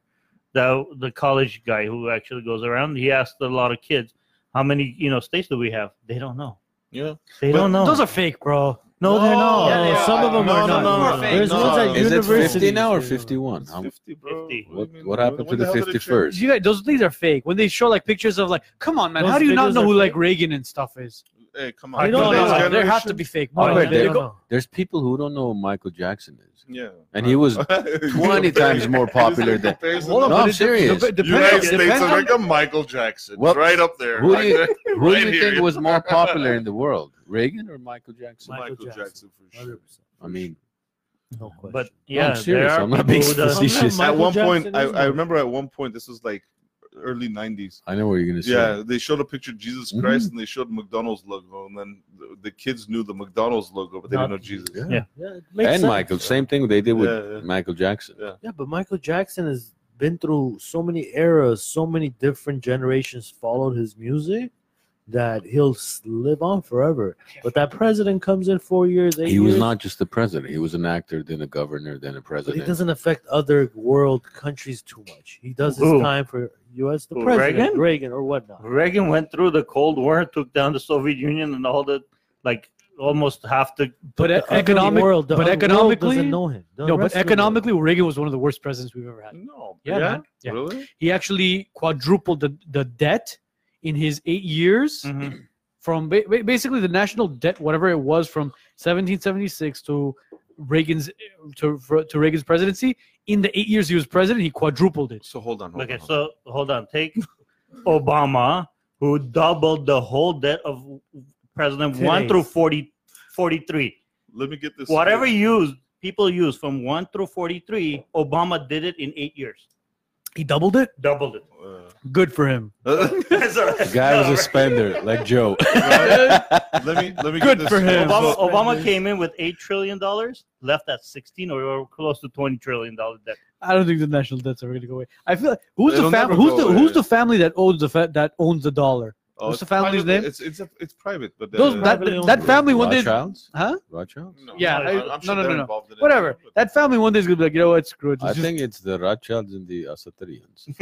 [SPEAKER 5] the the college guy who actually goes around. He asked a lot of kids, "How many you know states do we have?" They don't know.
[SPEAKER 2] Yeah.
[SPEAKER 5] They
[SPEAKER 2] But
[SPEAKER 5] don't know.
[SPEAKER 4] Those are fake, bro.
[SPEAKER 5] no, they're not.
[SPEAKER 4] Yeah, they
[SPEAKER 1] No,
[SPEAKER 4] are.
[SPEAKER 1] some of them
[SPEAKER 2] No,
[SPEAKER 1] are
[SPEAKER 2] no,
[SPEAKER 1] not.
[SPEAKER 2] no, no,
[SPEAKER 1] There's
[SPEAKER 2] no.
[SPEAKER 1] ones at
[SPEAKER 2] Is
[SPEAKER 3] Is it
[SPEAKER 1] universities.
[SPEAKER 3] fifty now or
[SPEAKER 1] you know.
[SPEAKER 3] fifty-one? How-
[SPEAKER 2] 50, bro.
[SPEAKER 5] Fifty.
[SPEAKER 2] do you
[SPEAKER 3] What,
[SPEAKER 2] mean?
[SPEAKER 3] what happened
[SPEAKER 2] When
[SPEAKER 3] to the
[SPEAKER 2] hell did it change?
[SPEAKER 3] fifty-first?
[SPEAKER 4] You guys, those things are fake. When they show like pictures of like, come on, man,
[SPEAKER 1] Those
[SPEAKER 4] how do you not
[SPEAKER 1] videos
[SPEAKER 4] know
[SPEAKER 1] are
[SPEAKER 4] who like
[SPEAKER 1] fake.
[SPEAKER 4] Reagan and stuff is?
[SPEAKER 2] Hey, come on.
[SPEAKER 5] I
[SPEAKER 4] You don't
[SPEAKER 5] don't
[SPEAKER 4] know.
[SPEAKER 5] know.
[SPEAKER 4] Like, there have to
[SPEAKER 2] Generation-
[SPEAKER 4] be fake.
[SPEAKER 3] Oh,
[SPEAKER 4] ones.
[SPEAKER 3] but
[SPEAKER 4] They
[SPEAKER 3] they-
[SPEAKER 4] don't know.
[SPEAKER 3] There's people who don't know who Michael Jackson is,
[SPEAKER 2] Yeah.
[SPEAKER 3] and he was twenty times more popular than.
[SPEAKER 2] Hold
[SPEAKER 4] Hold on,
[SPEAKER 3] No,
[SPEAKER 4] but
[SPEAKER 3] I'm
[SPEAKER 4] it de-
[SPEAKER 3] serious.
[SPEAKER 4] dep- depends-
[SPEAKER 2] United States
[SPEAKER 4] depends
[SPEAKER 2] of
[SPEAKER 4] on-
[SPEAKER 2] America, Michael Jackson,
[SPEAKER 3] What-
[SPEAKER 2] right up there.
[SPEAKER 3] Who do you-
[SPEAKER 2] Right there.
[SPEAKER 3] Who
[SPEAKER 2] Right
[SPEAKER 3] do you
[SPEAKER 2] here.
[SPEAKER 3] think was more popular in the world, Reagan or Michael Jackson?
[SPEAKER 1] Michael
[SPEAKER 2] Michael
[SPEAKER 1] Jackson.
[SPEAKER 2] Jackson for sure.
[SPEAKER 1] 100%.
[SPEAKER 3] I mean,
[SPEAKER 1] No question.
[SPEAKER 5] But
[SPEAKER 3] I'm
[SPEAKER 5] yeah,
[SPEAKER 3] serious,
[SPEAKER 5] there are
[SPEAKER 3] I'm not
[SPEAKER 5] people
[SPEAKER 3] being
[SPEAKER 5] who does-
[SPEAKER 3] facetious.
[SPEAKER 1] Michael
[SPEAKER 2] at one
[SPEAKER 1] Jackson
[SPEAKER 2] point, I,
[SPEAKER 1] is
[SPEAKER 2] I
[SPEAKER 1] not-
[SPEAKER 2] remember at one point this was like early '90s.
[SPEAKER 3] I know what you're gonna say.
[SPEAKER 2] Yeah, they showed a picture of Jesus
[SPEAKER 4] Mm-hmm.
[SPEAKER 2] Christ and they showed McDonald's logo, and then the, the kids knew the McDonald's logo, but they didn't
[SPEAKER 5] Not-
[SPEAKER 2] know Jesus.
[SPEAKER 3] Yeah.
[SPEAKER 5] Yeah.
[SPEAKER 1] Yeah, it makes
[SPEAKER 3] And
[SPEAKER 1] sense.
[SPEAKER 3] Michael, same thing they did with
[SPEAKER 2] Yeah, yeah.
[SPEAKER 3] Michael Jackson.
[SPEAKER 2] Yeah.
[SPEAKER 1] Yeah, but Michael Jackson has been through so many eras, so many different generations followed his music that he'll s- live on forever. But that president comes in four years, eight
[SPEAKER 3] He was
[SPEAKER 1] years,
[SPEAKER 3] not just the president. He was an actor, then a governor, then a
[SPEAKER 1] But he
[SPEAKER 3] president.
[SPEAKER 1] doesn't affect other world countries too much. He does his
[SPEAKER 5] Who?
[SPEAKER 1] time for U.S. the
[SPEAKER 5] Who,
[SPEAKER 1] president, Reagan,
[SPEAKER 5] Reagan?
[SPEAKER 1] or whatnot.
[SPEAKER 5] Reagan went through the Cold War, took down the Soviet Union, and all the like almost half the.
[SPEAKER 4] But
[SPEAKER 5] the
[SPEAKER 4] e-
[SPEAKER 5] country-
[SPEAKER 4] economic-
[SPEAKER 1] world, the
[SPEAKER 4] but
[SPEAKER 1] other world
[SPEAKER 4] economically-
[SPEAKER 1] doesn't know him. The
[SPEAKER 4] No, but
[SPEAKER 1] rest of the world.
[SPEAKER 4] economically, Reagan was one of the worst presidents we've ever had.
[SPEAKER 2] No.
[SPEAKER 4] Yeah, man. Yeah.
[SPEAKER 2] Really?
[SPEAKER 4] He actually quadrupled the, the debt in his eight years
[SPEAKER 3] Mm-hmm.
[SPEAKER 5] Mhm.
[SPEAKER 4] from ba- ba- basically the national debt, whatever it was, from 1776 to Reagan's to, for- to Reagan's presidency. In the eight years he was president, he quadrupled it.
[SPEAKER 2] So hold on. Hold
[SPEAKER 5] Okay,
[SPEAKER 2] on.
[SPEAKER 5] so hold on. Take Obama, who doubled the whole debt of President
[SPEAKER 1] Today.
[SPEAKER 5] 1 through 40, 43.
[SPEAKER 2] let me get this.
[SPEAKER 5] Whatever you use, people use from 1 through 43, Obama did it in eight years.
[SPEAKER 4] He doubled it.
[SPEAKER 5] Doubled it.
[SPEAKER 4] Good for him.
[SPEAKER 2] Uh,
[SPEAKER 3] The guy was a spender, like Joe.
[SPEAKER 2] Right. let me let me get
[SPEAKER 4] Good
[SPEAKER 2] this
[SPEAKER 4] for him.
[SPEAKER 5] Obama,
[SPEAKER 2] So-
[SPEAKER 5] Obama came in with $8 trillion, left at 16 or, or close to $20 trillion debt.
[SPEAKER 4] I don't think the national debt's ever gonna go away. I feel like, who's
[SPEAKER 2] It'll
[SPEAKER 4] the family?
[SPEAKER 2] never
[SPEAKER 4] Who's
[SPEAKER 2] go
[SPEAKER 4] the
[SPEAKER 2] away.
[SPEAKER 4] who's the family that owns the fa- that owns the dollar?
[SPEAKER 2] Oh,
[SPEAKER 4] What's the
[SPEAKER 2] it's
[SPEAKER 4] family's
[SPEAKER 2] private-
[SPEAKER 4] name?
[SPEAKER 2] It's it's a, it's private, but uh,
[SPEAKER 4] Those that
[SPEAKER 1] privately
[SPEAKER 4] that,
[SPEAKER 1] owned
[SPEAKER 4] that family one day,
[SPEAKER 3] Rothschilds?
[SPEAKER 4] huh?
[SPEAKER 3] Rothschilds?
[SPEAKER 4] Yeah,
[SPEAKER 5] I-
[SPEAKER 2] I'm
[SPEAKER 4] no, no,
[SPEAKER 2] they're
[SPEAKER 4] no, no.
[SPEAKER 2] involved in it.
[SPEAKER 4] Whatever. That family one day is gonna be like, you know what? Screw it.
[SPEAKER 3] I
[SPEAKER 4] Let's just-
[SPEAKER 3] think it's the Rothschilds and the uh, Asatarians.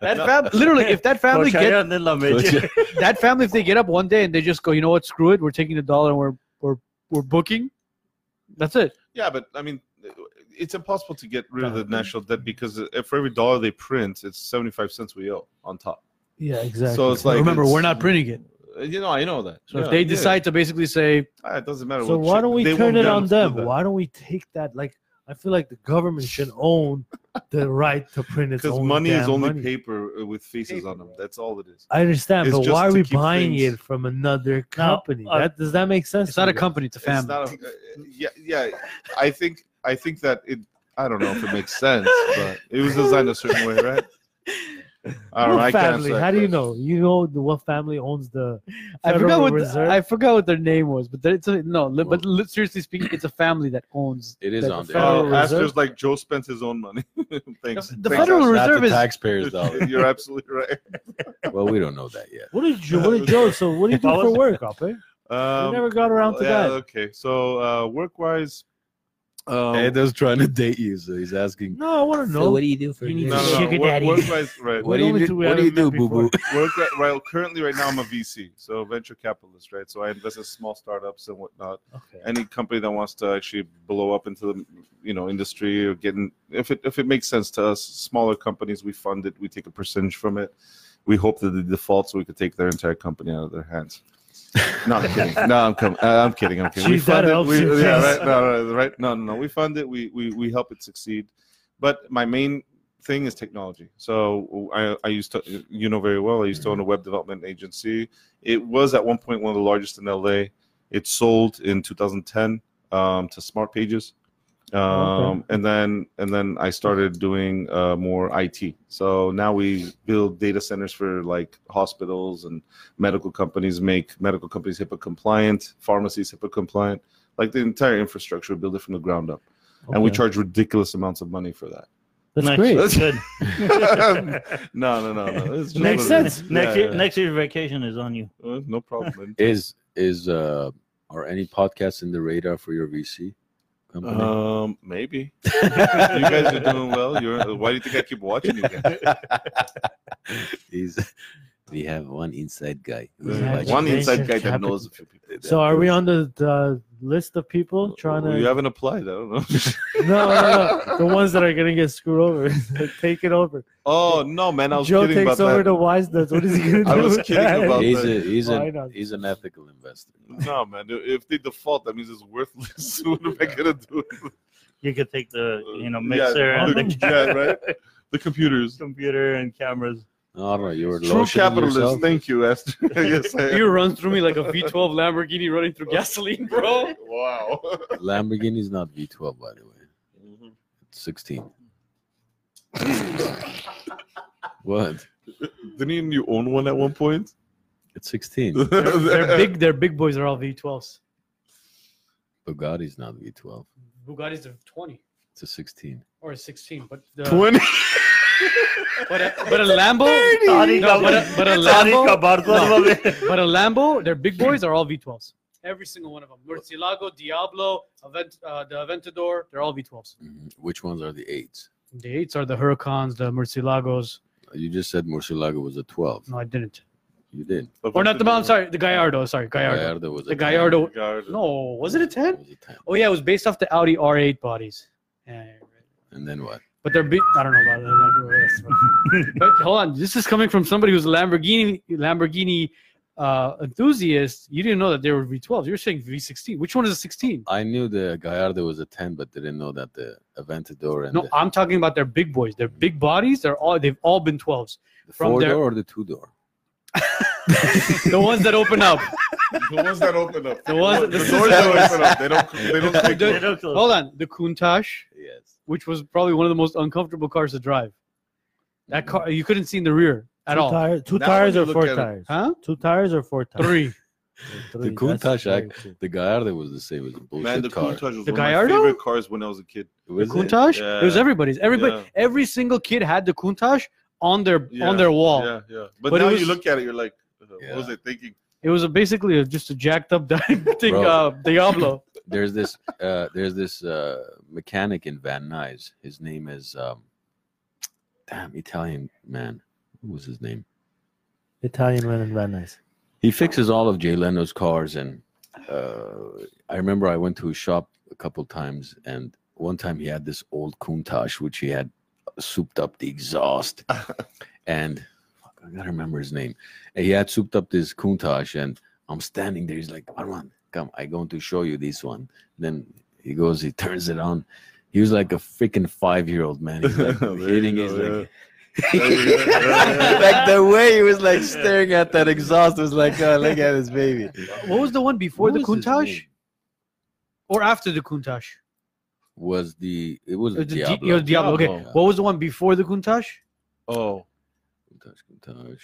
[SPEAKER 4] that fam- literally, if that family
[SPEAKER 5] Rothschild
[SPEAKER 4] get
[SPEAKER 5] and then La Meiji.
[SPEAKER 4] that family, if they get up one day and they just go, you know what? Screw it. We're taking the dollar and we're we're we're booking. That's it.
[SPEAKER 2] Yeah, but I mean, it's impossible to get rid of the national debt because if for every dollar they print, it's seventy-five cents we owe on top.
[SPEAKER 1] yeah, exactly.
[SPEAKER 2] So it's like
[SPEAKER 4] Remember,
[SPEAKER 2] it's-
[SPEAKER 4] we're not printing it.
[SPEAKER 2] Uh, You know, I know that.
[SPEAKER 4] So
[SPEAKER 2] Yeah,
[SPEAKER 4] if they
[SPEAKER 2] yeah.
[SPEAKER 4] decide to basically say,
[SPEAKER 2] Ah, it doesn't matter.
[SPEAKER 1] So
[SPEAKER 2] what
[SPEAKER 1] why
[SPEAKER 2] shit-
[SPEAKER 1] don't we
[SPEAKER 2] they
[SPEAKER 1] turn
[SPEAKER 2] won't
[SPEAKER 1] it
[SPEAKER 2] be able
[SPEAKER 1] on
[SPEAKER 2] to do
[SPEAKER 1] them?
[SPEAKER 2] that.
[SPEAKER 1] Why don't we take that? Like, I feel like the government should own the right to print its
[SPEAKER 2] Because
[SPEAKER 1] own
[SPEAKER 2] money is
[SPEAKER 1] damn
[SPEAKER 2] only
[SPEAKER 1] money.
[SPEAKER 2] paper uh, with faces on them. That's all it is.
[SPEAKER 1] I understand,
[SPEAKER 2] It's
[SPEAKER 1] but
[SPEAKER 2] just
[SPEAKER 1] why are
[SPEAKER 2] to
[SPEAKER 1] we
[SPEAKER 2] keep
[SPEAKER 1] buying
[SPEAKER 2] things-
[SPEAKER 1] it from another company?
[SPEAKER 5] uh,
[SPEAKER 1] that, does that make sense?
[SPEAKER 4] it's
[SPEAKER 1] to
[SPEAKER 4] not
[SPEAKER 1] you
[SPEAKER 4] a
[SPEAKER 1] guys?
[SPEAKER 4] company, it's a
[SPEAKER 2] It's
[SPEAKER 4] family.
[SPEAKER 2] not. A, uh, yeah, yeah. I think I think that it. I don't know if it makes sense, but it was designed a certain way, right? I don't know.
[SPEAKER 1] What
[SPEAKER 2] I can't
[SPEAKER 1] family?
[SPEAKER 2] answer Uh, that
[SPEAKER 1] How do you
[SPEAKER 2] question.
[SPEAKER 1] know? You know the what family owns the
[SPEAKER 4] I forgot
[SPEAKER 1] Federal
[SPEAKER 4] what
[SPEAKER 1] Reserve?
[SPEAKER 4] I forgot what their name was, but it's a, no. li- but li- seriously speaking, it's a family that owns.
[SPEAKER 3] It is
[SPEAKER 4] Like
[SPEAKER 3] on
[SPEAKER 4] the
[SPEAKER 3] there.
[SPEAKER 2] Oh,
[SPEAKER 4] Federal
[SPEAKER 3] Oh,
[SPEAKER 1] Reserve.
[SPEAKER 2] Astor's like Joe spent his own money. Thanks.
[SPEAKER 4] The
[SPEAKER 2] Thanks,
[SPEAKER 4] Federal
[SPEAKER 2] Astor.
[SPEAKER 3] not
[SPEAKER 4] Reserve
[SPEAKER 3] the
[SPEAKER 4] is-
[SPEAKER 3] taxpayers' dollars.
[SPEAKER 2] You're absolutely right.
[SPEAKER 3] well, we don't know that yet.
[SPEAKER 1] What did you? What did Joe? So what do you do
[SPEAKER 5] If I
[SPEAKER 1] for
[SPEAKER 5] was-
[SPEAKER 1] work, Up? Eh? We
[SPEAKER 2] Um,
[SPEAKER 1] never got around to
[SPEAKER 2] yeah,
[SPEAKER 1] that.
[SPEAKER 2] Okay. So uh, work-wise,
[SPEAKER 4] Um,
[SPEAKER 3] Edo's trying to date you, so he's asking.
[SPEAKER 1] No, I want to know.
[SPEAKER 6] So what do you do for
[SPEAKER 7] You need
[SPEAKER 2] No,
[SPEAKER 6] this?
[SPEAKER 7] to
[SPEAKER 2] no, no.
[SPEAKER 7] Sugar
[SPEAKER 2] We're-
[SPEAKER 7] daddy.
[SPEAKER 2] we're guys- right.
[SPEAKER 3] What do you
[SPEAKER 7] only
[SPEAKER 3] do?
[SPEAKER 7] two we
[SPEAKER 3] What do you
[SPEAKER 7] haven't
[SPEAKER 3] do,
[SPEAKER 7] met
[SPEAKER 3] boo boo?
[SPEAKER 2] We're cur- well, currently, right now, I'm a VC, so venture capitalist, right? So I invest in small startups and whatnot.
[SPEAKER 1] Okay.
[SPEAKER 2] Any company that wants to actually blow up into the, you know, industry or getting, if it if it makes sense to us, smaller companies, we fund it, we take a percentage from it. We hope that the default, so we could take their entire company out of their hands. No, I'm kidding. No, I'm com- uh, I'm kidding. I'm kidding.
[SPEAKER 7] Chief, that helps
[SPEAKER 2] We,
[SPEAKER 7] you.
[SPEAKER 2] yeah, right, no, no, right. No, no, no. We fund it. We, we we help it succeed. But my main thing is technology. So I, I used to, you know very well, I used to own a web development agency. It was at one point one of the largest in LA. It sold in 2010 um, to Smart Pages, um,
[SPEAKER 1] Okay.
[SPEAKER 2] and then and then I started doing uh, more IT. So now we build data centers for like hospitals and medical companies. Make medical companies HIPAA compliant, pharmacies HIPAA compliant. Like the entire infrastructure, we build it from the ground up, and we
[SPEAKER 1] Okay.
[SPEAKER 2] charge ridiculous amounts of money for that.
[SPEAKER 1] That's
[SPEAKER 5] nice.
[SPEAKER 1] great.
[SPEAKER 5] That's good.
[SPEAKER 2] No, no, no, no. It's just
[SPEAKER 1] Makes
[SPEAKER 2] a-
[SPEAKER 1] sense.
[SPEAKER 5] Next
[SPEAKER 2] yeah,
[SPEAKER 5] year,
[SPEAKER 2] yeah.
[SPEAKER 5] next year's vacation is on you.
[SPEAKER 2] Uh, no problem. man.
[SPEAKER 3] Is is uh are any podcasts in the radar for your VC company?
[SPEAKER 2] Um, maybe you guys are doing well. You're. Why do you think I keep watching you guys?
[SPEAKER 3] He's, we have one inside guy. who's
[SPEAKER 1] Yeah.
[SPEAKER 3] watching
[SPEAKER 2] One
[SPEAKER 3] this.
[SPEAKER 2] inside guy that knows a few people.
[SPEAKER 1] So are we on the, the list of people trying to?
[SPEAKER 2] You haven't applied. I don't know.
[SPEAKER 1] No, no, no. The ones that are gonna get screwed over, take it over.
[SPEAKER 2] oh no, man! I was
[SPEAKER 1] Joe
[SPEAKER 2] kidding
[SPEAKER 1] takes
[SPEAKER 2] about
[SPEAKER 1] over
[SPEAKER 2] that.
[SPEAKER 1] the wise nuts. What is he gonna do?
[SPEAKER 2] I was
[SPEAKER 1] with
[SPEAKER 2] kidding
[SPEAKER 1] that?
[SPEAKER 2] about-
[SPEAKER 3] He's a, he's
[SPEAKER 1] Why
[SPEAKER 3] an
[SPEAKER 1] not?
[SPEAKER 3] he's an ethical investor.
[SPEAKER 2] No, man. If they default, that means it's worthless. what am I gonna do?
[SPEAKER 5] You could take the you know
[SPEAKER 2] Yeah,
[SPEAKER 5] mixer and
[SPEAKER 2] the-
[SPEAKER 5] the
[SPEAKER 2] yeah, right. The computers.
[SPEAKER 5] computer and cameras.
[SPEAKER 3] No, no, you're
[SPEAKER 2] True capitalist. Thank you, Esther. yes, I am.
[SPEAKER 4] you run through me like a V12 Lamborghini running through gasoline, bro.
[SPEAKER 2] Wow.
[SPEAKER 3] Lamborghini is not V12, by the way. It's 16. what?
[SPEAKER 2] Didn't you own one at one point?
[SPEAKER 3] It's 16.
[SPEAKER 4] Their, their big, their big boys are all V12s.
[SPEAKER 3] Bugatti's not V12.
[SPEAKER 4] Bugattis are 20
[SPEAKER 3] It's a 16.
[SPEAKER 4] or 16, but the, but a, but a Lambo, no, but a, but a Lambo, but a Lambo, their big boys are all V12s. Every single one of them. Murcielago, Diablo, Avent, uh, the Aventador, they're all V12s.
[SPEAKER 3] Mhm. Which ones are the 8s?
[SPEAKER 4] The eights are the Huracans, the Murcielagos.
[SPEAKER 3] You just said Murcielago was a 12.
[SPEAKER 4] No, I didn't.
[SPEAKER 3] You did.
[SPEAKER 4] Or not the mom, sorry, the Gallardo. Sorry, Gallardo.
[SPEAKER 3] was
[SPEAKER 4] The
[SPEAKER 3] a 10.
[SPEAKER 4] Gallardo.
[SPEAKER 2] Gallardo.
[SPEAKER 4] No, was it a 10?
[SPEAKER 3] It was a 10.
[SPEAKER 4] Oh yeah, it was based off the Audi R8 bodies. Yeah, you're right.
[SPEAKER 3] And then what?
[SPEAKER 4] but they're big. I don't know about it. I don't know where it is, but- but hold on, this is coming from somebody who's a Lamborghini Lamborghini uh, enthusiast. You didn't know that they were V12s. You're saying V16. Which one is a 16?
[SPEAKER 3] I knew the Gallardo was a 10, but didn't know that the Aventador and
[SPEAKER 2] Uh,
[SPEAKER 4] No,
[SPEAKER 3] the,
[SPEAKER 4] I'm talking about their big boys. Their big bodies. They're all they've all been 12s.
[SPEAKER 3] the
[SPEAKER 4] from
[SPEAKER 3] four
[SPEAKER 4] there-
[SPEAKER 3] door or the two door?
[SPEAKER 4] The ones that open up.
[SPEAKER 2] The ones that open up.
[SPEAKER 4] The ones-
[SPEAKER 2] the
[SPEAKER 4] this
[SPEAKER 2] doors
[SPEAKER 4] is-
[SPEAKER 2] that open up. They don't. They don't. They
[SPEAKER 4] They
[SPEAKER 2] don't
[SPEAKER 5] Little close.
[SPEAKER 4] Hold on, the Countach,
[SPEAKER 3] Yes.
[SPEAKER 4] which was probably one of the most uncomfortable cars to drive. That car, you couldn't see in the rear at
[SPEAKER 1] two
[SPEAKER 4] all.
[SPEAKER 1] tires, two
[SPEAKER 2] Now
[SPEAKER 1] tires
[SPEAKER 2] when
[SPEAKER 1] or
[SPEAKER 2] you
[SPEAKER 1] four
[SPEAKER 2] look at it-
[SPEAKER 1] tires?
[SPEAKER 4] Huh?
[SPEAKER 1] Two tires or four tires?
[SPEAKER 4] Three.
[SPEAKER 1] Three,
[SPEAKER 3] Countach
[SPEAKER 1] that's very
[SPEAKER 3] act-
[SPEAKER 1] cool.
[SPEAKER 3] The Gallardo was the same as a bullshit
[SPEAKER 2] Man, the
[SPEAKER 3] car.
[SPEAKER 2] Countach was one
[SPEAKER 4] The
[SPEAKER 2] of my
[SPEAKER 4] Gallardo?
[SPEAKER 2] favorite cars when I was a kid.
[SPEAKER 3] Was
[SPEAKER 4] the
[SPEAKER 3] it?
[SPEAKER 4] Countach? It was
[SPEAKER 2] Yeah.
[SPEAKER 4] everybody's. Everybody,
[SPEAKER 2] Yeah.
[SPEAKER 4] every single kid had the Countach on their on their wall.
[SPEAKER 2] Yeah, yeah. But,
[SPEAKER 4] Oh. But it
[SPEAKER 2] now you
[SPEAKER 4] was-
[SPEAKER 2] look at it, you're like, uh,
[SPEAKER 3] Yeah.
[SPEAKER 2] what was I thinking?
[SPEAKER 4] It was a basically a, just a jacked up thing,
[SPEAKER 3] Bro.
[SPEAKER 4] uh, Diablo.
[SPEAKER 3] there's this uh there's this uh mechanic in Van Nuys. His name is um damn Italian man. What was his name?
[SPEAKER 1] Italian man in Venice.
[SPEAKER 3] He fixes all of Jay Leno's cars and uh I remember I went to his shop a couple times and one time he had this old Countach which he had souped up the exhaust and fuck, I gotta remember his name. And he had souped up this Countach and I'm standing there. He's like, Arman, come, I'm going to show you this one. Then he goes, he turns it on. He was like a freaking five year old man. He's like
[SPEAKER 2] There you
[SPEAKER 3] hitting
[SPEAKER 2] go,
[SPEAKER 3] his
[SPEAKER 2] yeah.
[SPEAKER 3] like,
[SPEAKER 2] There you go, yeah.
[SPEAKER 3] like the way he was like staring at that exhaust was like, oh, look at this baby.
[SPEAKER 4] what was the one before
[SPEAKER 3] What
[SPEAKER 4] the
[SPEAKER 3] was his
[SPEAKER 4] Countach
[SPEAKER 3] name?
[SPEAKER 4] or after the Countach?
[SPEAKER 3] Was the it was
[SPEAKER 4] Uh,
[SPEAKER 3] the
[SPEAKER 4] the Di-
[SPEAKER 3] Diablo.
[SPEAKER 4] yeah, Diablo, okay.
[SPEAKER 3] Yeah.
[SPEAKER 4] What was the one before the Countach?
[SPEAKER 2] Oh,
[SPEAKER 3] Countach, Countach.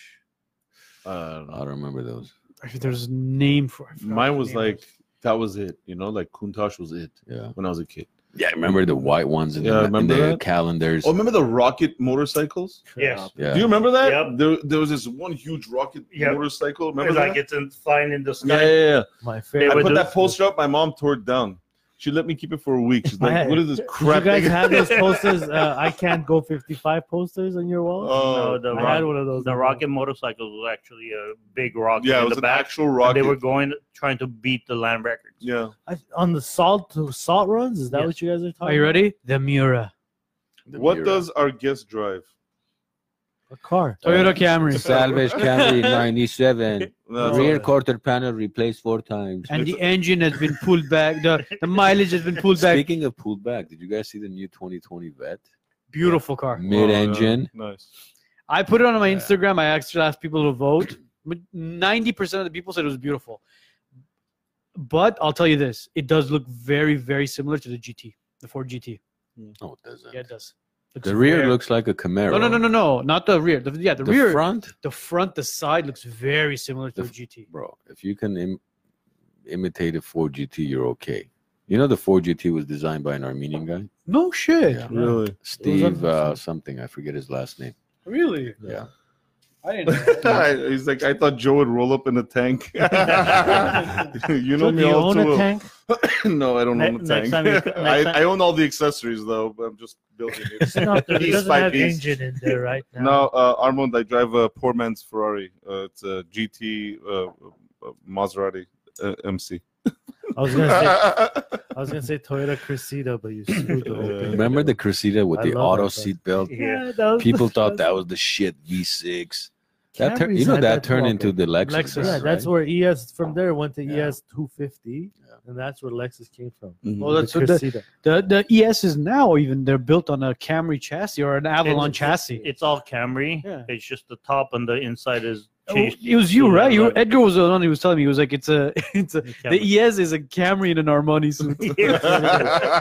[SPEAKER 2] I don't
[SPEAKER 3] I
[SPEAKER 2] know.
[SPEAKER 3] don't remember those.
[SPEAKER 4] Actually, there's a name for it.
[SPEAKER 2] Mine was like that was it. You know, like Countach was it
[SPEAKER 3] Yeah,
[SPEAKER 2] when I was a kid.
[SPEAKER 3] yeah. I Remember the white ones in
[SPEAKER 2] Yeah,
[SPEAKER 3] the, in
[SPEAKER 2] remember
[SPEAKER 3] the
[SPEAKER 2] that?
[SPEAKER 3] calendars.
[SPEAKER 2] Oh, remember the rocket motorcycles?
[SPEAKER 5] Yes.
[SPEAKER 3] yeah.
[SPEAKER 2] Do you remember that?
[SPEAKER 5] Yep.
[SPEAKER 2] There, there was this one huge rocket
[SPEAKER 5] Yep.
[SPEAKER 2] motorcycle. Remember
[SPEAKER 5] It's
[SPEAKER 2] that?
[SPEAKER 5] like it's in, flying in the
[SPEAKER 2] yeah,
[SPEAKER 5] sky.
[SPEAKER 2] yeah, yeah.
[SPEAKER 1] My
[SPEAKER 5] They
[SPEAKER 2] I
[SPEAKER 1] favorite.
[SPEAKER 5] would
[SPEAKER 2] put
[SPEAKER 5] do-
[SPEAKER 2] that poster up. My mom tore it down. She let me keep it for a week. She's
[SPEAKER 1] I-
[SPEAKER 2] like, what is this
[SPEAKER 1] did
[SPEAKER 2] crap?
[SPEAKER 1] You guys
[SPEAKER 2] that-
[SPEAKER 1] have those posters. Uh, I can't go 55 posters on your wall.
[SPEAKER 2] Oh,
[SPEAKER 5] No, the
[SPEAKER 1] I
[SPEAKER 5] rock-
[SPEAKER 1] had one of those.
[SPEAKER 5] The rocket motorcycles was actually a big rocket.
[SPEAKER 2] yeah,
[SPEAKER 5] in
[SPEAKER 2] it was
[SPEAKER 5] the
[SPEAKER 2] an
[SPEAKER 5] back.
[SPEAKER 2] actual
[SPEAKER 5] and
[SPEAKER 2] rocket.
[SPEAKER 5] They were going trying to beat the land records.
[SPEAKER 2] yeah,
[SPEAKER 1] I, on the salt salt runs. Is that
[SPEAKER 5] Yes.
[SPEAKER 1] what you guys are talking?
[SPEAKER 4] Are you
[SPEAKER 1] about?
[SPEAKER 4] ready? The Miura.
[SPEAKER 3] The
[SPEAKER 2] what
[SPEAKER 3] Mira.
[SPEAKER 2] does our guest drive?
[SPEAKER 1] A car.
[SPEAKER 4] Toyota Camry.
[SPEAKER 6] Salvage Camry 97.
[SPEAKER 2] That's
[SPEAKER 6] Rear
[SPEAKER 2] all.
[SPEAKER 6] quarter panel replaced four times.
[SPEAKER 4] And the engine has been pulled back. The, the mileage has been pulled back.
[SPEAKER 3] Speaking of pulled back, did you guys see the new 2020 Vet
[SPEAKER 4] Beautiful car.
[SPEAKER 3] mid-engine?
[SPEAKER 2] Oh, yeah. Nice.
[SPEAKER 4] I put it on my
[SPEAKER 3] Yeah.
[SPEAKER 4] Instagram. I actually asked people to vote. Ninety percent of the people said it was beautiful. But I'll tell you this: it does look very, very similar to the GT, the Ford GT.
[SPEAKER 3] No, it doesn't.
[SPEAKER 4] Yeah, it does. Looks
[SPEAKER 3] the rear
[SPEAKER 4] very-
[SPEAKER 3] looks like a Camaro.
[SPEAKER 4] No, no, no, no, no, not the rear. The, yeah, the,
[SPEAKER 3] The
[SPEAKER 4] rear,
[SPEAKER 3] front,
[SPEAKER 4] the front, the side looks very similar
[SPEAKER 3] The
[SPEAKER 4] to the
[SPEAKER 3] f-
[SPEAKER 4] GT.
[SPEAKER 3] bro. If you can Im- imitate a Ford GT, you're okay. You know the Ford GT was designed by an Armenian guy,
[SPEAKER 4] No shit,
[SPEAKER 3] Yeah.
[SPEAKER 2] Really?
[SPEAKER 3] Steve uh, something. I forget his last name.
[SPEAKER 4] really?
[SPEAKER 3] Yeah.
[SPEAKER 4] I didn't. Know that.
[SPEAKER 2] He's like, I thought Joe would roll up in a tank. you know
[SPEAKER 1] So do
[SPEAKER 2] me
[SPEAKER 1] you
[SPEAKER 2] all
[SPEAKER 1] own
[SPEAKER 2] too
[SPEAKER 1] a
[SPEAKER 2] well.
[SPEAKER 1] tank?
[SPEAKER 2] no, I don't
[SPEAKER 5] Ne-
[SPEAKER 2] own a tank.
[SPEAKER 5] next time you c-
[SPEAKER 2] I,
[SPEAKER 5] next time-
[SPEAKER 2] I own all the accessories though, but I'm just building
[SPEAKER 1] It's not-
[SPEAKER 2] it.
[SPEAKER 1] it
[SPEAKER 2] Piece
[SPEAKER 1] doesn't
[SPEAKER 2] by
[SPEAKER 1] have
[SPEAKER 2] piece.
[SPEAKER 1] engine in there right now.
[SPEAKER 2] No, uh, Armand, I drive a poor man's Ferrari. Uh, it's a GT uh, uh, Maserati uh, MC.
[SPEAKER 1] I was gonna say I was gonna say Toyota Cressida, but you screwed the whole thing.
[SPEAKER 3] Remember the Cressida with
[SPEAKER 1] I
[SPEAKER 3] the
[SPEAKER 1] love
[SPEAKER 3] auto
[SPEAKER 1] that thing.
[SPEAKER 3] seat belt?
[SPEAKER 5] Yeah.
[SPEAKER 1] that was
[SPEAKER 3] People thought that was the shit V6. That tur-
[SPEAKER 1] Camrys
[SPEAKER 3] you know
[SPEAKER 1] had
[SPEAKER 3] that, turned
[SPEAKER 1] problem.
[SPEAKER 3] into the Lexus.
[SPEAKER 4] Lexus,
[SPEAKER 1] Yeah,
[SPEAKER 3] brand,
[SPEAKER 4] Right.
[SPEAKER 1] that's
[SPEAKER 3] right?
[SPEAKER 1] where ES from there went to E
[SPEAKER 3] Yeah.
[SPEAKER 1] ES 250,
[SPEAKER 3] Yeah.
[SPEAKER 1] and that's where Lexus came from.
[SPEAKER 4] Well, that's
[SPEAKER 1] the
[SPEAKER 4] what the,
[SPEAKER 1] Cressida.
[SPEAKER 4] the the ES is now. Even they're built on a Camry chassis or an Avalon
[SPEAKER 5] It's-
[SPEAKER 4] chassis.
[SPEAKER 5] It's all Camry.
[SPEAKER 4] Yeah.
[SPEAKER 5] It's just the top and the inside is
[SPEAKER 4] Oh,
[SPEAKER 5] changed.
[SPEAKER 4] it was you,
[SPEAKER 5] Yeah,
[SPEAKER 4] right? You were,
[SPEAKER 5] right.
[SPEAKER 4] Edgar was the one who was telling me. He was like, "It's a, it's a,
[SPEAKER 5] Camry.
[SPEAKER 4] The ES is a Camry in an Armani suit.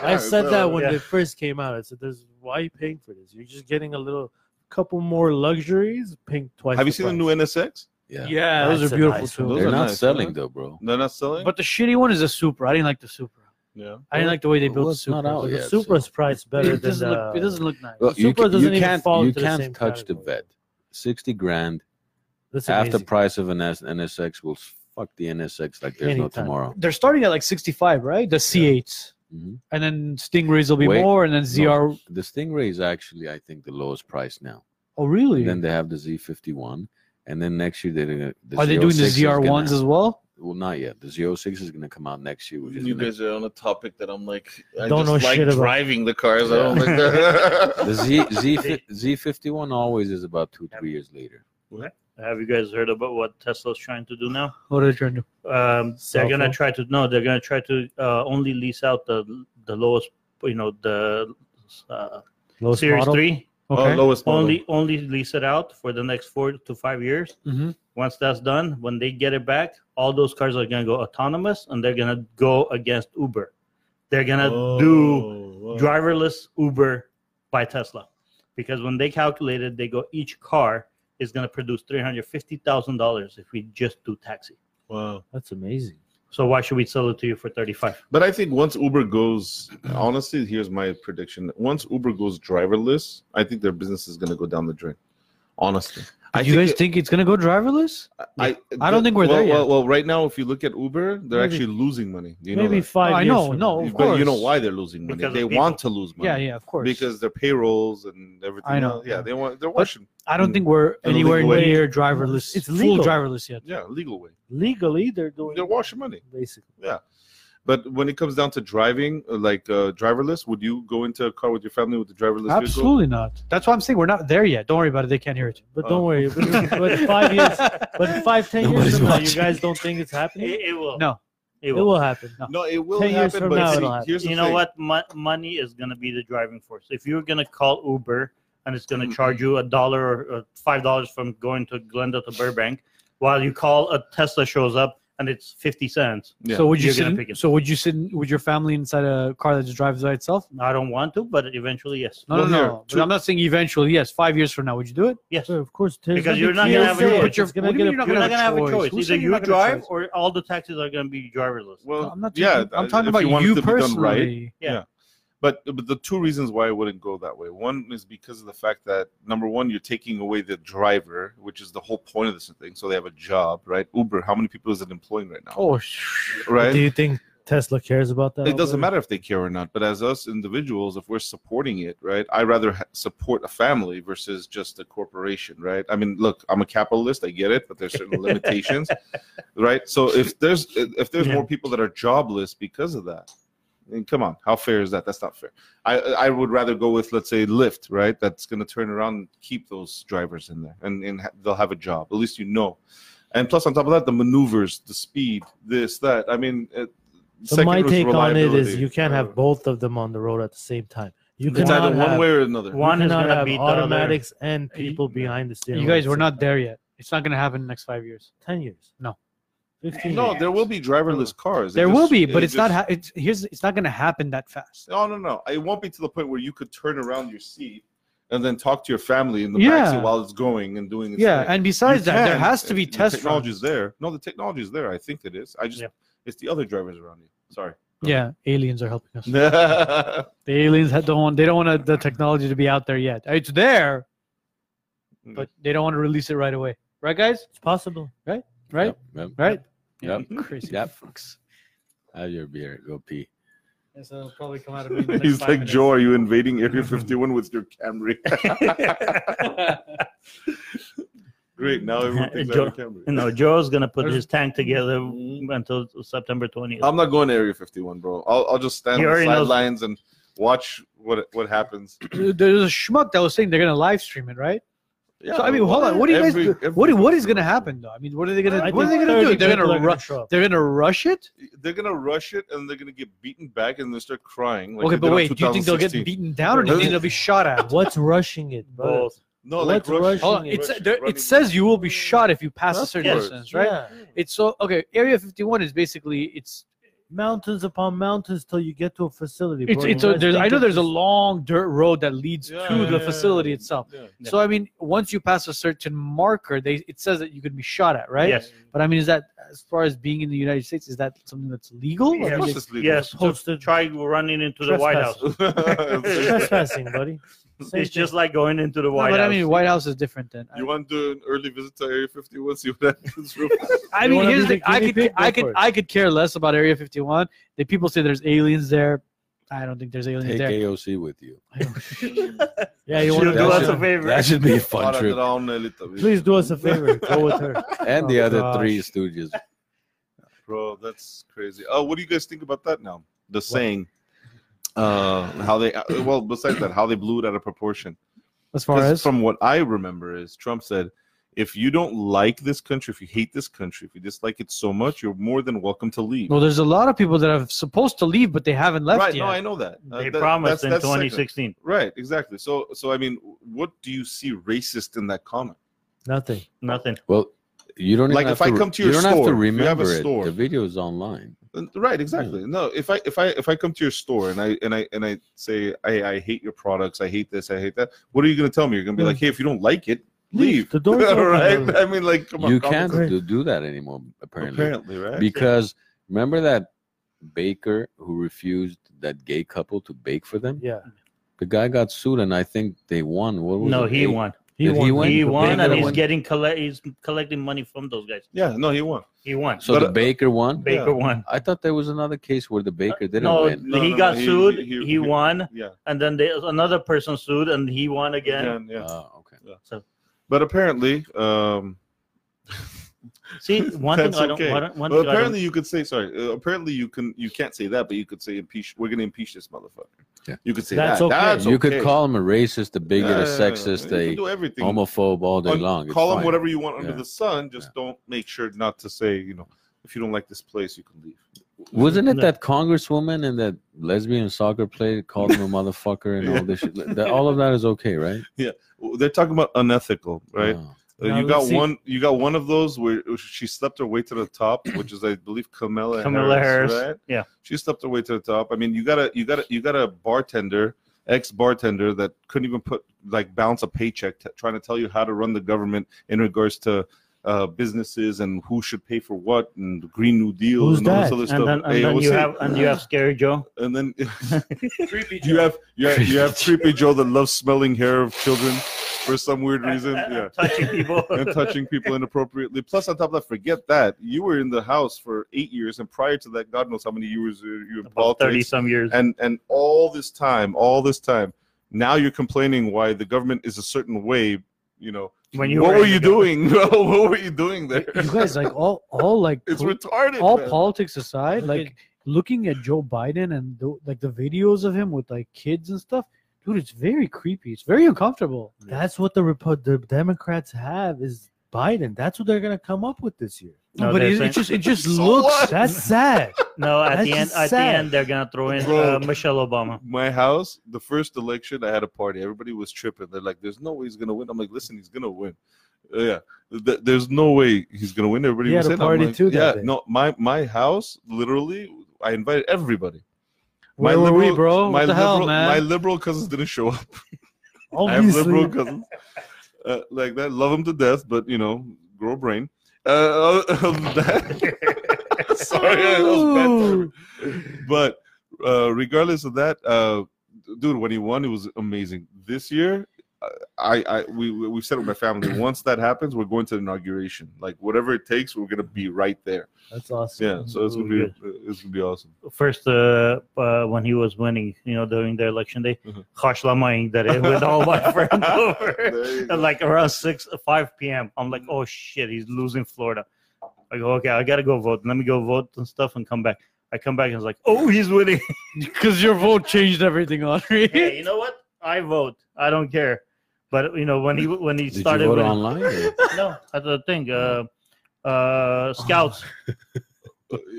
[SPEAKER 1] I said that when
[SPEAKER 5] Yeah.
[SPEAKER 1] it first came out. I said, "There's why are you paying for this? You're just getting a little couple more luxuries, paying twice."
[SPEAKER 2] Have you seen the new NSX?
[SPEAKER 3] Yeah.
[SPEAKER 4] yeah,
[SPEAKER 1] That's
[SPEAKER 4] those are
[SPEAKER 1] a
[SPEAKER 4] beautiful
[SPEAKER 1] nice
[SPEAKER 4] too.
[SPEAKER 2] one. Those
[SPEAKER 3] They're
[SPEAKER 2] are
[SPEAKER 3] not
[SPEAKER 2] nice,
[SPEAKER 3] selling
[SPEAKER 2] huh?
[SPEAKER 3] though, bro.
[SPEAKER 2] They're not selling.
[SPEAKER 4] But the shitty one is a Supra. I didn't like the Supra.
[SPEAKER 2] yeah.
[SPEAKER 4] I didn't like the way they
[SPEAKER 3] Well,
[SPEAKER 4] built the
[SPEAKER 3] it's not
[SPEAKER 4] Supra.
[SPEAKER 3] out
[SPEAKER 1] But
[SPEAKER 3] yet.
[SPEAKER 1] the
[SPEAKER 3] Yeah,
[SPEAKER 1] Supra's priced better
[SPEAKER 4] It doesn't
[SPEAKER 1] than uh, the.
[SPEAKER 4] look. It doesn't look nice.
[SPEAKER 3] Well,
[SPEAKER 1] The
[SPEAKER 3] you,
[SPEAKER 1] Supra
[SPEAKER 3] ca-
[SPEAKER 1] doesn't
[SPEAKER 3] you
[SPEAKER 1] even
[SPEAKER 3] can't
[SPEAKER 1] fall
[SPEAKER 3] you
[SPEAKER 1] into the
[SPEAKER 3] can't
[SPEAKER 1] same
[SPEAKER 3] touch the
[SPEAKER 1] category.
[SPEAKER 3] vet. Sixty grand,
[SPEAKER 1] That's
[SPEAKER 3] half the
[SPEAKER 1] amazing.
[SPEAKER 3] price of an S- NSX will s- fuck the NSX like there's no
[SPEAKER 1] Anytime.
[SPEAKER 3] tomorrow.
[SPEAKER 4] They're starting at like 65, right? The C8s,
[SPEAKER 3] Mhm.
[SPEAKER 4] and then Stingrays will be
[SPEAKER 3] Wait,
[SPEAKER 4] more, and then ZR.
[SPEAKER 3] The Stingray is actually, I think, the lowest price now.
[SPEAKER 4] Oh, really?
[SPEAKER 3] Then they have the Z51, and then next year they're gonna. The
[SPEAKER 4] are they doing the
[SPEAKER 3] 06 is gonna-
[SPEAKER 4] ZR1s as well?
[SPEAKER 3] Well, not yet. The Z06 is gonna come out next year, which is
[SPEAKER 2] You
[SPEAKER 3] gonna-
[SPEAKER 2] guys are on a topic that I'm like, I
[SPEAKER 1] Don't
[SPEAKER 2] just
[SPEAKER 1] know
[SPEAKER 2] like
[SPEAKER 1] shit about.
[SPEAKER 2] driving the cars. I don't
[SPEAKER 3] Yeah.
[SPEAKER 2] like that.
[SPEAKER 3] the Z Z fi- Z51 always is about two three years later.
[SPEAKER 5] Have you guys heard about what Tesla's trying to do now?
[SPEAKER 4] What are they trying to? do?
[SPEAKER 5] Um, they're
[SPEAKER 1] Cell
[SPEAKER 5] gonna
[SPEAKER 1] phone?
[SPEAKER 5] try to no, they're gonna try to uh, only lease out the the lowest, you know, the uh,
[SPEAKER 1] Lowest
[SPEAKER 5] Series
[SPEAKER 1] model?
[SPEAKER 5] Three.
[SPEAKER 4] Okay.
[SPEAKER 2] Oh, lowest model.
[SPEAKER 5] Only only lease it out for the next four to five years.
[SPEAKER 4] Mhm.
[SPEAKER 5] Once that's done, when they get it back, all those cars are gonna go autonomous, and they're gonna go against Uber. They're gonna do
[SPEAKER 2] Oh, wow.
[SPEAKER 5] driverless Uber by Tesla. Because when they calculated, they go each car is going to produce three hundred fifty thousand dollars if we just do taxi.
[SPEAKER 2] Wow.
[SPEAKER 1] That's amazing.
[SPEAKER 5] So why should we sell it to you for thirty five?
[SPEAKER 2] But I think once Uber goes, honestly, here's my prediction: once Uber goes driverless, I think their business is going to go down the drain. Honestly, I
[SPEAKER 4] you guys think it's gonna go driverless?
[SPEAKER 2] I,
[SPEAKER 4] I don't think we're
[SPEAKER 2] well,
[SPEAKER 4] there yet.
[SPEAKER 2] Well, well, right now, if you look at Uber, they're
[SPEAKER 1] Maybe-
[SPEAKER 2] actually losing money. Do you
[SPEAKER 1] Maybe
[SPEAKER 2] know that?
[SPEAKER 1] five.
[SPEAKER 4] I
[SPEAKER 1] years
[SPEAKER 4] know,
[SPEAKER 1] from
[SPEAKER 4] no,
[SPEAKER 1] now.
[SPEAKER 4] of
[SPEAKER 2] but you know
[SPEAKER 4] course.
[SPEAKER 2] why they're losing money?
[SPEAKER 5] Because of
[SPEAKER 2] They
[SPEAKER 5] people.
[SPEAKER 2] want to lose money.
[SPEAKER 4] Yeah, yeah, of course.
[SPEAKER 2] Because their payrolls and everything.
[SPEAKER 4] I know,
[SPEAKER 2] else. Yeah,
[SPEAKER 4] yeah.
[SPEAKER 2] they want. They're watching.
[SPEAKER 4] I don't think we're
[SPEAKER 2] don't think
[SPEAKER 4] anywhere
[SPEAKER 2] we're-
[SPEAKER 4] near driverless.
[SPEAKER 1] It's
[SPEAKER 4] full
[SPEAKER 1] legal.
[SPEAKER 4] driverless yet.
[SPEAKER 2] Yeah, legal way.
[SPEAKER 1] legally they're doing.
[SPEAKER 2] They're washing money.
[SPEAKER 1] basically.
[SPEAKER 2] But when it comes down to driving, uh, like uh, driverless, would you go into a car with your family with the driverless vehicle?
[SPEAKER 4] Absolutely not. That's why I'm saying we're not there yet. Don't worry about it. They can't hear it.
[SPEAKER 1] But
[SPEAKER 2] Oh.
[SPEAKER 1] don't worry. But, but five years, but five, ten years
[SPEAKER 3] Nobody's
[SPEAKER 1] from now, you
[SPEAKER 3] watching.
[SPEAKER 1] guys don't think it's happening.
[SPEAKER 5] It, it will.
[SPEAKER 4] No.
[SPEAKER 5] it
[SPEAKER 1] It
[SPEAKER 5] will.
[SPEAKER 1] will happen.
[SPEAKER 2] No, it will
[SPEAKER 1] 10 years
[SPEAKER 2] happen.
[SPEAKER 1] from
[SPEAKER 2] But
[SPEAKER 1] now
[SPEAKER 2] see,
[SPEAKER 1] it'll happen.
[SPEAKER 2] here's the
[SPEAKER 5] You know
[SPEAKER 2] thing.
[SPEAKER 5] what? Mo- money is going to be the driving force. If you're going to call Uber and it's going to charge you a dollar or five dollars from going to Glendale to Burbank, while you call a Tesla shows up and it's fifty cents.
[SPEAKER 2] Yeah.
[SPEAKER 4] So would you
[SPEAKER 5] You're
[SPEAKER 4] sit?
[SPEAKER 5] gonna
[SPEAKER 4] in-
[SPEAKER 5] pick it.
[SPEAKER 4] so would you sit? in- Would your family inside a car that just drives by itself?
[SPEAKER 5] I don't want to, but eventually yes.
[SPEAKER 4] No,
[SPEAKER 2] Well,
[SPEAKER 4] no,
[SPEAKER 2] here,
[SPEAKER 4] no. But
[SPEAKER 2] two-
[SPEAKER 4] I'm not saying eventually. Yes, five years from now, would you do it?
[SPEAKER 5] Yes.
[SPEAKER 1] Sure, of course, there's
[SPEAKER 5] Because
[SPEAKER 1] no
[SPEAKER 5] you're not
[SPEAKER 1] big
[SPEAKER 5] gonna have a
[SPEAKER 1] deal.
[SPEAKER 5] choice.
[SPEAKER 1] It's
[SPEAKER 4] You're-
[SPEAKER 1] gonna
[SPEAKER 4] what do
[SPEAKER 1] get
[SPEAKER 4] you
[SPEAKER 1] a
[SPEAKER 4] mean you're
[SPEAKER 5] You're not gonna have a
[SPEAKER 4] Who's
[SPEAKER 5] choice. Either
[SPEAKER 4] saying you're
[SPEAKER 5] you
[SPEAKER 4] not gonna have a
[SPEAKER 5] drive
[SPEAKER 4] choice?
[SPEAKER 5] or all the taxis are gonna be driverless.
[SPEAKER 2] Well,
[SPEAKER 4] I'm not.
[SPEAKER 2] yeah,
[SPEAKER 4] Talking, I'm talking
[SPEAKER 2] if
[SPEAKER 4] about
[SPEAKER 2] want it
[SPEAKER 4] you
[SPEAKER 2] to be done
[SPEAKER 4] personally.
[SPEAKER 2] But but the two reasons why I wouldn't go that way. One is because of the fact that number one, you're taking away the driver, which is the whole point of this thing. So they have a job, right? Uber, how many people is it employing right now?
[SPEAKER 4] Oh, sh-
[SPEAKER 1] Do
[SPEAKER 2] right?
[SPEAKER 1] you think Tesla cares about that.
[SPEAKER 2] it doesn't matter if they care or not but as us individuals if we're supporting it right i rather ha- support a family versus just a corporation right i mean look i'm a capitalist i get it but there's certain limitations right so if there's if there's
[SPEAKER 5] Yeah.
[SPEAKER 2] more people that are jobless because of that and come on how fair is that that's not fair i i would rather go with let's say lyft right that's going to turn around and keep those drivers in there and and ha- they'll have a job at least you know and plus on top of that the maneuvers the speed this that i mean it,
[SPEAKER 1] So my
[SPEAKER 2] second
[SPEAKER 1] take
[SPEAKER 2] was
[SPEAKER 1] on it is
[SPEAKER 2] reliability.
[SPEAKER 1] you can't
[SPEAKER 2] Uh,
[SPEAKER 1] have both of them on the road at the same time. You
[SPEAKER 2] it's
[SPEAKER 1] cannot
[SPEAKER 2] either one
[SPEAKER 1] have,
[SPEAKER 2] way or another.
[SPEAKER 5] One
[SPEAKER 1] you
[SPEAKER 5] is
[SPEAKER 1] cannot
[SPEAKER 5] gonna
[SPEAKER 1] have
[SPEAKER 5] beat the other.
[SPEAKER 1] automatics and people behind the steering.
[SPEAKER 4] You
[SPEAKER 1] wheel
[SPEAKER 4] guys,
[SPEAKER 1] at
[SPEAKER 4] we're
[SPEAKER 1] the
[SPEAKER 4] not there yet. It's not gonna happen in the next five years.
[SPEAKER 1] same- ten years.
[SPEAKER 4] No.
[SPEAKER 1] fifteen.
[SPEAKER 2] No,
[SPEAKER 1] years.
[SPEAKER 2] there will be driverless cars. It
[SPEAKER 4] There
[SPEAKER 2] just-
[SPEAKER 4] will be, but
[SPEAKER 2] it
[SPEAKER 4] it's not.
[SPEAKER 2] just- Oh,
[SPEAKER 4] Ha- it's here's. It's not gonna happen that fast.
[SPEAKER 2] No, no, no. It won't be to the point where you could turn around your seat and then talk to your family in the
[SPEAKER 4] Yeah.
[SPEAKER 2] backseat while it's going and doing. Its
[SPEAKER 4] Yeah,
[SPEAKER 2] thing.
[SPEAKER 4] and besides
[SPEAKER 2] You
[SPEAKER 4] that, there
[SPEAKER 2] can,
[SPEAKER 4] has to
[SPEAKER 2] and
[SPEAKER 4] be
[SPEAKER 2] the
[SPEAKER 4] test
[SPEAKER 2] Technology
[SPEAKER 4] runs.
[SPEAKER 2] is there. No, the technology is there. I think it is. I just
[SPEAKER 5] Yeah.
[SPEAKER 2] it's the other drivers around you. Sorry.
[SPEAKER 4] Yeah, aliens are helping us.
[SPEAKER 2] yeah,
[SPEAKER 4] The aliens ha- don't want. They don't want uh, the technology to be out there yet. It's there,
[SPEAKER 2] Mm.
[SPEAKER 4] but they don't want to release it right away. Right, guys?
[SPEAKER 1] It's possible.
[SPEAKER 4] Right?
[SPEAKER 3] Yep, yep,
[SPEAKER 4] Right?
[SPEAKER 2] Mm-hmm.
[SPEAKER 3] Yep.
[SPEAKER 4] Crazy
[SPEAKER 3] Yep.
[SPEAKER 4] fucks.
[SPEAKER 3] Have your beer. Go pee.
[SPEAKER 4] And so it'll probably come out of me. in the next
[SPEAKER 2] he's
[SPEAKER 4] five
[SPEAKER 2] like
[SPEAKER 4] minutes.
[SPEAKER 2] Joe. Are you invading Area 51 with your Camry? Great. Now everyone thinks I
[SPEAKER 5] Joe-
[SPEAKER 2] have a Camry.
[SPEAKER 5] No, Joe's gonna put
[SPEAKER 4] There's-
[SPEAKER 5] his tank together
[SPEAKER 2] Mm-hmm.
[SPEAKER 5] until September 20th.
[SPEAKER 2] I'm not going to Area 51, bro. I'll, I'll just stand on
[SPEAKER 5] He
[SPEAKER 2] the
[SPEAKER 5] already knows-
[SPEAKER 2] sidelines and watch what what happens.
[SPEAKER 4] There's a schmuck that was saying they're gonna live stream it, right?
[SPEAKER 2] Yeah,
[SPEAKER 4] so I mean, hold on. What do you guys?
[SPEAKER 2] every-
[SPEAKER 4] do?
[SPEAKER 2] every-
[SPEAKER 4] what What is gonna happen though? I mean, what are they gonna?
[SPEAKER 1] I
[SPEAKER 4] What are they
[SPEAKER 1] think
[SPEAKER 4] gonna do?
[SPEAKER 1] 30
[SPEAKER 4] They're
[SPEAKER 1] people
[SPEAKER 4] gonna
[SPEAKER 1] are
[SPEAKER 4] rush.
[SPEAKER 1] show up.
[SPEAKER 4] They're gonna rush it.
[SPEAKER 2] They're gonna rush it and they're gonna get beaten back and they start crying. Like
[SPEAKER 4] okay,
[SPEAKER 2] they
[SPEAKER 4] but
[SPEAKER 2] did on
[SPEAKER 4] wait. Do you think they'll get
[SPEAKER 2] 2016.
[SPEAKER 4] beaten down, or do you think they'll be shot at?
[SPEAKER 1] What's rushing it, bro?
[SPEAKER 5] Both.
[SPEAKER 2] No, like
[SPEAKER 1] What's
[SPEAKER 2] rush,
[SPEAKER 1] rushing
[SPEAKER 4] Hold on.
[SPEAKER 1] it?
[SPEAKER 4] Oh, It's,
[SPEAKER 2] rush-
[SPEAKER 4] there,
[SPEAKER 2] running-
[SPEAKER 4] it says you will be shot if you pass a
[SPEAKER 2] Of
[SPEAKER 4] certain
[SPEAKER 5] course.
[SPEAKER 4] distance, right?
[SPEAKER 1] Yeah.
[SPEAKER 4] It's so okay. Area 51 is basically it's
[SPEAKER 1] Mountains upon mountains till you get to a facility.
[SPEAKER 4] it's
[SPEAKER 1] bro.
[SPEAKER 4] it's
[SPEAKER 1] You
[SPEAKER 4] a,
[SPEAKER 1] guys
[SPEAKER 4] there's, I
[SPEAKER 1] think
[SPEAKER 4] know
[SPEAKER 1] it's
[SPEAKER 4] there's a
[SPEAKER 1] just-
[SPEAKER 4] long dirt road that leads
[SPEAKER 2] Yeah,
[SPEAKER 4] to
[SPEAKER 2] yeah,
[SPEAKER 4] the
[SPEAKER 2] yeah,
[SPEAKER 4] facility
[SPEAKER 2] yeah.
[SPEAKER 4] itself.
[SPEAKER 2] Yeah.
[SPEAKER 4] So I mean, once you pass a certain marker, they it says that you could be shot at, right?
[SPEAKER 5] Yes.
[SPEAKER 4] But I mean, is that as far as being in the United States, is that something that's legal? I mean,
[SPEAKER 2] Of
[SPEAKER 5] Yes.
[SPEAKER 2] course
[SPEAKER 4] it's-
[SPEAKER 2] it's legal.
[SPEAKER 5] Yes, to
[SPEAKER 1] Hosted-
[SPEAKER 5] try running into the White
[SPEAKER 1] Trespass.
[SPEAKER 5] House.
[SPEAKER 1] trespassing, buddy. Same
[SPEAKER 5] It's
[SPEAKER 1] thing.
[SPEAKER 5] just like going into the
[SPEAKER 4] no,
[SPEAKER 5] White
[SPEAKER 4] but
[SPEAKER 5] House.
[SPEAKER 4] I mean, White House is different then. I-
[SPEAKER 2] you want to do an early visit to Area 51? See what happens. real fast?
[SPEAKER 4] I
[SPEAKER 1] You
[SPEAKER 4] mean,
[SPEAKER 1] wanna
[SPEAKER 4] here's
[SPEAKER 1] be
[SPEAKER 4] the
[SPEAKER 1] the
[SPEAKER 4] thing. I
[SPEAKER 1] guinea
[SPEAKER 4] could,
[SPEAKER 1] pig? Go
[SPEAKER 4] I
[SPEAKER 1] for
[SPEAKER 4] could,
[SPEAKER 1] it.
[SPEAKER 4] I could care less about Area 51. The people say there's aliens there. I don't think there's aliens
[SPEAKER 3] Take
[SPEAKER 4] there.
[SPEAKER 3] AOC with you.
[SPEAKER 1] Yeah, you
[SPEAKER 5] She'll
[SPEAKER 1] want
[SPEAKER 5] do
[SPEAKER 1] to
[SPEAKER 3] That's
[SPEAKER 5] us
[SPEAKER 3] it.
[SPEAKER 5] a favor.
[SPEAKER 3] That should be a fun
[SPEAKER 2] Para
[SPEAKER 3] trip.
[SPEAKER 2] down a little bit.
[SPEAKER 1] Please do us a favor. Go with her.
[SPEAKER 3] And the
[SPEAKER 1] Oh,
[SPEAKER 3] other
[SPEAKER 1] gosh.
[SPEAKER 3] three stooges.
[SPEAKER 2] bro that's crazy oh what do you guys think about that now the saying uh how they uh, well besides that how they blew it out of proportion
[SPEAKER 4] As far
[SPEAKER 2] 'Cause
[SPEAKER 4] as
[SPEAKER 2] from what i remember is trump said if you don't like this country if you hate this country if you dislike it so much you're more than welcome to leave
[SPEAKER 4] well, there's a lot of people that are supposed to leave, but they haven't left
[SPEAKER 2] right
[SPEAKER 4] yet.
[SPEAKER 2] no i know that Uh,
[SPEAKER 5] They
[SPEAKER 2] that-
[SPEAKER 5] promised
[SPEAKER 2] that's- that's
[SPEAKER 5] in
[SPEAKER 2] second.
[SPEAKER 5] 2016.
[SPEAKER 2] right exactly so so i mean what do you see racist in that comment
[SPEAKER 1] Nothing.
[SPEAKER 5] Nothing.
[SPEAKER 3] Well, you don't even
[SPEAKER 2] Like,
[SPEAKER 3] have
[SPEAKER 2] if I
[SPEAKER 3] re-
[SPEAKER 2] come to your
[SPEAKER 3] you don't have
[SPEAKER 2] store,
[SPEAKER 3] to
[SPEAKER 2] if you have a
[SPEAKER 3] remember
[SPEAKER 2] store-
[SPEAKER 3] it. The video is online.
[SPEAKER 2] Uh, right exactly no if i if i if i come to your store and i and i and i say i i hate your products i hate this i hate that what are you going to tell me you're going to be like hey if you don't like it leave
[SPEAKER 1] The door's open.
[SPEAKER 2] right i mean like come on
[SPEAKER 3] you
[SPEAKER 2] common
[SPEAKER 3] can't
[SPEAKER 2] sense.
[SPEAKER 3] do, do that anymore, apparently.
[SPEAKER 2] apparently right
[SPEAKER 3] Because remember that baker who refused that gay couple to bake for them?
[SPEAKER 1] Yeah.
[SPEAKER 3] The guy got sued, and I think they won. What was
[SPEAKER 5] No,
[SPEAKER 3] it?
[SPEAKER 5] he
[SPEAKER 3] Eight-
[SPEAKER 5] won.
[SPEAKER 3] Did he win?
[SPEAKER 5] He won,
[SPEAKER 3] Baker
[SPEAKER 5] and he's
[SPEAKER 3] won.
[SPEAKER 5] getting collect. He's collecting money from those guys.
[SPEAKER 2] yeah no he won
[SPEAKER 5] He won.
[SPEAKER 3] So
[SPEAKER 2] But,
[SPEAKER 3] the
[SPEAKER 2] uh,
[SPEAKER 3] baker won.
[SPEAKER 5] Baker
[SPEAKER 2] yeah.
[SPEAKER 5] won.
[SPEAKER 3] I thought there was another case where the baker didn't
[SPEAKER 5] Uh, No,
[SPEAKER 3] win.
[SPEAKER 2] No,
[SPEAKER 5] he
[SPEAKER 2] no,
[SPEAKER 5] got
[SPEAKER 2] no, he-
[SPEAKER 5] sued.
[SPEAKER 2] he-
[SPEAKER 5] He,
[SPEAKER 2] he-
[SPEAKER 5] won,
[SPEAKER 2] yeah
[SPEAKER 5] and then there's another person sued, and he won again.
[SPEAKER 2] Again, yeah
[SPEAKER 3] Oh, okay.
[SPEAKER 2] but apparently um
[SPEAKER 5] See, one thing
[SPEAKER 2] That's
[SPEAKER 5] I don't.
[SPEAKER 2] okay.
[SPEAKER 5] One, one
[SPEAKER 2] well,
[SPEAKER 5] thing I
[SPEAKER 2] apparently you could say sorry uh, apparently you can you can't say that but you could say impeach we're going to impeach this motherfucker
[SPEAKER 3] Yeah.
[SPEAKER 2] you could say
[SPEAKER 1] That's
[SPEAKER 2] that
[SPEAKER 1] okay.
[SPEAKER 2] That's
[SPEAKER 3] you could
[SPEAKER 2] okay.
[SPEAKER 3] call him a racist, a bigot,
[SPEAKER 2] Yeah,
[SPEAKER 3] a
[SPEAKER 2] yeah, yeah.
[SPEAKER 3] sexist,
[SPEAKER 2] You
[SPEAKER 3] a
[SPEAKER 2] can do everything
[SPEAKER 3] homophobe all day
[SPEAKER 2] Un-
[SPEAKER 3] long. It's
[SPEAKER 2] Call them
[SPEAKER 3] fine.
[SPEAKER 2] whatever you want under
[SPEAKER 3] Yeah.
[SPEAKER 2] the sun. Just don't make sure not to say, you know, if you don't like this place, you can leave.
[SPEAKER 3] Wasn't it
[SPEAKER 5] No.
[SPEAKER 3] that congresswoman and that lesbian soccer player called him a motherfucker and all this shit? That, all of that is okay, right? Oh.
[SPEAKER 2] They're talking about unethical, right?
[SPEAKER 3] No.
[SPEAKER 2] Uh,
[SPEAKER 1] Now
[SPEAKER 2] you got
[SPEAKER 1] let's see-
[SPEAKER 2] one. You got one of those where she slept her way to the top, which is, I believe, Camilla.
[SPEAKER 5] don't. Kamala Harris.
[SPEAKER 2] Right?
[SPEAKER 5] Yeah.
[SPEAKER 2] She slept her way to the top. I mean, you got a, you got a, you got a bartender, ex bartender that couldn't even put like balance a paycheck, t- trying to tell you how to run the government in regards to. Uh, businesses and who should pay for what and the Green New Deal
[SPEAKER 1] Who's
[SPEAKER 2] and all this
[SPEAKER 1] that?
[SPEAKER 2] other stuff.
[SPEAKER 5] And then, and
[SPEAKER 2] Hey,
[SPEAKER 5] then
[SPEAKER 2] what's
[SPEAKER 5] you
[SPEAKER 2] it?
[SPEAKER 5] have and you have Scary Joe.
[SPEAKER 2] and then you have you have, you have creepy Joe that loves smelling hair of children. for some weird reason. Yeah.
[SPEAKER 5] touching people.
[SPEAKER 2] and touching people inappropriately. Plus, on top of that, forget that you were in the house for eight years, and prior to that, God knows how many years you were- you were in
[SPEAKER 5] About thirty
[SPEAKER 2] politics,
[SPEAKER 5] some years.
[SPEAKER 2] and and all this time, all this time, now you're complaining why the government is a certain way. You know,
[SPEAKER 5] When you
[SPEAKER 2] what
[SPEAKER 5] were
[SPEAKER 2] were
[SPEAKER 5] in
[SPEAKER 2] you
[SPEAKER 5] the government.
[SPEAKER 2] doing? bro? what were you doing there?
[SPEAKER 1] you guys like all all like
[SPEAKER 2] it's
[SPEAKER 1] pol-
[SPEAKER 2] retarded.
[SPEAKER 1] all
[SPEAKER 2] man.
[SPEAKER 1] politics aside,
[SPEAKER 4] Look
[SPEAKER 1] like looking at Joe Biden and the, like the videos of him with like kids and stuff, dude, it's very creepy. It's very uncomfortable. That's what the Repu- the Democrats have is Biden. That's what they're gonna come up with this year.
[SPEAKER 5] No,
[SPEAKER 1] but
[SPEAKER 5] they're
[SPEAKER 1] it, it
[SPEAKER 5] saying-
[SPEAKER 1] just it just
[SPEAKER 2] So
[SPEAKER 1] looks
[SPEAKER 2] what?
[SPEAKER 1] that's sad.
[SPEAKER 5] No, at
[SPEAKER 1] That's
[SPEAKER 5] the end,
[SPEAKER 1] just
[SPEAKER 5] at the
[SPEAKER 1] sad.
[SPEAKER 5] end, they're gonna throw in
[SPEAKER 2] Bro.
[SPEAKER 5] uh, Michelle Obama.
[SPEAKER 2] my house, the first election, I had a party. Everybody was tripping. They're like, "There's no way he's gonna win." I'm like, "Listen, he's gonna win." Uh, yeah, Th- there's no way he's gonna win. Everybody
[SPEAKER 1] He
[SPEAKER 2] was
[SPEAKER 1] had a
[SPEAKER 2] saying, I'm
[SPEAKER 1] party
[SPEAKER 2] like,
[SPEAKER 1] too that
[SPEAKER 2] Yeah,
[SPEAKER 1] day.
[SPEAKER 2] no, my my house, literally, I invited everybody.
[SPEAKER 1] Where
[SPEAKER 2] my
[SPEAKER 1] were we,
[SPEAKER 2] liberal-
[SPEAKER 1] bro?
[SPEAKER 2] My
[SPEAKER 1] What the
[SPEAKER 2] liberal,
[SPEAKER 1] hell, man?
[SPEAKER 2] my liberal cousins didn't show up. I have
[SPEAKER 1] Obviously,
[SPEAKER 2] liberal cousins uh, like that. Love them to death, but you know, grow a brain. Uh, other than that- sorry, that was bad timing. But uh, regardless of that, uh, dude, when he won, it was amazing. This year, uh, I, I, we, we we said it with my family. Once that happens, we're going to the inauguration. Like whatever it takes, we're gonna be right there.
[SPEAKER 1] that's awesome.
[SPEAKER 2] Yeah, so it's gonna be, it's gonna be awesome.
[SPEAKER 5] First, uh, uh, when he was winning, you know, during the election day,
[SPEAKER 3] Mm-hmm.
[SPEAKER 2] Mhm.
[SPEAKER 5] Khashlamaying that it with all my friends over.
[SPEAKER 2] There you go.
[SPEAKER 5] And like around six, five p.m., I'm like, oh shit, he's losing Florida. I go, okay, I gotta go vote. Let me go vote and stuff, and come back. I come back and it's like, oh, he's winning.
[SPEAKER 4] Because your vote changed everything, Audrey.
[SPEAKER 5] hey, you know what? I vote. I don't care. But you know, when he when he
[SPEAKER 3] Did you
[SPEAKER 5] started
[SPEAKER 3] vote
[SPEAKER 5] winning-
[SPEAKER 3] online? or-
[SPEAKER 5] no, at the thing, uh, uh, scouts.
[SPEAKER 2] Uh,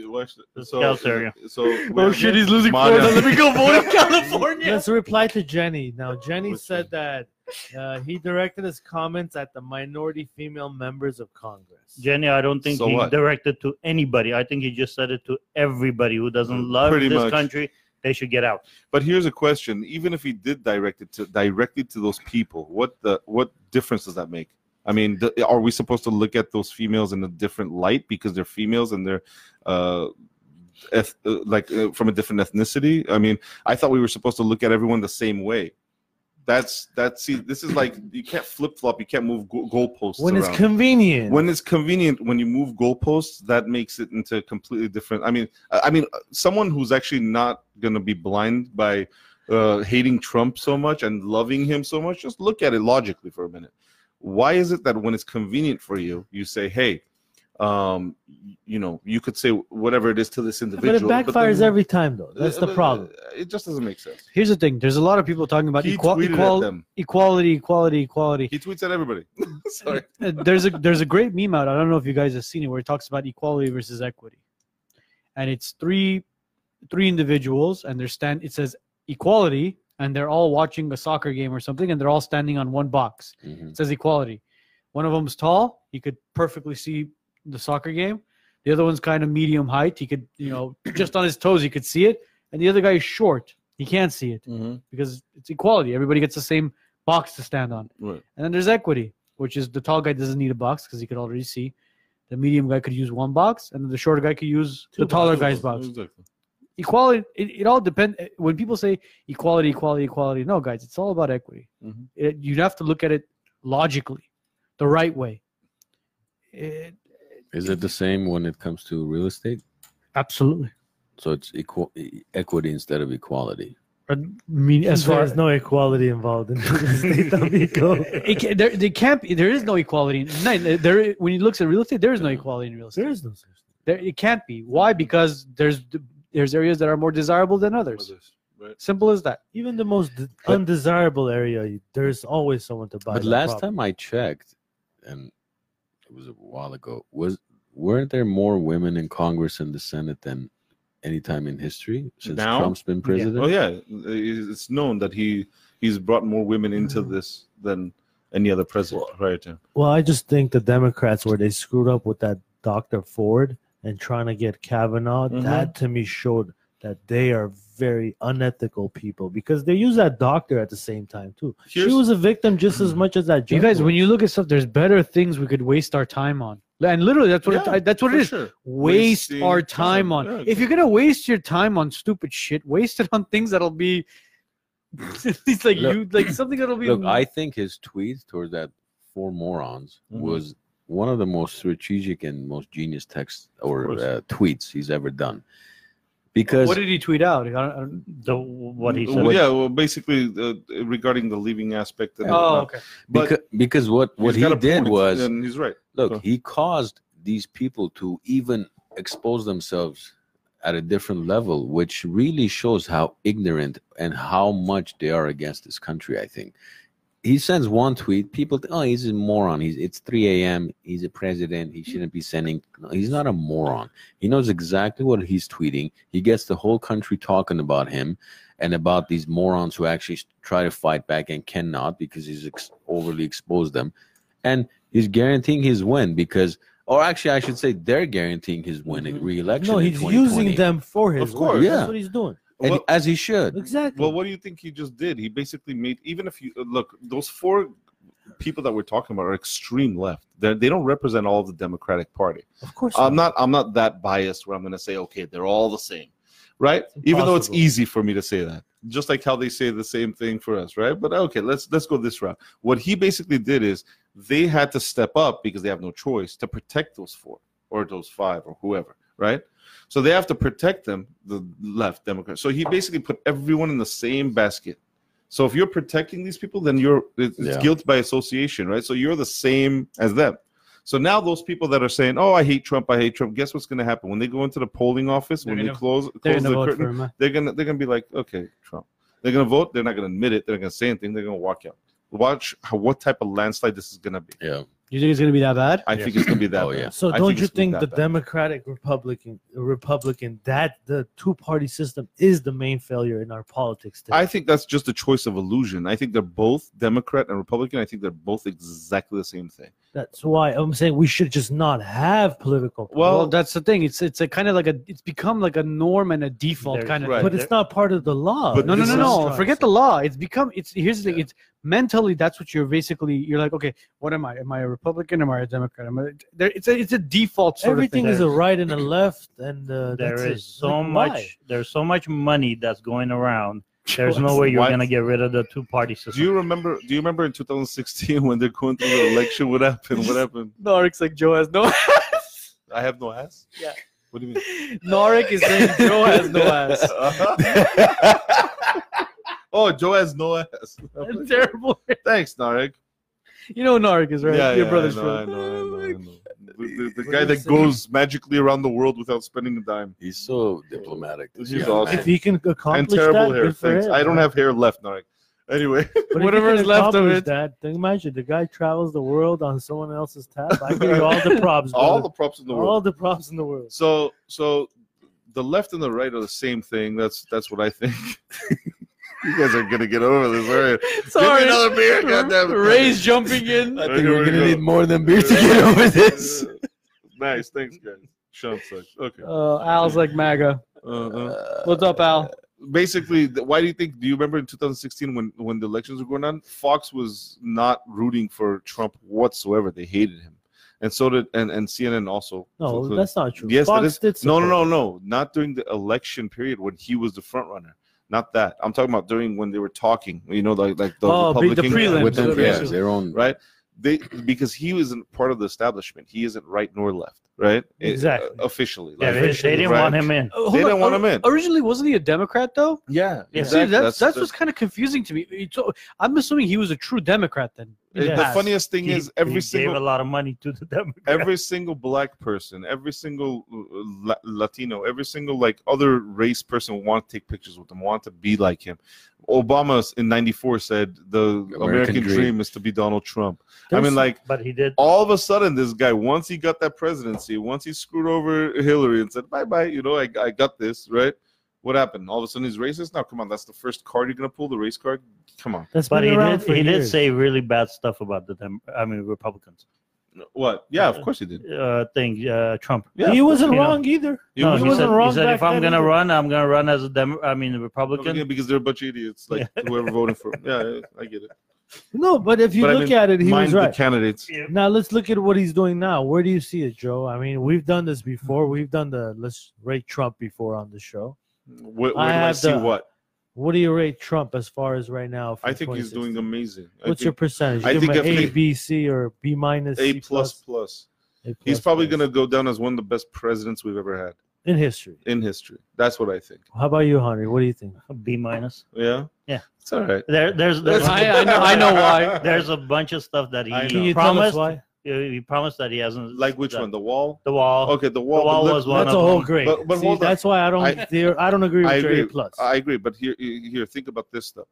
[SPEAKER 2] watch the-
[SPEAKER 5] Scouts area.
[SPEAKER 2] So
[SPEAKER 4] Oh shit, he's losing
[SPEAKER 2] Maya.
[SPEAKER 4] Florida. Let me go vote in California.
[SPEAKER 1] Let's reply to Jenny. Now, Jenny
[SPEAKER 2] Which
[SPEAKER 1] said that uh, he directed his comments at the minority female members of Congress.
[SPEAKER 5] Jenny, I don't think
[SPEAKER 2] So
[SPEAKER 5] he
[SPEAKER 2] what?
[SPEAKER 5] directed to anybody. I think he just said it to everybody who doesn't
[SPEAKER 2] Mm,
[SPEAKER 5] love
[SPEAKER 2] pretty
[SPEAKER 5] this
[SPEAKER 2] much.
[SPEAKER 5] country. They should get out.
[SPEAKER 2] But here's a question: Even if he did direct it to directly to those people, what the what difference does that make? I mean, th- are we supposed to look at those females in a different light because they're females and they're uh, eth- uh, like uh, from a different ethnicity? I mean, I thought we were supposed to look at everyone the same way. That's that's see, this is like you can't flip flop, you can't move go- goalposts
[SPEAKER 1] When it's
[SPEAKER 2] around.
[SPEAKER 1] convenient.
[SPEAKER 2] when it's convenient when you move goalposts that makes it into completely different i mean i I mean uh, someone who's actually not going to be blind by uh, hating trump so much and loving him so much just look at it logically for a minute why is it that when it's convenient for you you say hey um y- you know you could say whatever it is to this
[SPEAKER 1] but
[SPEAKER 2] individual
[SPEAKER 1] it backfires
[SPEAKER 2] then-
[SPEAKER 1] every time, though. That's the
[SPEAKER 2] Uh,
[SPEAKER 1] problem.
[SPEAKER 2] it just doesn't make sense
[SPEAKER 4] Here's the thing. There's a lot of people talking about
[SPEAKER 2] he
[SPEAKER 4] equal,
[SPEAKER 2] tweeted at
[SPEAKER 4] equal,
[SPEAKER 2] them
[SPEAKER 4] equality, equality, equality.
[SPEAKER 2] he tweets at everybody sorry
[SPEAKER 4] Uh, there's a there's a great meme out. I don't know if you guys have seen it, where it talks about equality versus equity, and it's three three individuals, and they're stand. It says equality, and they're all watching a soccer game or something, and they're all standing on one box.
[SPEAKER 3] Mhm.
[SPEAKER 4] It says equality. One of them's tall; he could perfectly see the soccer game. The other one's kind of medium height; he could, you know, just on his toes, he could see it. And the other guy is short; he can't see it
[SPEAKER 2] Mm-hmm.
[SPEAKER 4] because it's equality. Everybody gets the same box to stand on.
[SPEAKER 2] Right.
[SPEAKER 4] And then there's equity, which is the tall guy doesn't need a box because he could already see. The medium guy could use one box, and the shorter guy could use the taller guy's box.
[SPEAKER 2] Exactly.
[SPEAKER 4] Equality. It, it all depends. When people say equality, equality, equality, no, guys, it's all about equity.
[SPEAKER 2] Mhm.
[SPEAKER 4] It, you have to look at it logically, the right way. It,
[SPEAKER 3] Is it the same when it comes to real estate?
[SPEAKER 4] absolutely.
[SPEAKER 3] So it's equal e- equity instead of equality.
[SPEAKER 4] I mean,
[SPEAKER 2] uh,
[SPEAKER 4] as far as
[SPEAKER 1] there's no equality involved in this state of ego.
[SPEAKER 4] it, ca- there, there can't be. There is no equality. In, no, there, when he looks at real estate, there is no equality in real estate.
[SPEAKER 1] There is no such thing.
[SPEAKER 4] There, it can't be. Why?
[SPEAKER 2] Mm-hmm.
[SPEAKER 4] Because there's there's areas that are more desirable than others.
[SPEAKER 2] Right.
[SPEAKER 4] Simple as that.
[SPEAKER 1] Even the most d-
[SPEAKER 3] But-
[SPEAKER 1] undesirable area, there's always someone to buy.
[SPEAKER 3] But
[SPEAKER 1] that
[SPEAKER 3] last
[SPEAKER 1] property.
[SPEAKER 3] time I checked, and it was a while ago, was weren't there more women in Congress and the Senate than any time in history since
[SPEAKER 2] Now?
[SPEAKER 3] Trump's been president?
[SPEAKER 2] Oh yeah, it's known that he he's brought more women into this than any other president prior to. him.
[SPEAKER 1] Well, I just think the Democrats, where they screwed up with that Dr. Ford and trying to get Kavanaugh,
[SPEAKER 2] Mhm.
[SPEAKER 1] that to me showed that they are very unethical people because they use that doctor at the same time too.
[SPEAKER 2] Here's-
[SPEAKER 1] she was a victim just as much as that.
[SPEAKER 4] You
[SPEAKER 1] judge
[SPEAKER 4] guys,
[SPEAKER 1] was.
[SPEAKER 4] when you look at stuff, there's better things we could waste our time on. And literally, that's what
[SPEAKER 2] Yeah,
[SPEAKER 4] it, that's what it
[SPEAKER 2] for
[SPEAKER 4] is.
[SPEAKER 2] sure.
[SPEAKER 4] Waste
[SPEAKER 2] Wasting
[SPEAKER 4] our time
[SPEAKER 2] time.
[SPEAKER 4] on.
[SPEAKER 2] Yeah,
[SPEAKER 4] if you're gonna waste your time on stupid shit, waste it on things that'll be
[SPEAKER 1] it's like
[SPEAKER 3] Look-
[SPEAKER 1] you like something that'll be
[SPEAKER 3] Look, I think his tweet towards that four morons
[SPEAKER 2] Mhm.
[SPEAKER 3] was one of the most strategic and most genius texts or
[SPEAKER 5] course.
[SPEAKER 3] uh, tweets he's ever done. Because
[SPEAKER 1] What did he tweet out? I don't, I don't,
[SPEAKER 5] The what he said.
[SPEAKER 2] Mm, Well, yeah, well, basically uh, regarding the leaving aspect. And
[SPEAKER 1] oh,
[SPEAKER 2] whatnot.
[SPEAKER 1] okay.
[SPEAKER 2] but
[SPEAKER 3] because, because what what
[SPEAKER 2] He's got
[SPEAKER 3] he
[SPEAKER 2] a
[SPEAKER 3] did
[SPEAKER 2] point,
[SPEAKER 3] was
[SPEAKER 2] and he's right.
[SPEAKER 3] look
[SPEAKER 2] So-
[SPEAKER 3] he caused these people to even expose themselves at a different level which really shows how ignorant and how much they are against this country i think he sends one tweet people think, oh he's a moron he's it's 3 a.m he's a president he shouldn't be sending no, he's not a moron he knows exactly what he's tweeting he gets the whole country talking about him and about these morons who actually try to fight back and cannot because he's ex- overly exposed them and he's guaranteeing his win because, or actually, I should say, they're guaranteeing his win in re-election.
[SPEAKER 1] Mm-hmm. No,
[SPEAKER 3] in
[SPEAKER 1] he's using
[SPEAKER 3] 2020.
[SPEAKER 1] them for his.
[SPEAKER 2] Of
[SPEAKER 1] win.
[SPEAKER 2] course.
[SPEAKER 3] Yeah.
[SPEAKER 1] that's what he's doing.
[SPEAKER 3] And-
[SPEAKER 2] Well-
[SPEAKER 3] as he should.
[SPEAKER 1] Exactly.
[SPEAKER 2] Well, what do you think he just did? He basically made even if you uh, look those four people that we're talking about are extreme left. They're, they don't represent all of the Democratic Party.
[SPEAKER 1] of course.
[SPEAKER 2] I'm not I'm not that biased where I'm going to say okay they're all the same, right? Even though it's
[SPEAKER 1] impossible.
[SPEAKER 2] easy for me to say that, just like how they say the same thing for us, right? But okay, let's let's go this route. What he basically did is they had to step up because they have no choice to protect those four or those five or whoever, right? So they have to protect them, the left Democrats. So he basically put everyone in the same basket. So if you're protecting these people, then you're it's, it's
[SPEAKER 3] Yeah.
[SPEAKER 2] guilt by association, right? So you're the same as them. So now those people that are saying, "Oh, I hate Trump, I hate Trump," guess what's going to happen when they go into the polling office
[SPEAKER 1] They're
[SPEAKER 2] when they
[SPEAKER 1] gonna-
[SPEAKER 2] close
[SPEAKER 1] They're
[SPEAKER 2] close
[SPEAKER 1] gonna
[SPEAKER 2] the
[SPEAKER 1] vote
[SPEAKER 2] curtain?
[SPEAKER 1] for him.
[SPEAKER 2] They're gonna they're gonna be like, "Okay, Trump." They're gonna vote. They're not gonna admit it. They're not gonna say anything. They're gonna walk out. Watch how what type of landslide this is gonna be.
[SPEAKER 3] Yeah.
[SPEAKER 1] You think it's gonna be that bad?
[SPEAKER 2] I think it's gonna be that.
[SPEAKER 3] Oh,
[SPEAKER 2] bad.
[SPEAKER 3] yeah.
[SPEAKER 1] So
[SPEAKER 2] I
[SPEAKER 1] don't
[SPEAKER 2] think
[SPEAKER 1] you
[SPEAKER 2] it's gonna be
[SPEAKER 1] think the
[SPEAKER 2] that bad.
[SPEAKER 1] Democratic Republican Republican that the two party system is the main failure in our politics today?
[SPEAKER 2] I think that's just a choice of illusion. I think they're both Democrat and Republican. I think they're both exactly the same thing.
[SPEAKER 1] That's why I'm saying we should just not have political. parties.
[SPEAKER 2] Well-
[SPEAKER 4] Well, that's the thing. It's it's a kind of like a. It's become like a norm and a default
[SPEAKER 5] There-
[SPEAKER 4] kind of.
[SPEAKER 2] right.
[SPEAKER 1] but it's not part of the law.
[SPEAKER 2] But
[SPEAKER 4] No, no,
[SPEAKER 2] this
[SPEAKER 4] no,
[SPEAKER 2] is-
[SPEAKER 4] no. Forget the law. It's become. It's here's the thing. It's mentally. That's what you're basically. You're like, okay, what am I? Am I a Republican? Am I a Democrat? Am I? There, it's a it's a default sort
[SPEAKER 1] Everything
[SPEAKER 4] of
[SPEAKER 1] is
[SPEAKER 4] thing.
[SPEAKER 1] a right and a left, and uh, that's
[SPEAKER 5] there
[SPEAKER 1] it.
[SPEAKER 5] is so
[SPEAKER 1] Like, why?
[SPEAKER 5] much there's so much money that's going around there's no way you're
[SPEAKER 2] Why-
[SPEAKER 5] gonna get rid of the two party
[SPEAKER 2] Do
[SPEAKER 5] system
[SPEAKER 2] you remember? Do you remember in 2016 when they're going through the election? What happened? What happened?
[SPEAKER 4] Norik's like Joe has no.
[SPEAKER 2] I have no ass.
[SPEAKER 4] Yeah.
[SPEAKER 2] What do you mean?
[SPEAKER 4] Norik is saying Joe has no ass.
[SPEAKER 2] oh, Joe has no ass.
[SPEAKER 4] That's terrible.
[SPEAKER 2] Thanks, Narek.
[SPEAKER 4] You know Norik is right.
[SPEAKER 2] Yeah,
[SPEAKER 4] Your
[SPEAKER 2] yeah,
[SPEAKER 4] brother's
[SPEAKER 2] I know,
[SPEAKER 4] friend.
[SPEAKER 2] I know, I know, I know. The, the- the guy that goes magically around the world without spending a dime.
[SPEAKER 3] He's so diplomatic. this
[SPEAKER 2] He's
[SPEAKER 3] young
[SPEAKER 2] awesome.
[SPEAKER 1] If he can
[SPEAKER 2] And
[SPEAKER 1] accomplish
[SPEAKER 2] terrible
[SPEAKER 1] that,
[SPEAKER 2] hair.
[SPEAKER 1] good for
[SPEAKER 2] Thanks.
[SPEAKER 1] him,
[SPEAKER 2] I don't
[SPEAKER 1] man.
[SPEAKER 2] have hair left, Narek. Anyway,
[SPEAKER 1] But if he
[SPEAKER 4] Whatever
[SPEAKER 1] can
[SPEAKER 4] is left of
[SPEAKER 1] accomplish
[SPEAKER 4] it.
[SPEAKER 1] That then imagine the guy travels the world on someone else's tab. I give you all the props.
[SPEAKER 2] all the
[SPEAKER 1] brother.
[SPEAKER 2] props in the
[SPEAKER 1] all
[SPEAKER 2] world.
[SPEAKER 1] the props in the world.
[SPEAKER 2] So, so the left and the right are the same thing. That's that's what I think. you guys are gonna get over this, all right?
[SPEAKER 4] Sorry.
[SPEAKER 2] Give me another beer, goddamn. it.
[SPEAKER 4] Ray's jumping in.
[SPEAKER 3] I
[SPEAKER 2] Here
[SPEAKER 3] think we're
[SPEAKER 2] we
[SPEAKER 3] gonna
[SPEAKER 2] go.
[SPEAKER 3] need more than beer to get over this.
[SPEAKER 2] nice, thanks, guys. Sean sucks. Okay.
[SPEAKER 4] Uh, Al's like MAGA.
[SPEAKER 3] Uh-huh.
[SPEAKER 2] Uh-uh.
[SPEAKER 3] Uh,
[SPEAKER 4] What's up, Al?
[SPEAKER 2] basically th- why do you think do you remember in 2016 when when the elections were going on fox was not rooting for trump whatsoever they hated him and so did and and cnn also
[SPEAKER 1] No,
[SPEAKER 2] So-
[SPEAKER 1] that's not true.
[SPEAKER 2] yes that
[SPEAKER 1] Fox
[SPEAKER 2] is
[SPEAKER 1] did
[SPEAKER 2] no no no
[SPEAKER 1] support
[SPEAKER 2] no not during the election period when he was the front runner not that i'm talking about during when they were talking you know like like the
[SPEAKER 4] Oh, be- the
[SPEAKER 2] Republican-
[SPEAKER 4] prelims,
[SPEAKER 3] With them,
[SPEAKER 4] the
[SPEAKER 3] yeah,
[SPEAKER 4] prelims.
[SPEAKER 3] their own.
[SPEAKER 2] right they because he isn't part of the establishment he isn't right nor left right Eh,
[SPEAKER 1] Exactly.
[SPEAKER 2] officially
[SPEAKER 5] yeah, they, they didn't
[SPEAKER 2] right?
[SPEAKER 5] want him in
[SPEAKER 4] Uh, hold
[SPEAKER 2] They
[SPEAKER 4] on.
[SPEAKER 2] didn't want him in.
[SPEAKER 4] Originally, wasn't he a Democrat though?
[SPEAKER 2] yeah
[SPEAKER 5] Yeah.
[SPEAKER 4] See, that's that's,
[SPEAKER 2] the-
[SPEAKER 4] what's kind of confusing to me. It's- I'm assuming he was a true Democrat then.
[SPEAKER 2] eh, the
[SPEAKER 5] Yes.
[SPEAKER 2] funniest thing
[SPEAKER 5] He-
[SPEAKER 2] is every
[SPEAKER 5] he
[SPEAKER 2] single
[SPEAKER 5] gave a lot of money to the Democrats.
[SPEAKER 2] every single black person, every single uh, La- Latino, every single like other race person want to take pictures with him, want to be like him. Obama in '94 said the American, dream.
[SPEAKER 3] dream.
[SPEAKER 2] is to be Donald Trump. I
[SPEAKER 1] There's-
[SPEAKER 2] mean, like
[SPEAKER 5] but he did
[SPEAKER 2] all of a sudden, this guy once he got that presidency, once he screwed over Hillary and said bye bye, you know, I, I got this right. What happened? All of a sudden, he's racist. Now, come on, that's the first card you're gonna pull, the race card. Come on,
[SPEAKER 1] That's
[SPEAKER 5] but
[SPEAKER 1] been
[SPEAKER 5] he
[SPEAKER 1] around
[SPEAKER 5] did
[SPEAKER 1] for
[SPEAKER 5] he did
[SPEAKER 1] years.
[SPEAKER 5] say really bad stuff about the Dem- i mean republicans
[SPEAKER 2] what? Yeah, of course he did.
[SPEAKER 5] uh thing uh trump
[SPEAKER 2] Yeah,
[SPEAKER 1] he wasn't
[SPEAKER 5] you know.
[SPEAKER 1] wrong either.
[SPEAKER 2] He
[SPEAKER 5] no,
[SPEAKER 2] was-
[SPEAKER 5] he,
[SPEAKER 1] wasn't
[SPEAKER 5] said,
[SPEAKER 1] wrong
[SPEAKER 5] he said
[SPEAKER 1] back
[SPEAKER 5] if i'm
[SPEAKER 1] then
[SPEAKER 5] gonna
[SPEAKER 1] either."
[SPEAKER 5] run i'm gonna run as a Dem- i mean
[SPEAKER 2] Yeah,
[SPEAKER 5] republican
[SPEAKER 2] because they're a bunch of idiots, like whoever voted for him. Yeah, I get it.
[SPEAKER 1] No, but if you
[SPEAKER 2] But I
[SPEAKER 1] look
[SPEAKER 2] mean,
[SPEAKER 1] at it, he
[SPEAKER 2] Mind
[SPEAKER 1] was
[SPEAKER 2] the
[SPEAKER 1] right.
[SPEAKER 2] candidates.
[SPEAKER 1] Now let's look at what he's doing now. Where do you see it, Joe? I mean, we've done this before. We've done the let's rate Trump before on the show.
[SPEAKER 2] Where, where do
[SPEAKER 1] I
[SPEAKER 2] I
[SPEAKER 1] have
[SPEAKER 2] see
[SPEAKER 1] the-
[SPEAKER 2] what?
[SPEAKER 1] What do you rate Trump as far as right now? for
[SPEAKER 2] I think he's doing
[SPEAKER 1] 2016?
[SPEAKER 2] amazing. I
[SPEAKER 1] What's your
[SPEAKER 2] think
[SPEAKER 1] percentage? You
[SPEAKER 2] I
[SPEAKER 1] give him
[SPEAKER 2] think
[SPEAKER 1] an A,
[SPEAKER 2] if he-
[SPEAKER 1] B, C, or B minus,
[SPEAKER 2] A
[SPEAKER 1] C
[SPEAKER 2] plus plus?
[SPEAKER 1] A
[SPEAKER 2] He's
[SPEAKER 1] plus
[SPEAKER 2] probably
[SPEAKER 1] plus.
[SPEAKER 2] gonna go down as one of the best presidents we've ever had
[SPEAKER 1] in history.
[SPEAKER 2] in history. That's what I think.
[SPEAKER 1] How about you, Henry? What do you think?
[SPEAKER 5] A B minus.
[SPEAKER 2] Yeah.
[SPEAKER 5] Yeah.
[SPEAKER 2] It's all right.
[SPEAKER 5] There, there's, there's
[SPEAKER 4] I- I know- I know why.
[SPEAKER 5] There's a bunch of stuff that
[SPEAKER 2] I know.
[SPEAKER 1] Can
[SPEAKER 5] he
[SPEAKER 1] you tell us
[SPEAKER 5] promised.
[SPEAKER 1] why?
[SPEAKER 5] He he promised that he hasn't.
[SPEAKER 2] Like which
[SPEAKER 5] that-
[SPEAKER 2] one? The wall.
[SPEAKER 5] The wall.
[SPEAKER 2] Okay, the wall.
[SPEAKER 5] Oh, The wall
[SPEAKER 2] but
[SPEAKER 5] was one
[SPEAKER 1] That's a
[SPEAKER 5] of
[SPEAKER 1] whole
[SPEAKER 5] them.
[SPEAKER 1] grade.
[SPEAKER 2] But- but
[SPEAKER 1] See,
[SPEAKER 2] hold on.
[SPEAKER 1] that's why I don't.
[SPEAKER 2] I-
[SPEAKER 1] there- I don't agree with
[SPEAKER 2] I
[SPEAKER 1] your A
[SPEAKER 2] agree.
[SPEAKER 1] plus.
[SPEAKER 2] I agree, but here, here, think about this though.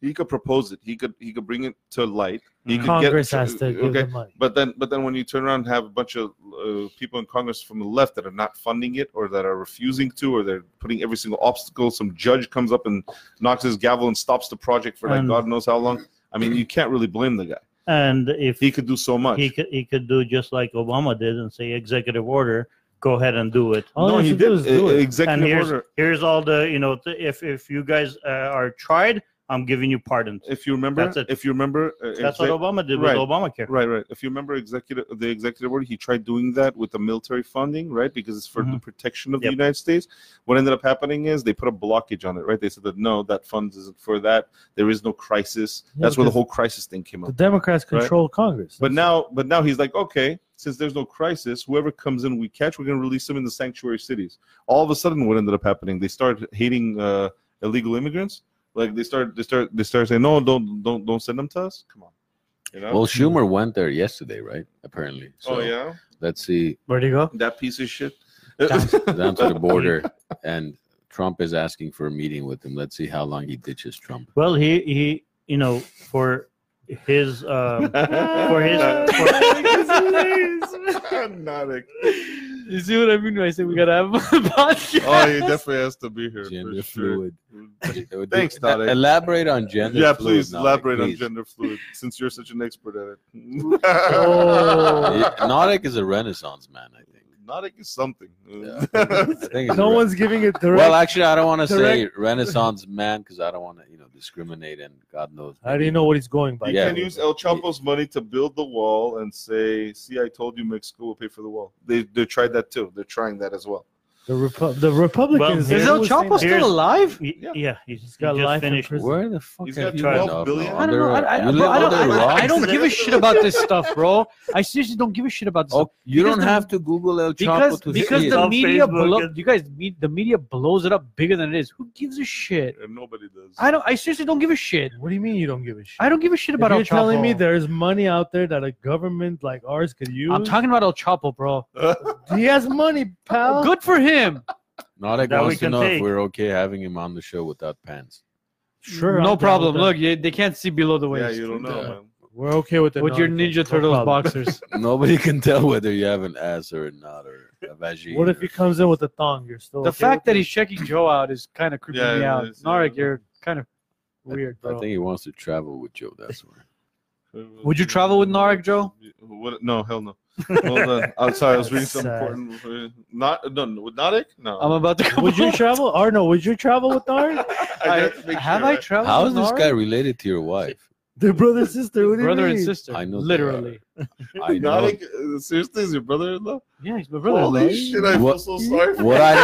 [SPEAKER 2] He could propose it. He could, he could bring it to light. He could get-
[SPEAKER 1] Congress has to give
[SPEAKER 2] okay,
[SPEAKER 1] them money.
[SPEAKER 2] But then, but then when you turn around and have a bunch of uh, people in Congress from the left that are not funding it or that are refusing to, or they're putting every single obstacle, some judge comes up and knocks his gavel and stops the project for like
[SPEAKER 5] And-
[SPEAKER 2] God knows how long. I mean, you can't really blame the guy.
[SPEAKER 5] And if
[SPEAKER 2] He could do so much.
[SPEAKER 5] he could he could do just like Obama did and say executive order, go ahead and do it.
[SPEAKER 1] All
[SPEAKER 2] no,
[SPEAKER 1] they
[SPEAKER 2] he
[SPEAKER 1] have to do
[SPEAKER 2] did.
[SPEAKER 1] is do
[SPEAKER 2] Uh,
[SPEAKER 1] it.
[SPEAKER 5] And
[SPEAKER 2] Executive
[SPEAKER 5] here's
[SPEAKER 2] order.
[SPEAKER 5] here's all the you know th- if if you guys uh, are tried, I'm giving you pardons.
[SPEAKER 2] If you remember,
[SPEAKER 5] That's it.
[SPEAKER 2] if you remember, uh,
[SPEAKER 5] That's
[SPEAKER 2] exec-
[SPEAKER 5] what Obama did with
[SPEAKER 2] right.
[SPEAKER 5] Obamacare.
[SPEAKER 2] Right, right. If you remember executive the executive order, he tried doing that with the military funding, right? Because it's
[SPEAKER 1] Mm-hmm.
[SPEAKER 2] for the protection of
[SPEAKER 5] Yep.
[SPEAKER 2] the United States. What ended up happening is they put a blockage on it, right? They said that no, that funds isn't for that. There is no crisis.
[SPEAKER 1] Yeah,
[SPEAKER 2] That's where the
[SPEAKER 1] because-
[SPEAKER 2] whole crisis thing came
[SPEAKER 1] The
[SPEAKER 2] up.
[SPEAKER 1] Democrats
[SPEAKER 2] Right.
[SPEAKER 1] control Congress.
[SPEAKER 2] But
[SPEAKER 1] That's
[SPEAKER 2] now, but now he's like, okay, since there's no crisis, whoever comes in, we catch. We're going to release them in the sanctuary cities. All of a sudden, what ended up happening? They started hating uh, illegal immigrants. Like they start, they start, they start saying, no, don't, don't, don't send them to us. Come on. You know?
[SPEAKER 3] Well, Schumer went there yesterday, right? Apparently. So
[SPEAKER 2] oh yeah.
[SPEAKER 3] Let's see
[SPEAKER 1] it. Where'd he go?
[SPEAKER 2] that piece of shit.
[SPEAKER 3] down to the border, and Trump is asking for a meeting with him. Let's see how long he ditches Trump.
[SPEAKER 5] Well, he he you know for his um, for his
[SPEAKER 2] Hypnotic.
[SPEAKER 4] You see what I mean when I say we gotta have a podcast?
[SPEAKER 2] Oh, he definitely has to be here.
[SPEAKER 3] Gender
[SPEAKER 2] for sure.
[SPEAKER 3] fluid. It would be-
[SPEAKER 2] Thanks, Tarek.
[SPEAKER 3] Elaborate on gender.
[SPEAKER 2] Yeah,
[SPEAKER 3] fluid,
[SPEAKER 2] please
[SPEAKER 3] Nadik,
[SPEAKER 2] elaborate on
[SPEAKER 3] please.
[SPEAKER 2] gender fluid since you're such an expert at it.
[SPEAKER 1] Oh.
[SPEAKER 3] Yeah, Nadik is a renaissance man, I think.
[SPEAKER 2] Hypnotic is something.
[SPEAKER 3] Yeah, I think- I think he's
[SPEAKER 1] No
[SPEAKER 3] a re-
[SPEAKER 1] one's giving it direct.
[SPEAKER 3] Well, actually, I don't want to say
[SPEAKER 1] Direct-
[SPEAKER 3] renaissance man because I don't want to, you know, discriminate and God knows.
[SPEAKER 1] How do you know what he's going by?
[SPEAKER 2] You
[SPEAKER 3] Yeah.
[SPEAKER 2] can use El Chapo's money to build the wall and say, "See, I told you, Mexico will pay for the wall." They they tried that too. They're trying that as well.
[SPEAKER 1] The Repu- the Republicans.
[SPEAKER 5] Well,
[SPEAKER 1] they
[SPEAKER 4] Is El
[SPEAKER 1] always say
[SPEAKER 4] Chapo
[SPEAKER 1] that.
[SPEAKER 5] Here's-
[SPEAKER 4] still alive?
[SPEAKER 5] he-
[SPEAKER 2] Yeah.
[SPEAKER 5] yeah he's, he's
[SPEAKER 1] got
[SPEAKER 5] got just
[SPEAKER 1] life in
[SPEAKER 5] finished.
[SPEAKER 1] prison.
[SPEAKER 3] Where the fuck
[SPEAKER 2] He's got
[SPEAKER 3] have you
[SPEAKER 2] 12
[SPEAKER 3] been off,
[SPEAKER 2] billion?
[SPEAKER 3] man?
[SPEAKER 4] I don't know. I, I,
[SPEAKER 3] You live
[SPEAKER 4] bro, I don't,
[SPEAKER 3] under
[SPEAKER 4] I-
[SPEAKER 3] rocks?
[SPEAKER 4] I don't give a shit about this stuff, bro. I seriously don't give a shit about this.
[SPEAKER 3] Oh, you
[SPEAKER 4] Because
[SPEAKER 3] don't
[SPEAKER 4] the-
[SPEAKER 3] have to Google El Chapo
[SPEAKER 4] because
[SPEAKER 3] to
[SPEAKER 4] because
[SPEAKER 3] see
[SPEAKER 4] the
[SPEAKER 3] it.
[SPEAKER 5] On
[SPEAKER 4] media
[SPEAKER 5] Facebook
[SPEAKER 4] blow,
[SPEAKER 5] and-
[SPEAKER 4] you guys me- the media blows it up bigger than it is. Who gives a shit?
[SPEAKER 2] And nobody does.
[SPEAKER 4] I don't. I seriously don't give a shit.
[SPEAKER 1] What do you mean you don't give a shit?
[SPEAKER 4] I don't give a shit
[SPEAKER 1] If
[SPEAKER 4] about El
[SPEAKER 1] you're telling
[SPEAKER 4] Chapo.
[SPEAKER 1] me there's money out there that a government like ours could use.
[SPEAKER 4] I'm talking about El Chapo, bro.
[SPEAKER 1] He has money, pal.
[SPEAKER 4] Good for him.
[SPEAKER 3] Nadik
[SPEAKER 5] That we
[SPEAKER 3] wants to
[SPEAKER 5] can
[SPEAKER 3] know
[SPEAKER 5] take.
[SPEAKER 3] if we're okay having him on the show without pants.
[SPEAKER 1] Sure, I'm down
[SPEAKER 4] no
[SPEAKER 1] with
[SPEAKER 4] problem.
[SPEAKER 1] that.
[SPEAKER 4] Look, you, they can't see below the waist.
[SPEAKER 2] yeah, you don't know,
[SPEAKER 3] Yeah.
[SPEAKER 2] man.
[SPEAKER 1] we're okay with it.
[SPEAKER 4] With your Ninja Turtles boxers.
[SPEAKER 3] Nobody can tell whether you have an ass or not or a vagina.
[SPEAKER 1] What if he comes in with a thong? You're still
[SPEAKER 4] the
[SPEAKER 1] okay
[SPEAKER 4] fact
[SPEAKER 1] with
[SPEAKER 4] that he's checking Joe out is kind of creeping
[SPEAKER 2] Yeah,
[SPEAKER 4] me
[SPEAKER 2] it
[SPEAKER 4] out.
[SPEAKER 2] is, yeah.
[SPEAKER 4] Narek, you're kind of weird,
[SPEAKER 3] I
[SPEAKER 4] bro.
[SPEAKER 3] think he wants to travel with Joe. That's why.
[SPEAKER 4] Would you travel with Narek, Joe?
[SPEAKER 2] What, no, hell no. Hold on. I'm sorry, I was reading
[SPEAKER 1] That's
[SPEAKER 2] something
[SPEAKER 1] sad.
[SPEAKER 2] important. Not no, no with Narek? No.
[SPEAKER 4] I'm about to
[SPEAKER 1] it?
[SPEAKER 4] come.
[SPEAKER 1] Would you travel? Or no? Would you travel with Narek?
[SPEAKER 2] I
[SPEAKER 4] I,
[SPEAKER 2] have to make
[SPEAKER 4] have
[SPEAKER 2] sure,
[SPEAKER 4] I
[SPEAKER 2] right?
[SPEAKER 4] traveled?
[SPEAKER 3] How
[SPEAKER 4] with
[SPEAKER 3] is this
[SPEAKER 4] Narek?
[SPEAKER 3] guy related to your wife?
[SPEAKER 1] They're brother and sister. What do you
[SPEAKER 4] Brother and
[SPEAKER 1] mean?
[SPEAKER 4] sister.
[SPEAKER 3] I know they
[SPEAKER 4] Literally.
[SPEAKER 3] I know.
[SPEAKER 2] Narek, uh, seriously, is your brother-in-law?
[SPEAKER 4] Yeah, he's my brother.
[SPEAKER 2] Holy
[SPEAKER 4] bro.
[SPEAKER 2] shit! I
[SPEAKER 3] What-
[SPEAKER 2] feel so sorry. For
[SPEAKER 3] What I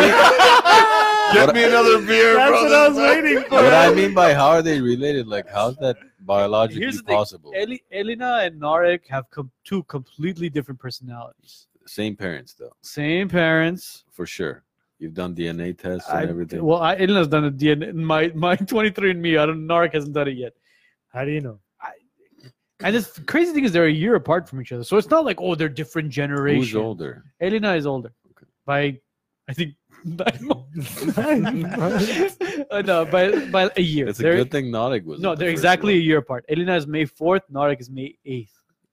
[SPEAKER 3] mean,
[SPEAKER 2] Get
[SPEAKER 3] what,
[SPEAKER 2] me another beer,
[SPEAKER 1] That's
[SPEAKER 2] bro.
[SPEAKER 1] what I was
[SPEAKER 2] This is-
[SPEAKER 1] waiting
[SPEAKER 3] what I mean by how are they related? Like, how's that biologically
[SPEAKER 4] Here's the thing,
[SPEAKER 3] possible?
[SPEAKER 4] Eli- Elena and Narek have com- two completely different personalities.
[SPEAKER 3] Same parents, though,
[SPEAKER 4] Same parents.
[SPEAKER 3] for sure. You've done DNA tests and
[SPEAKER 4] I-
[SPEAKER 3] everything.
[SPEAKER 4] well, I, Elena's done a DNA. My my 23 and me. I don't. Narek hasn't done it yet.
[SPEAKER 1] How do you know?
[SPEAKER 4] And this crazy thing is they're a year apart from each other, so it's not like oh they're different generations.
[SPEAKER 3] Who's older?
[SPEAKER 4] Elena is older
[SPEAKER 3] Okay.
[SPEAKER 4] by, I think, nine months.
[SPEAKER 1] months.
[SPEAKER 4] Uh, no, by by a year.
[SPEAKER 3] It's a
[SPEAKER 4] They're-
[SPEAKER 3] good thing Nautic was.
[SPEAKER 4] No, they're exactly a year apart. Elena is May 4th, Narek is May 8th,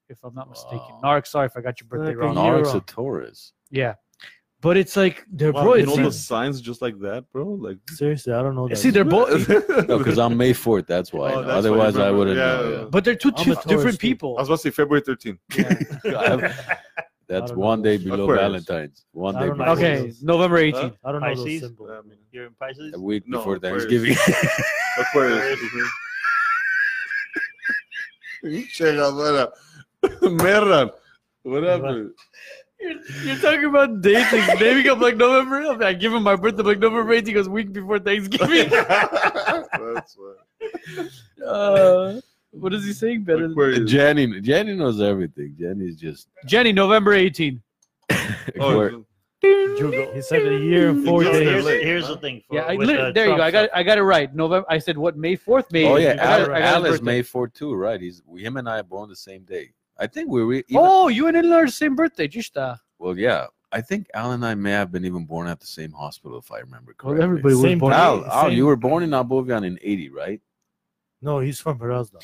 [SPEAKER 4] if I'm not mistaken.
[SPEAKER 3] Wow.
[SPEAKER 4] Narek, sorry if I got your
[SPEAKER 1] Like
[SPEAKER 4] birthday
[SPEAKER 1] a
[SPEAKER 4] wrong.
[SPEAKER 1] year-
[SPEAKER 3] Nautic's a
[SPEAKER 1] wrong.
[SPEAKER 3] Taurus.
[SPEAKER 4] Yeah. But it's like they're
[SPEAKER 2] Wow,
[SPEAKER 4] bro,
[SPEAKER 2] you
[SPEAKER 4] it's
[SPEAKER 2] know the
[SPEAKER 4] see-
[SPEAKER 2] signs just like that, bro. Like,
[SPEAKER 1] Seriously, I don't know. That.
[SPEAKER 4] see they're both
[SPEAKER 3] No, because I'm May 4th. That's why. I
[SPEAKER 2] Oh,
[SPEAKER 3] know.
[SPEAKER 2] that's why you
[SPEAKER 3] Otherwise, I
[SPEAKER 2] remember.
[SPEAKER 3] wouldn't
[SPEAKER 2] Yeah.
[SPEAKER 3] know.
[SPEAKER 4] but they're two,
[SPEAKER 1] I'm a
[SPEAKER 4] two
[SPEAKER 1] Taurus,
[SPEAKER 4] different
[SPEAKER 1] too.
[SPEAKER 2] I was
[SPEAKER 4] people.
[SPEAKER 2] about to say February 13th.
[SPEAKER 3] yeah. I have-
[SPEAKER 1] I
[SPEAKER 3] That's
[SPEAKER 1] don't
[SPEAKER 3] one
[SPEAKER 1] know.
[SPEAKER 3] day below
[SPEAKER 2] Aquarius.
[SPEAKER 3] Valentine's. One
[SPEAKER 1] I
[SPEAKER 3] day.
[SPEAKER 1] don't know.
[SPEAKER 3] Below.
[SPEAKER 4] Okay, November 18th.
[SPEAKER 1] I don't know
[SPEAKER 5] Pisces?
[SPEAKER 1] those symbols.
[SPEAKER 2] I mean,
[SPEAKER 5] You're in Pisces.
[SPEAKER 3] A week
[SPEAKER 2] No,
[SPEAKER 3] before
[SPEAKER 2] Aquarius.
[SPEAKER 3] Thanksgiving.
[SPEAKER 2] Aquarius. You Check out that out. Merran, what happened?
[SPEAKER 4] You're, you're talking about dating, naming up like November. I give him my birthday like November 18th, because week before Thanksgiving.
[SPEAKER 2] I That's why.
[SPEAKER 4] Uh, what is he saying? Better than-
[SPEAKER 2] Aquarius.
[SPEAKER 3] Jenny, Jenny knows everything. Jenny's just
[SPEAKER 4] Jenny, November 18.
[SPEAKER 2] Oh,
[SPEAKER 3] Aquar-
[SPEAKER 1] He said a year and four
[SPEAKER 2] Yeah,
[SPEAKER 5] Here's,
[SPEAKER 1] days.
[SPEAKER 2] there's-
[SPEAKER 5] here's, here's the thing. For,
[SPEAKER 4] Yeah, I
[SPEAKER 5] with,
[SPEAKER 4] lit-
[SPEAKER 5] uh,
[SPEAKER 4] there you go. I
[SPEAKER 5] Trump
[SPEAKER 4] got it,
[SPEAKER 5] stuff.
[SPEAKER 4] I got it right. November. I said what? May 4th. May.
[SPEAKER 3] oh
[SPEAKER 4] I
[SPEAKER 3] yeah,
[SPEAKER 4] got it
[SPEAKER 3] Al-
[SPEAKER 4] right. I got his
[SPEAKER 3] Alice
[SPEAKER 4] birthday.
[SPEAKER 3] May 4 too, right? He's him and I are born the same day. I think we were even,
[SPEAKER 4] Oh, you and Ella are the same birthday. Just uh,
[SPEAKER 3] well, yeah. I think Al and I may have been even born at the same hospital, if I remember correctly.
[SPEAKER 1] Well, everybody was
[SPEAKER 7] Same
[SPEAKER 1] born.
[SPEAKER 3] Al, Al,
[SPEAKER 7] Same-
[SPEAKER 3] you were born in Abovian in '80, right?
[SPEAKER 1] No, he's from Herazdan.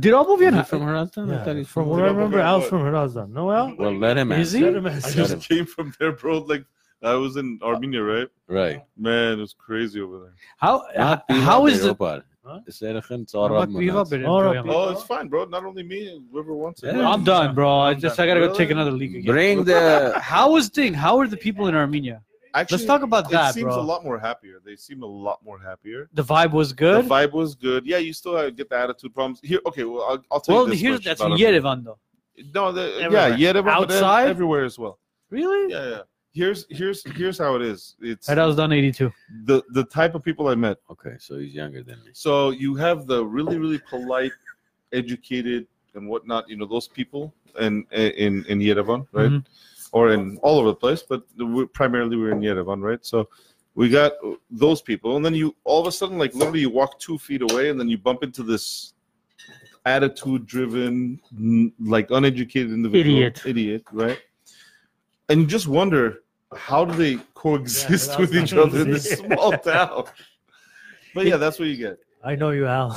[SPEAKER 4] did Albovian?
[SPEAKER 3] Is he
[SPEAKER 4] have
[SPEAKER 3] from Horizon? I thought
[SPEAKER 1] Yeah,
[SPEAKER 3] he's
[SPEAKER 1] from
[SPEAKER 3] from.
[SPEAKER 1] what I remember,
[SPEAKER 2] Zimbabwe.
[SPEAKER 1] Al's from Herazdan. No, Al?
[SPEAKER 3] Well, let him
[SPEAKER 4] Is
[SPEAKER 3] answer.
[SPEAKER 4] he?
[SPEAKER 1] Let him
[SPEAKER 2] I
[SPEAKER 1] ask.
[SPEAKER 3] Got
[SPEAKER 2] just
[SPEAKER 3] him.
[SPEAKER 2] came from there, bro. Like I was in Armenia, right?
[SPEAKER 3] Right.
[SPEAKER 2] Man, it was crazy over there.
[SPEAKER 4] how?
[SPEAKER 3] Not
[SPEAKER 4] h- Uh, how
[SPEAKER 3] Bilal
[SPEAKER 4] is the?
[SPEAKER 3] Beyobar.
[SPEAKER 1] Huh?
[SPEAKER 3] Is there a Khan
[SPEAKER 4] Not
[SPEAKER 3] Sarab
[SPEAKER 4] Bilal
[SPEAKER 3] Manaz?
[SPEAKER 4] Beyobar.
[SPEAKER 1] All right,
[SPEAKER 2] Oh, it's fine, bro. Not only me, whoever wants it.
[SPEAKER 3] Yeah.
[SPEAKER 4] I'm done, bro. I just I gotta go
[SPEAKER 2] Really?
[SPEAKER 4] take another leak again.
[SPEAKER 3] Bring the.
[SPEAKER 4] How is thing? How are the people in Armenia?
[SPEAKER 2] Actually,
[SPEAKER 4] Let's talk about that,
[SPEAKER 2] It seems
[SPEAKER 4] bro.
[SPEAKER 2] a lot more happier. They seem a lot more happier.
[SPEAKER 4] The vibe was
[SPEAKER 2] The
[SPEAKER 4] good.
[SPEAKER 2] vibe was good. Yeah, you still have, get the attitude problems. Here, okay. Well, I'll, I'll tell
[SPEAKER 4] well,
[SPEAKER 2] you this
[SPEAKER 4] here's
[SPEAKER 2] much
[SPEAKER 4] that's in
[SPEAKER 2] about Armenia.
[SPEAKER 4] Yerevan though.
[SPEAKER 2] No, the, yeah,
[SPEAKER 5] Everywhere.
[SPEAKER 2] Yerevan, but then
[SPEAKER 4] Outside?
[SPEAKER 2] everywhere as well.
[SPEAKER 4] Really?
[SPEAKER 2] Yeah, yeah. Here's here's here's how it is. It's
[SPEAKER 4] That was done 82.
[SPEAKER 2] the the type of people I met.
[SPEAKER 3] Okay, so he's younger than me.
[SPEAKER 2] So you have the really, really polite, educated, and whatnot. You know those people, and in in Yerevan, right,
[SPEAKER 4] Mhm.
[SPEAKER 2] or in all over the place, but we primarily we're in Yerevan, right? So we got those people, and then you all of a sudden, like literally, you walk two feet away, and then you bump into this attitude-driven, n- like uneducated individual,
[SPEAKER 5] Idiot.
[SPEAKER 2] idiot, right? And you just wonder how do they coexist with each other in this small town. But yeah, that's what you get.
[SPEAKER 1] I know you, Al.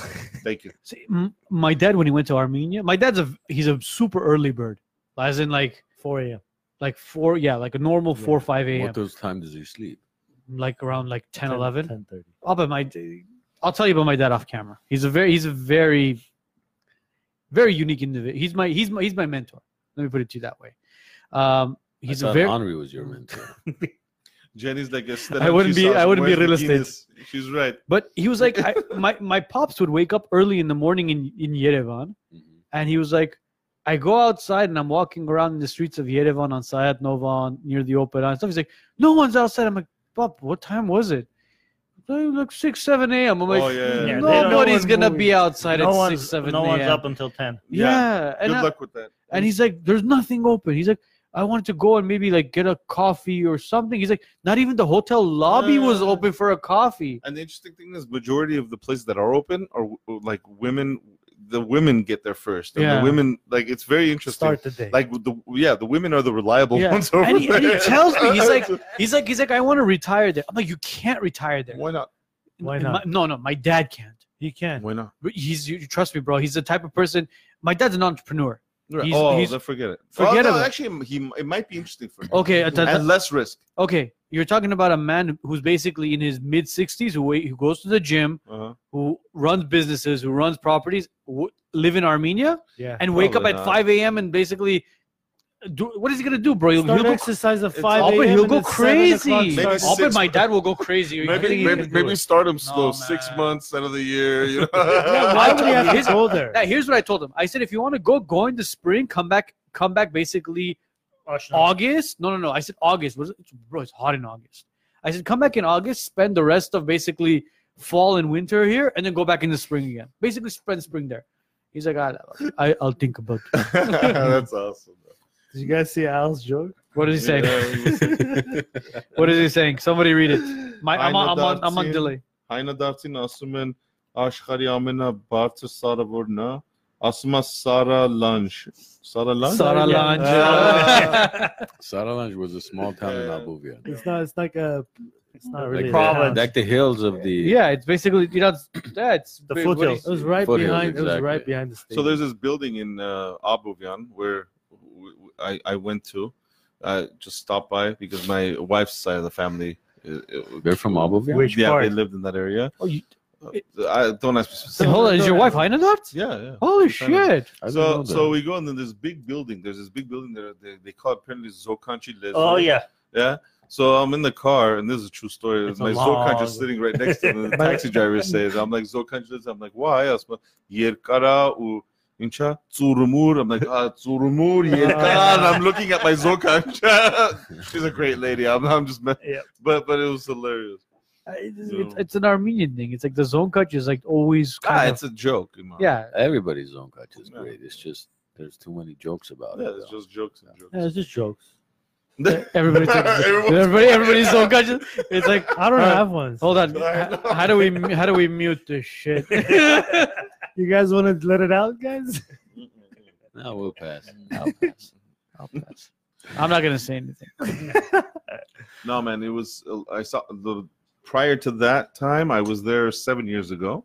[SPEAKER 2] Thank you.
[SPEAKER 4] See, m- my dad when he went to Armenia, my dad's a he's a super early bird, as in like
[SPEAKER 1] 4 a.m.
[SPEAKER 4] like four yeah like a normal four five a.m.
[SPEAKER 3] What those time does he sleep?
[SPEAKER 4] like around like 10, 11.
[SPEAKER 1] 10:30.
[SPEAKER 4] I'll bet my I'll tell you about my dad off camera. He's a very he's a very very unique individual. He's my he's my he's my mentor. Let me put it to you that way. Um, he's
[SPEAKER 3] I
[SPEAKER 4] a
[SPEAKER 3] thought
[SPEAKER 4] very
[SPEAKER 3] Henri was your mentor.
[SPEAKER 2] Jenny's like a
[SPEAKER 4] I wouldn't be- I wouldn't be real estate.
[SPEAKER 2] estate. She's right.
[SPEAKER 4] but he was like I, my my pops would wake up early in the morning in in Yerevan
[SPEAKER 3] Mhm.
[SPEAKER 4] and he was like I go outside and I'm walking around in the streets of Yerevan on Sayat Nova on- near the opera and stuff. He's like, no one's outside. I'm like, Pop, what time was it? Like six, seven a.m. I'm like,
[SPEAKER 2] Oh, yeah, yeah, yeah.
[SPEAKER 5] Yeah, they don't-
[SPEAKER 4] nobody's gonna be outside
[SPEAKER 5] No
[SPEAKER 4] at
[SPEAKER 5] one's,
[SPEAKER 4] six, seven
[SPEAKER 5] no one's
[SPEAKER 4] a.m.
[SPEAKER 5] up until 10.
[SPEAKER 2] Yeah.
[SPEAKER 4] Yeah,
[SPEAKER 2] Good
[SPEAKER 4] and I-
[SPEAKER 2] luck with that.
[SPEAKER 4] and he's like, "There's nothing open." He's like, "I wanted to go and maybe like get a coffee or something." He's like, "Not even the hotel lobby was
[SPEAKER 2] Uh.
[SPEAKER 4] open for a coffee."
[SPEAKER 2] And the interesting thing is, majority of the places that are open are w- like women. The women get there first, and
[SPEAKER 4] Yeah.
[SPEAKER 2] the women like it's very interesting.
[SPEAKER 1] Start the day.
[SPEAKER 2] Like the yeah, the women are the reliable
[SPEAKER 4] Yeah.
[SPEAKER 2] ones over
[SPEAKER 4] And he-
[SPEAKER 2] there.
[SPEAKER 4] and he tells me, he's like- He's like, "He's like, I want to retire there." I'm like, "You can't retire there."
[SPEAKER 2] "Why not?
[SPEAKER 1] Why
[SPEAKER 4] And
[SPEAKER 1] not?
[SPEAKER 4] my- no, no, my dad can't.
[SPEAKER 1] he can.
[SPEAKER 2] Why not?"
[SPEAKER 4] But He's you, you trust me, bro. He's the type of person. My dad's an entrepreneur. He's-
[SPEAKER 2] oh,
[SPEAKER 4] he's-
[SPEAKER 2] then forget it.
[SPEAKER 4] forget
[SPEAKER 2] oh, no,
[SPEAKER 4] about it.
[SPEAKER 2] Actually, he it might be interesting for him.
[SPEAKER 4] Okay, I thought that-
[SPEAKER 2] and less risk.
[SPEAKER 4] okay. You're talking about a man who's basically in his mid 60s who wait, who goes to the gym,
[SPEAKER 2] Uh-huh.
[SPEAKER 4] who runs businesses, who runs properties, w- live in Armenia.
[SPEAKER 1] Yeah.
[SPEAKER 4] and wake up
[SPEAKER 2] Probably
[SPEAKER 4] at
[SPEAKER 2] not.
[SPEAKER 4] 5 a.m. and basically do what is he gonna do, bro? He'll, he'll
[SPEAKER 1] Start
[SPEAKER 4] go,
[SPEAKER 1] exercise at
[SPEAKER 2] it's
[SPEAKER 1] 5
[SPEAKER 4] I'll
[SPEAKER 1] a.m.
[SPEAKER 4] bet he'll
[SPEAKER 1] and
[SPEAKER 4] go
[SPEAKER 1] at 7 o'clock
[SPEAKER 4] crazy.
[SPEAKER 2] Maybe
[SPEAKER 1] start-
[SPEAKER 2] six-
[SPEAKER 4] I'll bet my dad will go crazy. Are you kidding
[SPEAKER 2] Maybe
[SPEAKER 4] me?
[SPEAKER 2] maybe, maybe start him slow,
[SPEAKER 4] No,
[SPEAKER 2] six
[SPEAKER 4] man.
[SPEAKER 2] months out of the year. You know?
[SPEAKER 1] Yeah, why would he have to go there?
[SPEAKER 4] Now, here's what I told him. I said, if you want to go, go in the spring. Come back, come back. Basically August. No, no, no. I said August. What is it? It's- Bro, it's hot in August. I said, come back in August. Spend the rest of basically fall and winter here, and then go back in the spring again. Basically, spend spring there. He's like, I, I, I'll think about. It.
[SPEAKER 2] That's awesome. Bro.
[SPEAKER 1] Did you guys see Al's joke?
[SPEAKER 4] What does he say?
[SPEAKER 2] Yeah, he was-
[SPEAKER 3] Mm-hmm.
[SPEAKER 4] What is he saying? Somebody read it. My, I'm, on, I'm, on, I'm on
[SPEAKER 2] Այնադարձին-
[SPEAKER 4] delay.
[SPEAKER 2] Հայնադարձին ասում են աշխարհի ամենաբարձր սարը որն է, ասում է Սարա լանջ։ Սարա լանջ։
[SPEAKER 4] Sara
[SPEAKER 1] Yeah.
[SPEAKER 4] Lange.
[SPEAKER 1] Uh,
[SPEAKER 3] Saralanj was a small town in
[SPEAKER 2] Yeah.
[SPEAKER 3] Abovian.
[SPEAKER 1] It's not. It's like a. It's not really.
[SPEAKER 3] Like,
[SPEAKER 1] a
[SPEAKER 5] Province.
[SPEAKER 1] town.
[SPEAKER 3] like the hills of the.
[SPEAKER 4] yeah, it's basically you know it's- yeah, it's
[SPEAKER 5] The
[SPEAKER 4] what do you-
[SPEAKER 5] foothills.
[SPEAKER 1] It was right
[SPEAKER 3] Foothills,
[SPEAKER 1] behind. It was
[SPEAKER 3] exactly.
[SPEAKER 1] right behind the stage.
[SPEAKER 2] So there's this building in uh, Abovian where w- w- I, I went to. I just stopped by because my wife's side of the family. uh, uh,
[SPEAKER 3] They're from Abovian?
[SPEAKER 5] Which
[SPEAKER 2] yeah,
[SPEAKER 5] part?
[SPEAKER 2] they lived in that area.
[SPEAKER 4] Oh, you-
[SPEAKER 2] Uh, I don't ask me
[SPEAKER 4] So
[SPEAKER 2] specific.
[SPEAKER 4] hold on, is your wife Heinadart?
[SPEAKER 2] Yeah, yeah.
[SPEAKER 4] Holy
[SPEAKER 2] Heinadart.
[SPEAKER 4] shit!
[SPEAKER 3] I didn't know
[SPEAKER 2] So,
[SPEAKER 3] that.
[SPEAKER 2] so we go and then this big building. There's this big building there. They, they call it apparently Zokanchi Lezro.
[SPEAKER 5] Oh, yeah.
[SPEAKER 2] Yeah. So I'm in the car, and this is a true story.
[SPEAKER 5] It's a
[SPEAKER 2] my Zokan
[SPEAKER 5] long-
[SPEAKER 2] just sitting right next to me. The taxi driver says, "I'm like Zokan." just-" I'm like, "Why?" I was like, "Yerkara u incha tsurumur." I'm like, "Ah, tsurumur yerkara," and I'm looking at my Zokan. She's a great lady. I'm, I'm just mess-
[SPEAKER 5] Yep.
[SPEAKER 2] but but it was hilarious.
[SPEAKER 4] it's,
[SPEAKER 2] No.
[SPEAKER 4] it's, it's an Armenian thing. It's like the zone cut is like always
[SPEAKER 2] Ah,
[SPEAKER 4] kind of,
[SPEAKER 2] it's a joke. Imam.
[SPEAKER 4] yeah.
[SPEAKER 3] Everybody's zone cut is
[SPEAKER 2] Yeah.
[SPEAKER 3] great. It's just there's too many jokes about
[SPEAKER 2] Yeah,
[SPEAKER 3] it.
[SPEAKER 2] it's
[SPEAKER 3] though.
[SPEAKER 2] just jokes and jokes.
[SPEAKER 5] Yeah, it's just jokes.
[SPEAKER 4] Everybody, takes,
[SPEAKER 2] Everyone's-
[SPEAKER 4] everybody, everybody's zone cut. It's like
[SPEAKER 1] I don't
[SPEAKER 4] Uh,
[SPEAKER 1] have one.
[SPEAKER 4] Hold on.
[SPEAKER 2] I
[SPEAKER 4] H-
[SPEAKER 2] know.
[SPEAKER 4] How do we how do we mute this shit? you guys want to let it out, guys?
[SPEAKER 3] No, we'll pass. I'll pass. I'll pass.
[SPEAKER 4] I'm not gonna say anything.
[SPEAKER 2] no, man, it was. uh, I saw the prior to that time. I was there seven years ago.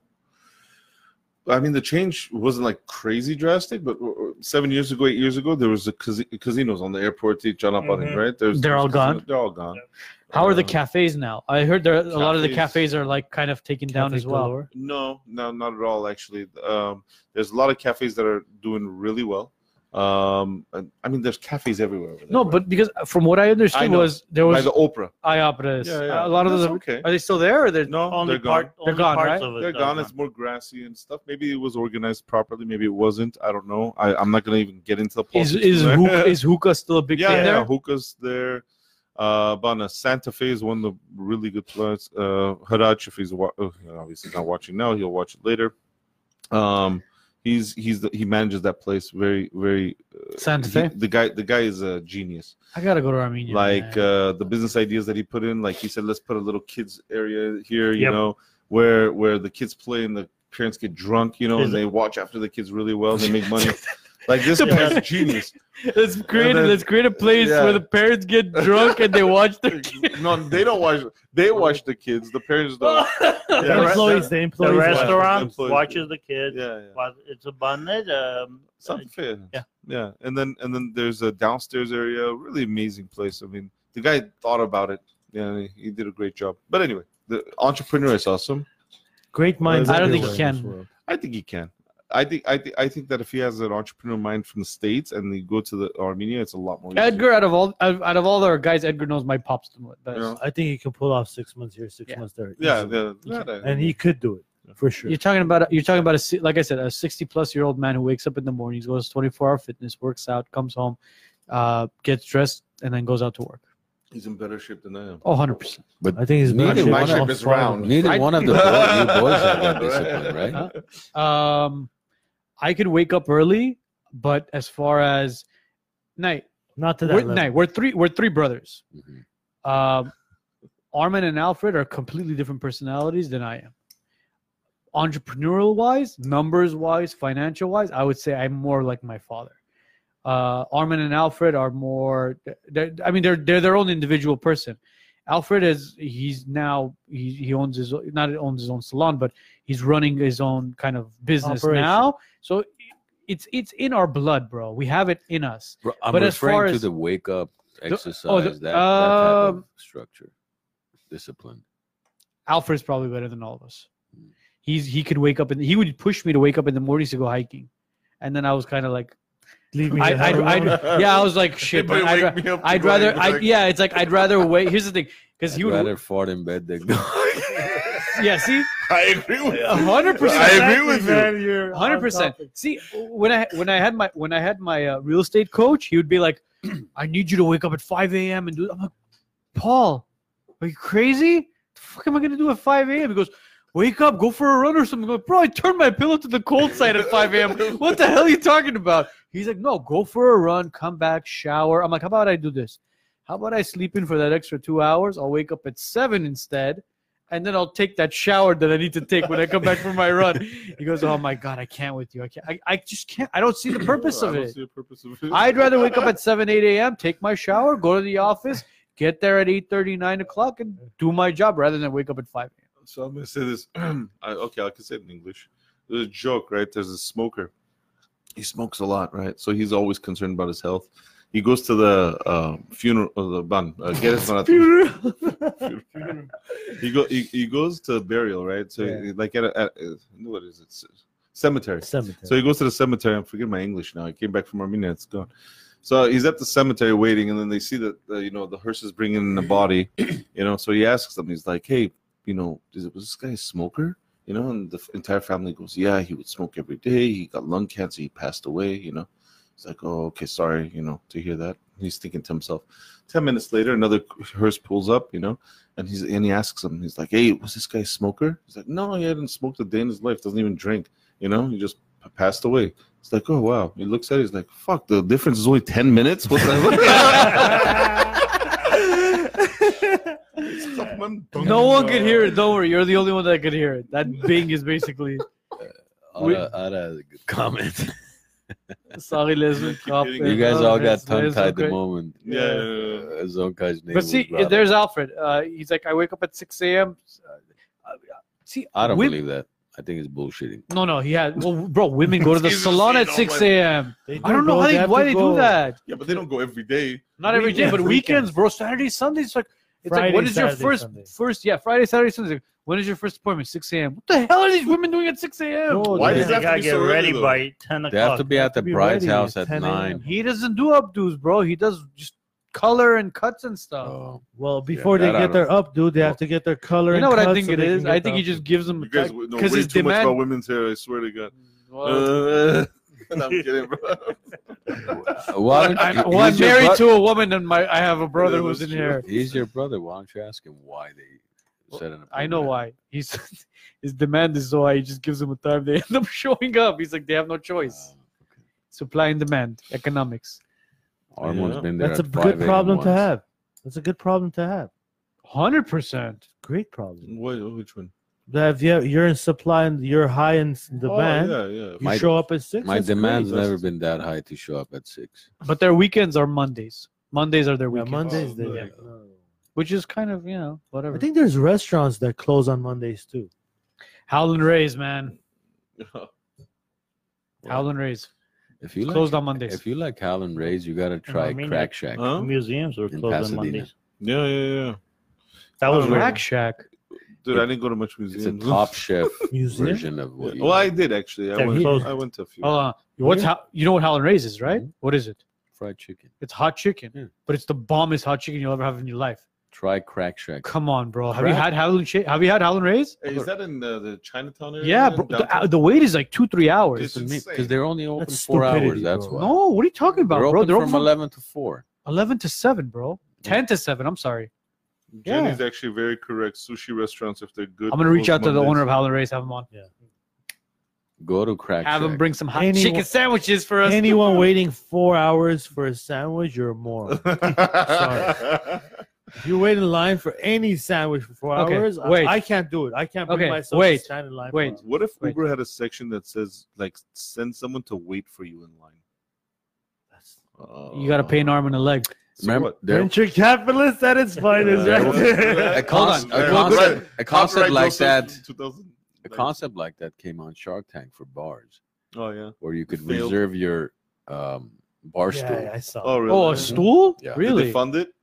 [SPEAKER 2] I mean, the change wasn't like crazy drastic, but uh, seven years ago, eight years ago, there was a casi- casinos on the airport, Chalaparin,
[SPEAKER 5] Mhm.
[SPEAKER 2] right? There's,
[SPEAKER 4] Mm-hmm. They're all
[SPEAKER 2] there's
[SPEAKER 4] gone?
[SPEAKER 2] casinos, They're all gone.
[SPEAKER 4] How are the
[SPEAKER 2] Uh,
[SPEAKER 4] cafes now? I heard there a lot of the
[SPEAKER 2] Cafes.
[SPEAKER 4] cafes are like kind of taken down
[SPEAKER 1] Cafe
[SPEAKER 4] as well.
[SPEAKER 1] Galore.
[SPEAKER 2] No, no, not at all. Actually, um, there's a lot of cafes that are doing really well. Um, and- I mean, there's cafes everywhere. over there,
[SPEAKER 4] No,
[SPEAKER 2] right?
[SPEAKER 4] but because from what I understood
[SPEAKER 2] I know.
[SPEAKER 4] was there
[SPEAKER 2] by
[SPEAKER 4] was
[SPEAKER 2] the Oprah.
[SPEAKER 4] IOPRAs. A lot of
[SPEAKER 2] That's
[SPEAKER 4] those are,
[SPEAKER 2] okay.
[SPEAKER 4] are they still there or they're
[SPEAKER 2] No,
[SPEAKER 5] Only
[SPEAKER 2] they're
[SPEAKER 5] part,
[SPEAKER 2] gone.
[SPEAKER 4] They're
[SPEAKER 5] only
[SPEAKER 4] gone,
[SPEAKER 5] parts
[SPEAKER 4] right?
[SPEAKER 5] of it
[SPEAKER 2] They're
[SPEAKER 5] are
[SPEAKER 2] gone. It's more grassy and stuff. Maybe it was organized properly. Maybe it wasn't. I don't know. I, I'm not gonna even get into the
[SPEAKER 4] is
[SPEAKER 2] politics
[SPEAKER 4] is
[SPEAKER 2] there.
[SPEAKER 4] hookah, is hookah still a big
[SPEAKER 2] yeah,
[SPEAKER 4] thing
[SPEAKER 2] yeah,
[SPEAKER 4] there?
[SPEAKER 2] hookahs there. Uh, Bana Santa Fe is one of the really good plants. Uh, Haraj, if he's wa- oh, obviously not watching now, he'll watch it later. Um, he's he's the, he manages that place very very.
[SPEAKER 4] Santa
[SPEAKER 2] he-
[SPEAKER 4] Fe.
[SPEAKER 2] the guy the guy is a genius.
[SPEAKER 4] I gotta go to Armenia.
[SPEAKER 2] like
[SPEAKER 4] man.
[SPEAKER 2] uh, the business ideas that he put in. Like he said, let's put a little kids area here, you
[SPEAKER 5] Yep.
[SPEAKER 2] know, where where the kids play and the parents get drunk, you know,
[SPEAKER 5] Is
[SPEAKER 2] and
[SPEAKER 5] it-
[SPEAKER 2] they watch after the kids really well, they make money. like this
[SPEAKER 4] The
[SPEAKER 2] guy's
[SPEAKER 4] best-
[SPEAKER 2] genius.
[SPEAKER 4] let's create
[SPEAKER 2] then-
[SPEAKER 4] let's create a place
[SPEAKER 2] yeah.
[SPEAKER 4] where the parents get drunk and they watch their kids.
[SPEAKER 2] no, they don't watch. They watch the kids. The parents don't. Yeah,
[SPEAKER 1] The
[SPEAKER 2] right.
[SPEAKER 1] employees, the
[SPEAKER 5] The
[SPEAKER 1] employees.
[SPEAKER 5] restaurant
[SPEAKER 2] Employees.
[SPEAKER 5] watches the kids.
[SPEAKER 2] Yeah, yeah.
[SPEAKER 5] Wa- It's a bonnet. Um,
[SPEAKER 2] Something fair.
[SPEAKER 5] yeah.
[SPEAKER 2] Yeah. And then and then there's a downstairs area, really amazing place. I mean, the guy thought about it. Yeah, he- he did a great job. But anyway, the entrepreneur is awesome.
[SPEAKER 1] Great minds.
[SPEAKER 4] I don't think
[SPEAKER 1] everywhere.
[SPEAKER 4] he can.
[SPEAKER 2] I think he can. I think I think I think that if he has an entrepreneur mind from the states and they go to the Armenia, it's a lot more. easier.
[SPEAKER 4] Edgar, out of all out out of all our guys, Edgar knows my pops the mo- best.
[SPEAKER 2] Yeah.
[SPEAKER 1] I think he can pull off six months here, six
[SPEAKER 4] Yeah.
[SPEAKER 1] months there.
[SPEAKER 2] Yeah,
[SPEAKER 1] easily.
[SPEAKER 2] the, that, uh,
[SPEAKER 1] and he could do it for sure.
[SPEAKER 4] You're talking about a- you're talking about a si- like I said, a 60 plus year old man who wakes up in the mornings, goes 24 hour fitness, works out, comes home, uh, gets dressed, and then goes out to work.
[SPEAKER 2] he's in better shape than I am.
[SPEAKER 4] Oh, 100 percent.
[SPEAKER 3] But
[SPEAKER 1] I think he's
[SPEAKER 3] Neither
[SPEAKER 1] better
[SPEAKER 3] one
[SPEAKER 1] off
[SPEAKER 2] of us
[SPEAKER 1] Friday.
[SPEAKER 2] round.
[SPEAKER 3] neither
[SPEAKER 4] I-
[SPEAKER 3] one of the boys, you boys have that discipline, right?
[SPEAKER 4] Huh? Um, I could wake up early, but as far as night,
[SPEAKER 1] Not to that
[SPEAKER 4] we're,
[SPEAKER 1] level.
[SPEAKER 4] night, we're three, we're three brothers.
[SPEAKER 3] Mhm.
[SPEAKER 4] Um, Armin and Alfred are completely different personalities than I am. Entrepreneurial wise, numbers wise, financial wise, I would say I'm more like my father. Uh, Armin and Alfred are more. They're, I mean, they're they're their own individual person. Alfred is he's now he, he owns his not owns his own salon, but he's running his own kind of business
[SPEAKER 1] Operation.
[SPEAKER 4] now. So it's it's in our blood, bro. We have it in us.
[SPEAKER 3] Bro, I'm
[SPEAKER 4] But as far
[SPEAKER 3] referring to
[SPEAKER 4] as-
[SPEAKER 3] the wake up
[SPEAKER 4] the-
[SPEAKER 3] exercise, that, that type of
[SPEAKER 4] um,
[SPEAKER 3] structure, discipline.
[SPEAKER 4] Alfred's probably better than all of us. He's he could wake up and he would push me to wake up in the mornings to go hiking, and then I was kind of like,
[SPEAKER 1] Leave me.
[SPEAKER 4] I,
[SPEAKER 1] I,
[SPEAKER 4] I'd,
[SPEAKER 2] Uh,
[SPEAKER 4] I'd- yeah, I was like, shit, man, I'd, ra- I'd rather, I, yeah, it's like I'd rather wait. Here's the thing, because
[SPEAKER 3] I'd
[SPEAKER 4] he would,
[SPEAKER 3] rather fart in bed than go.
[SPEAKER 4] yeah, see,
[SPEAKER 2] I agree with
[SPEAKER 4] a hundred
[SPEAKER 2] I
[SPEAKER 4] percent,
[SPEAKER 2] agree with you.
[SPEAKER 1] you.
[SPEAKER 4] a hundred percent. See, when I when I had my when I had my uh, real estate coach, he would be like, I need you to wake up at five a.m. and do. I'm like, Paul, are you crazy? The fuck am I gonna do at five a.m.? He goes. Wake up, go for a run or something. I'm like, bro, I turned my pillow to the cold side at 5 a.m. What the hell are you talking about? He's like, no, go for a run, come back, shower. I'm like, how about I do this? How about I sleep in for that extra two hours? I'll wake up at seven instead, and then I'll take that shower that I need to take when I come back from my run. He goes, oh my god, I can't with you. I can't. I, I just can't. I don't see the purpose of it. I'd rather wake up at seven, eight a.m., take my shower, go to the office, get there at 8 9 o'clock, and do my job rather than wake up at five. a.m.
[SPEAKER 2] So I'm gonna say this. I, okay, I can say it in English. There's a joke, right? There's a smoker. He smokes a lot, right? So he's always concerned about his health. He goes to the uh, funeral, uh, the ban, uh, get it, he go he, he goes to burial, right? So
[SPEAKER 1] Yeah.
[SPEAKER 2] like at, a, at uh, what is it? Cemetery. So he goes to the cemetery. I'm forgetting my English now. I came back from Armenia. It's gone. So he's at the cemetery waiting, and then they see that uh, you know the hearse is bringing in the body. You know, so he asks them. He's like, "Hey, you know, is it, was this guy a smoker?" You know, and the f- entire family goes, "Yeah, he would smoke every day. He got lung cancer. He passed away." You know, he's like, "Oh, okay, sorry, you know, to hear that." He's thinking to himself. Ten minutes later, another hearse pulls up. You know, And he's and he asks him, he's like, "Hey, was this guy a smoker?" He's like, "No, he hadn't smoked a day in his life. Doesn't even drink. You know, he just p- passed away." It's like, "Oh wow." He looks at it, he's like, "Fuck, the difference is only ten minutes." What the hell?
[SPEAKER 4] No one could hear it. Don't worry, you're the only one that could hear it. That Bing is basically We-
[SPEAKER 3] Ara, Ara is a good comment.
[SPEAKER 4] sorry, Lisbon. Cop,
[SPEAKER 2] kidding.
[SPEAKER 3] you guys
[SPEAKER 4] uh,
[SPEAKER 3] all got
[SPEAKER 4] it's-
[SPEAKER 3] tongue
[SPEAKER 4] it's
[SPEAKER 3] tied the
[SPEAKER 4] okay.
[SPEAKER 3] moment.
[SPEAKER 2] Yeah.
[SPEAKER 3] Uh, Zonkai's name.
[SPEAKER 4] But
[SPEAKER 3] was
[SPEAKER 4] see,
[SPEAKER 3] brought up.
[SPEAKER 4] there's Alfred. Uh, he's like, I wake up at 6 a.m. Uh, See,
[SPEAKER 3] I don't
[SPEAKER 4] wom-
[SPEAKER 3] believe that. I think it's bullshitting.
[SPEAKER 4] No, no, he had. Well, bro, women go to the
[SPEAKER 2] Excuse
[SPEAKER 4] salon
[SPEAKER 2] me,
[SPEAKER 4] at
[SPEAKER 2] no,
[SPEAKER 4] 6
[SPEAKER 2] but-
[SPEAKER 4] a.m.
[SPEAKER 1] They
[SPEAKER 4] I don't
[SPEAKER 1] do,
[SPEAKER 4] know
[SPEAKER 1] bro.
[SPEAKER 4] how they,
[SPEAKER 1] have
[SPEAKER 4] why
[SPEAKER 1] to
[SPEAKER 4] they
[SPEAKER 1] go.
[SPEAKER 4] do that.
[SPEAKER 2] Yeah, but they don't go every day.
[SPEAKER 4] Not every day,
[SPEAKER 1] Weekends,
[SPEAKER 4] but
[SPEAKER 1] weekends.
[SPEAKER 4] weekends, bro. Saturday, Sunday, it's like, it's like,
[SPEAKER 1] Friday,
[SPEAKER 4] what is
[SPEAKER 1] Saturday,
[SPEAKER 4] your first,
[SPEAKER 1] Sunday.
[SPEAKER 4] first, yeah, Friday, Saturday, Sunday. It's like, When is your first appointment? 6 a.m. What the hell are these women doing at 6 a.m.?
[SPEAKER 1] No,
[SPEAKER 2] Why
[SPEAKER 1] they-
[SPEAKER 2] does
[SPEAKER 5] They
[SPEAKER 2] that have to
[SPEAKER 5] gotta
[SPEAKER 2] be
[SPEAKER 5] get
[SPEAKER 2] so early,
[SPEAKER 5] ready
[SPEAKER 2] though?
[SPEAKER 5] by 10 o'clock.
[SPEAKER 3] They have to be at the
[SPEAKER 1] be
[SPEAKER 3] bride's
[SPEAKER 1] ready
[SPEAKER 3] house
[SPEAKER 1] at
[SPEAKER 3] at
[SPEAKER 1] 10
[SPEAKER 3] nine.
[SPEAKER 4] He doesn't do updos, bro. He does just color and cuts and stuff.
[SPEAKER 3] Oh,
[SPEAKER 1] Well, before
[SPEAKER 3] that
[SPEAKER 1] they
[SPEAKER 3] I
[SPEAKER 1] get
[SPEAKER 3] don't
[SPEAKER 1] their up, dude, they have to get their color.
[SPEAKER 4] you
[SPEAKER 1] and
[SPEAKER 4] know what I
[SPEAKER 1] cut
[SPEAKER 4] think
[SPEAKER 1] so
[SPEAKER 4] it
[SPEAKER 1] they can
[SPEAKER 4] is?
[SPEAKER 1] get
[SPEAKER 4] I
[SPEAKER 1] the
[SPEAKER 4] think he
[SPEAKER 1] up.
[SPEAKER 4] just gives them
[SPEAKER 2] You guys know way
[SPEAKER 4] because
[SPEAKER 2] too
[SPEAKER 4] his
[SPEAKER 2] much about
[SPEAKER 4] demand.
[SPEAKER 2] women's hair. I swear to God.
[SPEAKER 4] Well,
[SPEAKER 2] Uh, I'm kidding, bro.
[SPEAKER 3] why don't
[SPEAKER 4] I'm,
[SPEAKER 3] you-
[SPEAKER 4] well, I'm
[SPEAKER 3] he's your
[SPEAKER 4] married
[SPEAKER 3] bro-
[SPEAKER 4] to a woman, and my I have a brother
[SPEAKER 2] Yeah,
[SPEAKER 4] who's in
[SPEAKER 2] that's
[SPEAKER 4] here.
[SPEAKER 3] He's your brother. Why don't you ask him why they set an appointment?
[SPEAKER 4] I know why. He's his demand is so high. He just gives them a time. They end up showing up. He's like they have no choice. Supply and demand, economics.
[SPEAKER 3] Uh, Armand's
[SPEAKER 2] Yeah.
[SPEAKER 3] been there.
[SPEAKER 1] That's a
[SPEAKER 3] at 5
[SPEAKER 1] good
[SPEAKER 3] a.m.
[SPEAKER 1] problem to
[SPEAKER 3] once.
[SPEAKER 1] have. That's a good problem to have.
[SPEAKER 4] Hundred percent.
[SPEAKER 1] Great problem.
[SPEAKER 2] Wait, which one?
[SPEAKER 1] That if you- you're in supply and you're high in s- demand,
[SPEAKER 2] Oh, yeah, yeah.
[SPEAKER 1] you
[SPEAKER 3] My-
[SPEAKER 1] show up at six.
[SPEAKER 3] My
[SPEAKER 1] that's
[SPEAKER 3] demand's
[SPEAKER 1] great.
[SPEAKER 3] never been that high to show up at six.
[SPEAKER 4] But their weekends are Mondays. Mondays are their
[SPEAKER 1] Yeah,
[SPEAKER 4] weekends.
[SPEAKER 3] Oh,
[SPEAKER 1] Mondays. They,
[SPEAKER 2] yeah.
[SPEAKER 4] which is kind of you know whatever.
[SPEAKER 1] I think there's restaurants that close on Mondays too.
[SPEAKER 4] Howlin' Rays, man.
[SPEAKER 3] Well,
[SPEAKER 4] Howlin' Rays
[SPEAKER 3] If you
[SPEAKER 4] closed
[SPEAKER 3] like,
[SPEAKER 4] on Mondays.
[SPEAKER 3] if you like Howlin' Rays, you gotta try
[SPEAKER 5] Armenia.
[SPEAKER 3] Crack Shack.
[SPEAKER 4] Uh,
[SPEAKER 2] Huh?
[SPEAKER 5] Museums were
[SPEAKER 3] In
[SPEAKER 5] closed on
[SPEAKER 3] Pasadena.
[SPEAKER 5] Mondays.
[SPEAKER 2] Yeah, yeah, yeah.
[SPEAKER 5] That was
[SPEAKER 4] Rack
[SPEAKER 5] weird.
[SPEAKER 4] Shack.
[SPEAKER 2] Dude, I didn't go to much
[SPEAKER 3] It's a
[SPEAKER 2] museums.
[SPEAKER 3] Top Chef
[SPEAKER 1] Museum.
[SPEAKER 3] version of what. you
[SPEAKER 2] Well, I did actually. I
[SPEAKER 5] They're
[SPEAKER 2] went,
[SPEAKER 5] closed.
[SPEAKER 2] I went to a few.
[SPEAKER 4] Hold on. What's how you know what Howlin' Rays is, right?
[SPEAKER 3] Mhm.
[SPEAKER 4] What is it?
[SPEAKER 3] fried chicken.
[SPEAKER 4] It's hot chicken,
[SPEAKER 3] Yeah.
[SPEAKER 4] but it's the bombest hot chicken you'll ever have in your life.
[SPEAKER 3] Try Crack Shack.
[SPEAKER 4] Come on, bro. Have you
[SPEAKER 3] Correct.
[SPEAKER 4] had Howlin' Sh- Have you had Howlin' Rays?
[SPEAKER 2] Hey, is that in the, the Chinatown area?
[SPEAKER 4] Yeah, bro. The,
[SPEAKER 2] Downtown?
[SPEAKER 4] uh, the wait is like two, three hours.
[SPEAKER 2] It's insane.
[SPEAKER 3] Because they're only open
[SPEAKER 1] That's
[SPEAKER 3] four hours.
[SPEAKER 1] stupidity,
[SPEAKER 3] That's
[SPEAKER 1] bro.
[SPEAKER 3] why.
[SPEAKER 4] No, what are you talking about,
[SPEAKER 3] they're
[SPEAKER 4] bro?
[SPEAKER 3] open
[SPEAKER 4] They're
[SPEAKER 3] from eleven to four.
[SPEAKER 4] 11 to 7, bro. 10 to 7. I'm sorry.
[SPEAKER 2] Jenny's actually very correct. Sushi restaurants, if they're good.
[SPEAKER 4] I'm going to reach out
[SPEAKER 2] close
[SPEAKER 4] to the owner of
[SPEAKER 2] Mondays.
[SPEAKER 4] Howlin' Rays, have him on.
[SPEAKER 3] Go to Crack
[SPEAKER 4] Have
[SPEAKER 3] Shack.
[SPEAKER 4] him bring some hot
[SPEAKER 1] Anyone-
[SPEAKER 4] chicken sandwiches for us.
[SPEAKER 1] Anyone waiting four hours for a sandwich, you're a moron. If you wait in line for any sandwich for four
[SPEAKER 4] Okay,
[SPEAKER 1] hours,
[SPEAKER 4] wait.
[SPEAKER 1] I, I can't do it. I can't bring
[SPEAKER 4] Okay,
[SPEAKER 1] myself
[SPEAKER 4] wait,
[SPEAKER 1] to stand in line.
[SPEAKER 4] wait.
[SPEAKER 2] What if
[SPEAKER 4] Wait.
[SPEAKER 2] Uber had a section that says, like, send someone to wait for you in line? Uh,
[SPEAKER 4] You got to pay an arm and a leg.
[SPEAKER 2] So
[SPEAKER 3] Remember,
[SPEAKER 2] what?
[SPEAKER 3] there-
[SPEAKER 1] Venture capitalist at its finest.
[SPEAKER 3] Yeah.
[SPEAKER 1] right?
[SPEAKER 3] a,
[SPEAKER 4] Hold
[SPEAKER 3] con-
[SPEAKER 4] on.
[SPEAKER 3] a
[SPEAKER 2] Yeah.
[SPEAKER 3] concept,
[SPEAKER 2] Copyright-
[SPEAKER 3] a concept
[SPEAKER 2] Copyright
[SPEAKER 3] like
[SPEAKER 2] Joseph,
[SPEAKER 3] that,
[SPEAKER 2] 2000.
[SPEAKER 3] a concept like that came on Shark Tank for bars,
[SPEAKER 2] Oh, yeah.
[SPEAKER 3] where you could
[SPEAKER 2] Failed.
[SPEAKER 3] reserve your um, bar stool.
[SPEAKER 1] Yeah, I saw.
[SPEAKER 2] Oh, really?
[SPEAKER 4] Oh, a stool?
[SPEAKER 3] Yeah.
[SPEAKER 2] Did
[SPEAKER 3] Did
[SPEAKER 4] Really?
[SPEAKER 2] they fund it?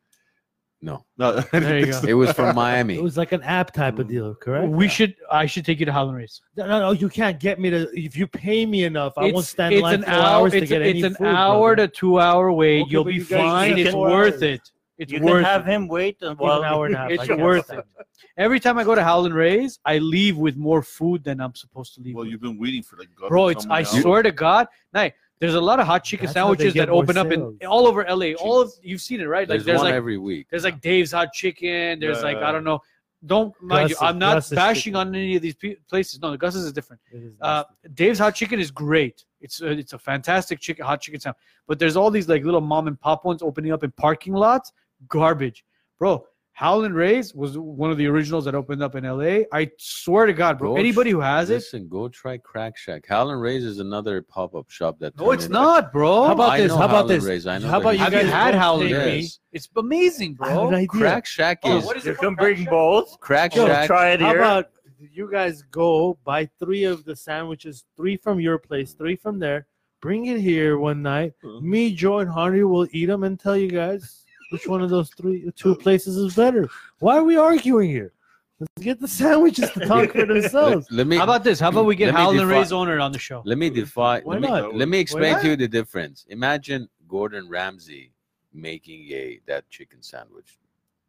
[SPEAKER 3] No,
[SPEAKER 2] No.
[SPEAKER 4] There you go.
[SPEAKER 3] it was from
[SPEAKER 1] It
[SPEAKER 3] Miami.
[SPEAKER 1] was like an app type
[SPEAKER 4] Mm.
[SPEAKER 1] of deal, correct?
[SPEAKER 4] We should. I should take you to Howlin' Rays.
[SPEAKER 1] No, no, no, you can't get me to. If you pay me enough, I won't
[SPEAKER 4] It's-
[SPEAKER 1] stand in
[SPEAKER 4] it's
[SPEAKER 1] line
[SPEAKER 4] an
[SPEAKER 1] for
[SPEAKER 4] hour-
[SPEAKER 1] hours to
[SPEAKER 4] it's-
[SPEAKER 1] get any
[SPEAKER 4] It's an
[SPEAKER 1] food,
[SPEAKER 4] hour
[SPEAKER 1] brother.
[SPEAKER 4] to two hour wait.
[SPEAKER 1] Okay,
[SPEAKER 4] You'll
[SPEAKER 1] but
[SPEAKER 4] be
[SPEAKER 1] you guys
[SPEAKER 4] fine.
[SPEAKER 5] can
[SPEAKER 4] It's
[SPEAKER 5] get
[SPEAKER 4] worth
[SPEAKER 1] hours.
[SPEAKER 4] it. It's
[SPEAKER 5] You can
[SPEAKER 4] worth it.
[SPEAKER 5] have him wait
[SPEAKER 1] Even
[SPEAKER 5] while
[SPEAKER 1] an hour and a half.
[SPEAKER 4] it's
[SPEAKER 1] I can't
[SPEAKER 4] worth
[SPEAKER 1] stand
[SPEAKER 4] it. Every time I go to Howlin' Rays, I leave with more food than I'm supposed to leave.
[SPEAKER 2] Well,
[SPEAKER 4] with.
[SPEAKER 2] you've been waiting for the God
[SPEAKER 4] Bro, it's I swear to God, night. There's a lot of hot chicken
[SPEAKER 1] That's how they
[SPEAKER 4] sandwiches
[SPEAKER 1] get
[SPEAKER 4] that
[SPEAKER 1] more
[SPEAKER 4] open up in
[SPEAKER 1] sales.
[SPEAKER 4] all over LA. All of you've seen it, right?
[SPEAKER 3] There's,
[SPEAKER 4] Like there's
[SPEAKER 3] one
[SPEAKER 4] like
[SPEAKER 3] every week.
[SPEAKER 4] there's like Dave's hot chicken. There's like I
[SPEAKER 2] Yeah.
[SPEAKER 4] don't know. Don't mind you,
[SPEAKER 1] Gus's-
[SPEAKER 4] I'm not
[SPEAKER 1] Gus's
[SPEAKER 4] bashing
[SPEAKER 1] chicken.
[SPEAKER 4] on any of these pe- places. No, the Gus's is different.
[SPEAKER 1] It is
[SPEAKER 4] Uh,
[SPEAKER 1] nasty.
[SPEAKER 4] Dave's hot chicken is great. It's a, it's a fantastic chicken hot chicken sandwich. But there's all these like little mom and pop ones opening up in parking lots. Garbage, bro. Howlin' Rays was one of the originals that opened up in LA. I swear to God, bro.
[SPEAKER 3] Bro,
[SPEAKER 4] Anybody who has it,
[SPEAKER 3] Listen, go try Crack Shack. Howlin' Rays is another pop-up shop that.
[SPEAKER 4] no,
[SPEAKER 3] turned
[SPEAKER 4] it's
[SPEAKER 3] into-
[SPEAKER 4] not, bro.
[SPEAKER 1] How about
[SPEAKER 3] I
[SPEAKER 1] this?
[SPEAKER 3] know
[SPEAKER 1] How about
[SPEAKER 3] Howlin'
[SPEAKER 1] this?
[SPEAKER 3] Rays. I know
[SPEAKER 1] How
[SPEAKER 3] the
[SPEAKER 1] about you
[SPEAKER 4] Have
[SPEAKER 3] history.
[SPEAKER 4] you
[SPEAKER 1] guys
[SPEAKER 4] had
[SPEAKER 1] don't
[SPEAKER 4] Howlin'
[SPEAKER 3] take
[SPEAKER 4] Rays?
[SPEAKER 3] me.
[SPEAKER 4] It's amazing,
[SPEAKER 1] I have an
[SPEAKER 4] bro.
[SPEAKER 1] idea.
[SPEAKER 3] Crack Shack
[SPEAKER 4] Oh,
[SPEAKER 3] is
[SPEAKER 4] what is it
[SPEAKER 5] You
[SPEAKER 4] called?
[SPEAKER 5] can bring both.
[SPEAKER 3] Crack
[SPEAKER 1] Yo,
[SPEAKER 3] Shack.
[SPEAKER 5] Try it
[SPEAKER 1] How
[SPEAKER 5] here.
[SPEAKER 1] about you guys go buy three of the sandwiches, three from your place, three from there, bring it here one night.
[SPEAKER 3] Mm-hmm.
[SPEAKER 1] Me, Joe, and Henry will eat them and tell you guys which one of those three, two places is better. Why are we arguing here? Let's get the sandwiches to talk for themselves.
[SPEAKER 3] Let, let me
[SPEAKER 4] How about this? How about we get
[SPEAKER 3] Let me
[SPEAKER 4] Howlin'
[SPEAKER 3] defi-
[SPEAKER 4] Rays owner on the show?
[SPEAKER 3] let me defy.
[SPEAKER 1] Why
[SPEAKER 3] let me-
[SPEAKER 1] not?
[SPEAKER 3] Let me explain
[SPEAKER 1] not?
[SPEAKER 3] to you the difference. Imagine Gordon Ramsay making a that chicken sandwich.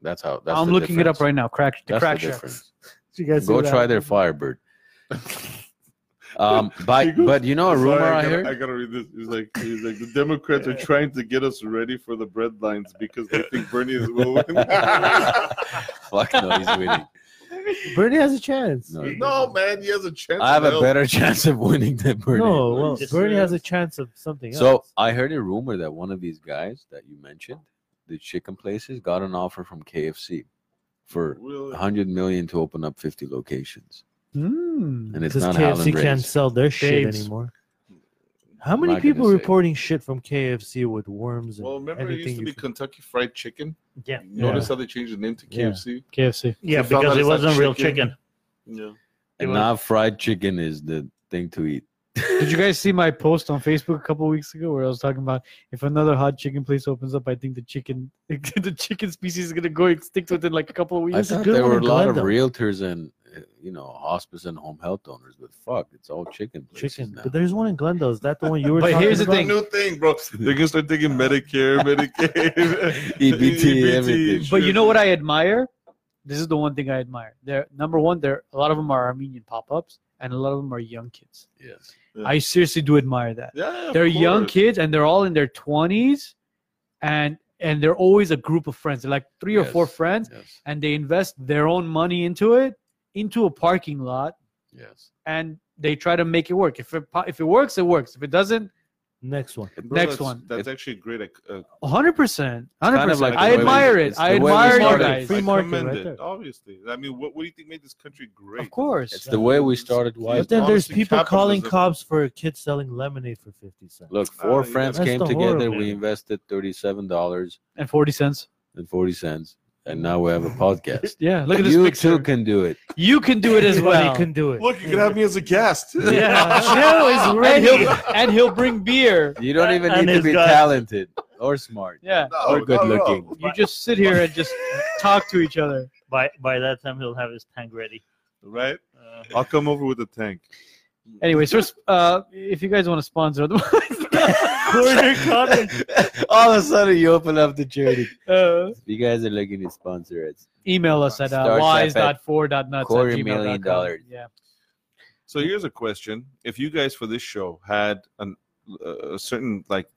[SPEAKER 3] That's how. That's
[SPEAKER 4] I'm
[SPEAKER 3] the
[SPEAKER 4] looking it up
[SPEAKER 3] difference.
[SPEAKER 4] right now. Crack, the
[SPEAKER 3] That's
[SPEAKER 4] crack
[SPEAKER 3] the
[SPEAKER 4] shack.
[SPEAKER 3] difference.
[SPEAKER 1] You guys see
[SPEAKER 3] Go
[SPEAKER 1] what
[SPEAKER 3] try
[SPEAKER 1] happened?
[SPEAKER 3] their Firebird. Um, but
[SPEAKER 2] He goes,
[SPEAKER 3] but you know a
[SPEAKER 2] Sorry,
[SPEAKER 3] rumor
[SPEAKER 2] I
[SPEAKER 3] I
[SPEAKER 2] gotta, I
[SPEAKER 3] heard.
[SPEAKER 2] gotta read this. He's like, he's like, the Democrats are trying to get us ready for the breadlines because they think Bernie is will win.
[SPEAKER 3] Fuck no, he's winning.
[SPEAKER 1] Bernie has a chance.
[SPEAKER 3] No,
[SPEAKER 1] No,
[SPEAKER 3] he
[SPEAKER 2] no, man, he has a chance.
[SPEAKER 3] I have
[SPEAKER 2] in
[SPEAKER 3] a
[SPEAKER 2] hell.
[SPEAKER 3] better chance of winning than Bernie.
[SPEAKER 1] well,
[SPEAKER 5] Just-
[SPEAKER 1] Bernie has a chance of something
[SPEAKER 3] So
[SPEAKER 1] else.
[SPEAKER 3] I heard a rumor that one of these guys that you mentioned, the chicken places, got an offer from KFC for
[SPEAKER 2] Really?
[SPEAKER 3] 100 million to open up 50 locations.
[SPEAKER 4] Hmm.
[SPEAKER 1] Mm,
[SPEAKER 3] And it's
[SPEAKER 1] because
[SPEAKER 3] not
[SPEAKER 1] KFC
[SPEAKER 3] Howland
[SPEAKER 1] can't
[SPEAKER 3] Rays.
[SPEAKER 1] sell their shit
[SPEAKER 4] Dave's.
[SPEAKER 1] anymore. How
[SPEAKER 3] not
[SPEAKER 1] many
[SPEAKER 3] gonna
[SPEAKER 1] people
[SPEAKER 3] say.
[SPEAKER 1] reporting shit from KFC with worms and
[SPEAKER 2] Well, remember it
[SPEAKER 1] anything?
[SPEAKER 2] used to
[SPEAKER 1] you
[SPEAKER 2] be
[SPEAKER 1] can-
[SPEAKER 2] Kentucky Fried Chicken.
[SPEAKER 5] Yeah.
[SPEAKER 2] Notice how they changed the name to
[SPEAKER 1] Yeah.
[SPEAKER 2] KFC.
[SPEAKER 4] KFC.
[SPEAKER 5] Yeah,
[SPEAKER 2] They found
[SPEAKER 5] because
[SPEAKER 2] out
[SPEAKER 5] it
[SPEAKER 2] it's not
[SPEAKER 5] wasn't real
[SPEAKER 2] chicken.
[SPEAKER 5] chicken.
[SPEAKER 2] Yeah.
[SPEAKER 3] And
[SPEAKER 5] was-
[SPEAKER 3] now fried chicken is the thing to eat.
[SPEAKER 1] Did you guys see my post on Facebook a couple weeks ago where I was talking about if another hot chicken place opens up, I think the chicken the chicken species is gonna go extinct within like a couple of
[SPEAKER 3] I
[SPEAKER 1] weeks.
[SPEAKER 3] thought
[SPEAKER 1] Good
[SPEAKER 3] there
[SPEAKER 1] one
[SPEAKER 3] were a
[SPEAKER 1] in
[SPEAKER 3] lot of
[SPEAKER 1] Glendale.
[SPEAKER 3] realtors and uh, you know hospice and home health owners, but fuck, it's all chicken places
[SPEAKER 1] chicken.
[SPEAKER 3] now.
[SPEAKER 1] But there's one in Glendale. Is that the one you were?
[SPEAKER 4] But
[SPEAKER 1] talking
[SPEAKER 4] here's the
[SPEAKER 1] about?
[SPEAKER 4] thing.
[SPEAKER 2] New thing, bro. They're gonna start taking Medicare, Medicaid, E
[SPEAKER 3] EBT, E everything.
[SPEAKER 4] But you know what I admire? This is the one thing I admire. They're number one. There a lot of them are Armenian pop-ups, and a lot of them are young kids.
[SPEAKER 3] Yes.
[SPEAKER 2] Yeah.
[SPEAKER 4] I seriously do admire that.
[SPEAKER 2] Yeah, of
[SPEAKER 4] they're young
[SPEAKER 2] course.
[SPEAKER 4] kids, and they're all in their twenties, and and they're always a group of friends. They're like three or four
[SPEAKER 3] Yes.
[SPEAKER 4] friends,
[SPEAKER 3] Yes.
[SPEAKER 4] and they invest their own money into it, into a parking lot,
[SPEAKER 3] Yes.
[SPEAKER 4] and they try to make it work. If it po- if it works, it works. If it doesn't,
[SPEAKER 1] Next one.
[SPEAKER 2] Bro,
[SPEAKER 4] Next
[SPEAKER 2] that's-
[SPEAKER 4] one.
[SPEAKER 2] That's actually a great. Uh,
[SPEAKER 4] hundred percent, hundred
[SPEAKER 3] kind of like
[SPEAKER 4] percent.
[SPEAKER 3] the
[SPEAKER 4] I
[SPEAKER 3] way we-
[SPEAKER 4] admire it.
[SPEAKER 3] it's
[SPEAKER 4] I
[SPEAKER 3] the way we
[SPEAKER 4] admire you
[SPEAKER 3] started.
[SPEAKER 4] guys.
[SPEAKER 1] Free
[SPEAKER 2] I
[SPEAKER 1] market
[SPEAKER 2] commend
[SPEAKER 1] right
[SPEAKER 2] it,
[SPEAKER 1] there.
[SPEAKER 2] obviously. I mean, what, what do you think made this country great?
[SPEAKER 4] Of course.
[SPEAKER 3] It's the way we started. Why?
[SPEAKER 1] But then there's
[SPEAKER 2] Honestly,
[SPEAKER 1] people calling
[SPEAKER 2] capitalism-
[SPEAKER 1] cops for kids selling lemonade for fifty cents.
[SPEAKER 3] Look, four
[SPEAKER 2] Ah, yeah.
[SPEAKER 3] friends
[SPEAKER 1] That's
[SPEAKER 3] came
[SPEAKER 1] the
[SPEAKER 3] together.
[SPEAKER 1] horror,
[SPEAKER 3] We
[SPEAKER 1] man.
[SPEAKER 3] invested thirty-seven dollars
[SPEAKER 4] and forty cents.
[SPEAKER 3] and forty cents, and now we have a podcast.
[SPEAKER 4] Yeah, look at this
[SPEAKER 3] you
[SPEAKER 4] picture.
[SPEAKER 3] too can do it.
[SPEAKER 4] you can do it as
[SPEAKER 1] Anybody
[SPEAKER 4] well.
[SPEAKER 1] can do it.
[SPEAKER 2] Look, you can have me as a guest.
[SPEAKER 1] Yeah.
[SPEAKER 4] Joe is ready, and he'll bring beer.
[SPEAKER 3] You don't even need
[SPEAKER 5] And
[SPEAKER 3] to
[SPEAKER 5] he's
[SPEAKER 3] be
[SPEAKER 5] got-
[SPEAKER 3] talented or smart
[SPEAKER 4] Yeah,
[SPEAKER 2] Oh, No,
[SPEAKER 3] or
[SPEAKER 2] no,
[SPEAKER 3] good
[SPEAKER 2] no.
[SPEAKER 3] looking.
[SPEAKER 4] you just sit here and just talk to each other.
[SPEAKER 5] By by that time, he'll have his tank ready.
[SPEAKER 2] Right?
[SPEAKER 5] Uh,
[SPEAKER 2] I'll come over with a tank.
[SPEAKER 4] Anyways, first, uh, if you guys want to sponsor,
[SPEAKER 5] Corner coffee.
[SPEAKER 3] All of a sudden, you open up the charity.
[SPEAKER 4] uh,
[SPEAKER 3] You guys are looking to sponsor it.
[SPEAKER 4] email us at uh,
[SPEAKER 3] Starts up
[SPEAKER 4] wise.4.nuts
[SPEAKER 3] quarter
[SPEAKER 4] at
[SPEAKER 3] million dollars.
[SPEAKER 4] Yeah,
[SPEAKER 2] So here's a question: If you guys for this show had an, uh, a certain like,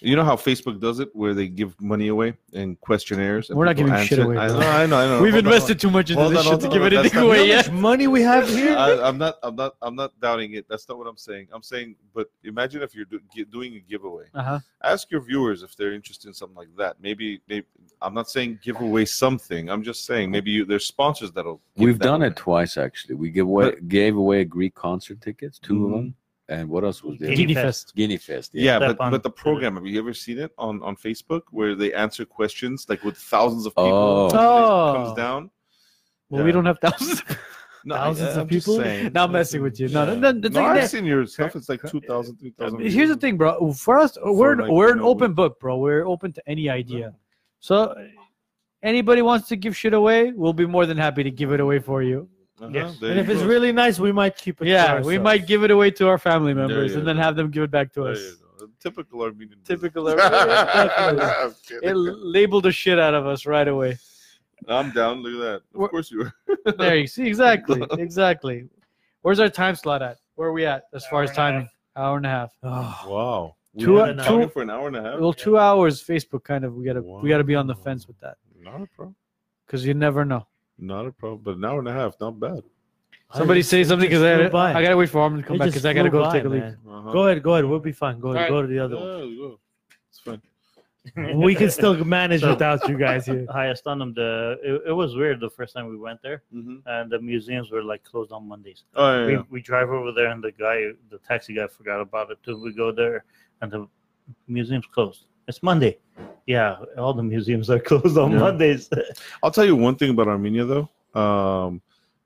[SPEAKER 2] you know how Facebook does it, where they give money away and questionnaires. And
[SPEAKER 4] We're not
[SPEAKER 2] people
[SPEAKER 4] giving shit
[SPEAKER 2] answer-
[SPEAKER 4] away,
[SPEAKER 2] I
[SPEAKER 4] bro.
[SPEAKER 2] know, I know, I know.
[SPEAKER 4] we've
[SPEAKER 2] Hold on,
[SPEAKER 4] invested too much into
[SPEAKER 2] Hold
[SPEAKER 4] this
[SPEAKER 2] on,
[SPEAKER 4] shit
[SPEAKER 2] hold
[SPEAKER 4] to
[SPEAKER 2] on,
[SPEAKER 4] give
[SPEAKER 2] hold on.
[SPEAKER 4] anything
[SPEAKER 2] That's not-
[SPEAKER 4] away
[SPEAKER 2] no,
[SPEAKER 4] yet.
[SPEAKER 1] money we have here.
[SPEAKER 2] I, I'm not, I'm not, I'm not doubting it. That's not what I'm saying. I'm saying, but imagine if you're do, gi- doing a giveaway.
[SPEAKER 4] Uh-huh.
[SPEAKER 2] Ask your viewers if they're interested in something like that. Maybe, maybe I'm not saying give away something. I'm just saying maybe you, there's sponsors that'll. give
[SPEAKER 3] We've
[SPEAKER 2] that
[SPEAKER 3] done
[SPEAKER 2] away.
[SPEAKER 3] it twice actually. We give away, gave away Greek concert tickets, 2 of them, and what else was there?
[SPEAKER 4] Guinea
[SPEAKER 5] Guinea Fest.
[SPEAKER 4] Fest.
[SPEAKER 3] Mm-hmm. Guinea Fest.
[SPEAKER 2] Yeah,
[SPEAKER 5] Step
[SPEAKER 2] but,
[SPEAKER 5] on-
[SPEAKER 2] but the program, have you ever seen it on, on Facebook where they answer questions like with thousands of people?
[SPEAKER 3] Oh.
[SPEAKER 2] and it
[SPEAKER 4] Oh.
[SPEAKER 2] comes down.
[SPEAKER 4] Well, we don't have thousands.
[SPEAKER 2] No,
[SPEAKER 1] Thousands of
[SPEAKER 2] I'm just
[SPEAKER 1] people?
[SPEAKER 2] saying.
[SPEAKER 4] Not messing with you. No, no, no.
[SPEAKER 2] No,
[SPEAKER 4] it's like
[SPEAKER 2] I've
[SPEAKER 4] that.
[SPEAKER 2] seen your stuff. It's like 2,000, 3,000.
[SPEAKER 4] Here's the thing, bro. For us, we're an-
[SPEAKER 2] like,
[SPEAKER 4] we're an
[SPEAKER 2] you know,
[SPEAKER 4] open
[SPEAKER 2] we-
[SPEAKER 4] book, bro. We're open to any idea. So, anybody wants to give shit away, we'll be more than happy to give it away for you.
[SPEAKER 2] Uh-huh,
[SPEAKER 5] Yes.
[SPEAKER 2] there
[SPEAKER 1] And
[SPEAKER 2] you
[SPEAKER 1] if it's
[SPEAKER 2] go.
[SPEAKER 1] really nice, we might keep it. to
[SPEAKER 4] Yeah, we
[SPEAKER 1] ourselves.
[SPEAKER 4] might give it away to our family
[SPEAKER 2] There
[SPEAKER 4] members
[SPEAKER 2] you
[SPEAKER 4] and then
[SPEAKER 2] go.
[SPEAKER 4] have them give it back to
[SPEAKER 2] There
[SPEAKER 4] us.
[SPEAKER 2] you go. Typical Armenian.
[SPEAKER 4] Typical
[SPEAKER 2] business.
[SPEAKER 4] Armenian,
[SPEAKER 2] I'm
[SPEAKER 4] It
[SPEAKER 2] kidding.
[SPEAKER 4] labeled the shit out of us right away.
[SPEAKER 2] I'm down. Look at that. Of
[SPEAKER 4] We're-
[SPEAKER 2] course you are.
[SPEAKER 4] There you see, exactly, exactly. Where's our time slot at? Where are we at as far
[SPEAKER 5] Hour
[SPEAKER 4] as
[SPEAKER 5] and a half.
[SPEAKER 4] timing? Hour and a half.
[SPEAKER 1] Oh,
[SPEAKER 2] Wow.
[SPEAKER 4] Two-
[SPEAKER 2] We've been
[SPEAKER 5] two-
[SPEAKER 2] talking for an hour and a half.
[SPEAKER 4] Well, two hours. Facebook kind of we gotta we gotta be on the
[SPEAKER 2] Wow.
[SPEAKER 4] fence with that
[SPEAKER 2] Not a problem.
[SPEAKER 4] because you never know.
[SPEAKER 2] Not a problem. But an hour and a half, not bad.
[SPEAKER 4] Somebody
[SPEAKER 1] just-
[SPEAKER 4] say something because
[SPEAKER 1] just
[SPEAKER 4] I,
[SPEAKER 1] flew
[SPEAKER 4] gotta-
[SPEAKER 1] by.
[SPEAKER 4] I gotta wait for Armin to come
[SPEAKER 1] It
[SPEAKER 4] back
[SPEAKER 1] just
[SPEAKER 4] because I gotta
[SPEAKER 1] flew
[SPEAKER 4] go
[SPEAKER 1] by,
[SPEAKER 4] take a leak.
[SPEAKER 1] man.
[SPEAKER 2] Uh-huh.
[SPEAKER 1] Go ahead, go ahead. We'll be fine. Go ahead,
[SPEAKER 4] All
[SPEAKER 1] go to the other one.
[SPEAKER 2] Yeah, go. It's fine.
[SPEAKER 1] we can still manage
[SPEAKER 5] So-
[SPEAKER 1] without you guys here.
[SPEAKER 5] Hi, Astonum. The it, it was weird the first time we went there,
[SPEAKER 2] Mm-hmm.
[SPEAKER 5] and the museums were like closed on Mondays.
[SPEAKER 2] Oh, yeah, yeah.
[SPEAKER 5] We, we drive over there, and the guy, the taxi guy, forgot about it too. We go there, and the museum's closed. It's Monday. Yeah, all the museums are closed on
[SPEAKER 2] Yeah.
[SPEAKER 5] Mondays.
[SPEAKER 2] I'll tell you one thing about Armenia, though. Um,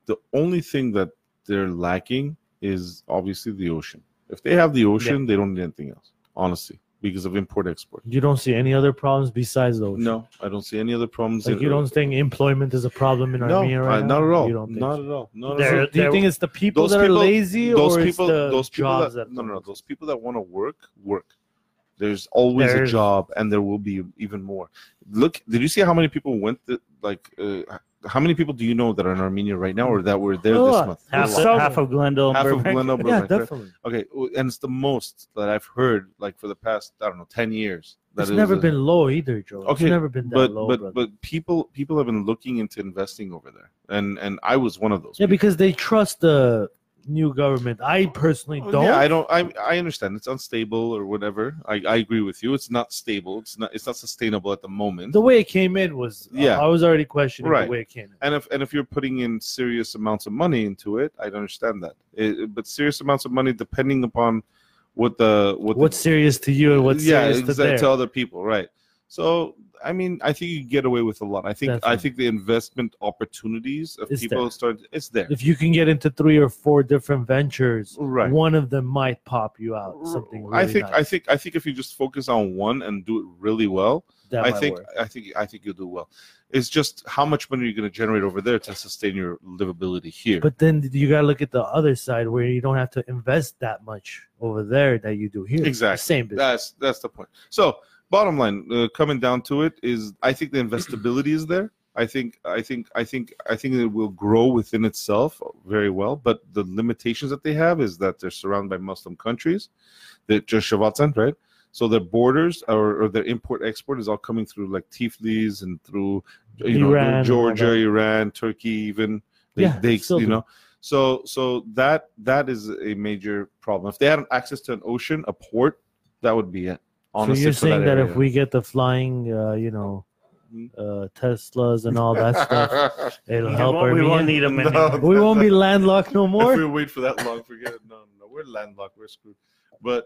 [SPEAKER 2] the only thing that they're lacking is obviously the ocean. If they have the ocean, they don't need anything else, honestly, because of import export.
[SPEAKER 1] You don't see any other problems besides those.
[SPEAKER 2] No, I don't see any other problems.
[SPEAKER 1] Like
[SPEAKER 2] in-
[SPEAKER 1] you don't think employment is a problem in
[SPEAKER 2] no,
[SPEAKER 1] Armenia
[SPEAKER 2] I-
[SPEAKER 1] right
[SPEAKER 2] not
[SPEAKER 1] now?
[SPEAKER 2] at all.
[SPEAKER 1] You don't think
[SPEAKER 2] not
[SPEAKER 1] so?
[SPEAKER 2] at all. Not at
[SPEAKER 5] There-
[SPEAKER 2] all.
[SPEAKER 1] So do you
[SPEAKER 5] there-
[SPEAKER 1] think it's the people
[SPEAKER 2] those
[SPEAKER 1] that are
[SPEAKER 2] people-
[SPEAKER 1] lazy
[SPEAKER 2] Those
[SPEAKER 1] or
[SPEAKER 2] people,
[SPEAKER 1] it's the
[SPEAKER 2] those people
[SPEAKER 1] jobs
[SPEAKER 2] that,
[SPEAKER 1] that
[SPEAKER 2] no, no, no, those people that want to work, work. There's always
[SPEAKER 5] There's-
[SPEAKER 2] a job, and there will be even more. Look, did you see how many people went? To, like, uh, how many people do you know that are in Armenia right now or that were there
[SPEAKER 1] A
[SPEAKER 2] this
[SPEAKER 1] lot.
[SPEAKER 2] month?
[SPEAKER 5] Half,
[SPEAKER 1] Well, Oh, some-
[SPEAKER 5] half of Glendale.
[SPEAKER 2] Half of
[SPEAKER 5] Burbank.
[SPEAKER 2] Glendale,
[SPEAKER 1] yeah,
[SPEAKER 2] Burbank, right?
[SPEAKER 1] definitely.
[SPEAKER 2] Okay, w- and it's the most that I've heard like for the past I don't know ten years. that
[SPEAKER 1] It's
[SPEAKER 2] it was
[SPEAKER 1] never
[SPEAKER 2] a-
[SPEAKER 1] been low either, Joe.
[SPEAKER 2] Okay,
[SPEAKER 1] it's never been that
[SPEAKER 2] but
[SPEAKER 1] low,
[SPEAKER 2] but
[SPEAKER 1] brother.
[SPEAKER 2] but people people have been looking into investing over there, and and I was one of those.
[SPEAKER 1] yeah,
[SPEAKER 2] people.
[SPEAKER 1] because they trust the new government. I personally
[SPEAKER 2] Well,
[SPEAKER 1] don't.
[SPEAKER 2] Oh, Yeah, I don't. I I understand it's unstable or whatever. I, I agree with you. It's not stable. It's not. It's not sustainable at the moment.
[SPEAKER 1] the way it came in was.
[SPEAKER 2] Yeah.
[SPEAKER 1] I was already questioning
[SPEAKER 2] Right.
[SPEAKER 1] the way it came in.
[SPEAKER 2] and if and if you're putting in serious amounts of money into it, I'd understand that. It, but serious amounts of money, depending upon what the what the-
[SPEAKER 1] What's serious to you and what's serious to
[SPEAKER 2] exact-
[SPEAKER 1] them?
[SPEAKER 2] to other people, right? So I mean, I think you get away with a lot. I think I
[SPEAKER 1] Definitely.
[SPEAKER 2] think the investment opportunities of
[SPEAKER 1] It's
[SPEAKER 2] people
[SPEAKER 1] there.
[SPEAKER 2] start it's there.
[SPEAKER 1] If you can get into three or four different ventures,
[SPEAKER 2] Right.
[SPEAKER 1] one of them might pop you out. Something. Really
[SPEAKER 2] I think
[SPEAKER 1] nice.
[SPEAKER 2] I think I think if you just focus on one and do it really well,
[SPEAKER 1] That
[SPEAKER 2] I
[SPEAKER 1] might
[SPEAKER 2] think
[SPEAKER 1] work.
[SPEAKER 2] I think I think you'll do well. It's just how much money you're going to generate over there to sustain your livability here.
[SPEAKER 1] But then you gotta look at the other side where you don't have to invest that much over there that you do here.
[SPEAKER 2] Exactly.
[SPEAKER 1] Same business.
[SPEAKER 2] that's that's the point. So bottom line, uh, coming down to it is, I think the investability is there. I think I think I think I think it will grow within itself very well. But the limitations that they have is that they're surrounded by Muslim countries. They're just Shavatan, right? So their borders or, or their import export is all coming through like Tiflis and through you know,
[SPEAKER 1] Iran and all
[SPEAKER 2] Georgia,
[SPEAKER 1] that.
[SPEAKER 2] Iran, Turkey, even they,
[SPEAKER 1] Yeah,
[SPEAKER 2] they
[SPEAKER 1] still
[SPEAKER 2] you
[SPEAKER 1] do.
[SPEAKER 2] know so so that that is a major problem if they had access to an ocean a port that would be it honestly
[SPEAKER 1] so you're
[SPEAKER 2] for
[SPEAKER 1] saying that, if
[SPEAKER 2] area.
[SPEAKER 1] we get the flying, uh, you know,
[SPEAKER 2] Mhm.
[SPEAKER 1] uh, Teslas and all that stuff, it'll
[SPEAKER 5] We
[SPEAKER 1] help.
[SPEAKER 5] won't- we won't
[SPEAKER 1] Armenia.
[SPEAKER 5] need a minute.
[SPEAKER 2] No.
[SPEAKER 1] We won't be landlocked no
[SPEAKER 2] if we
[SPEAKER 1] more.
[SPEAKER 2] wait for that long forget it no no no we're landlocked we're screwed but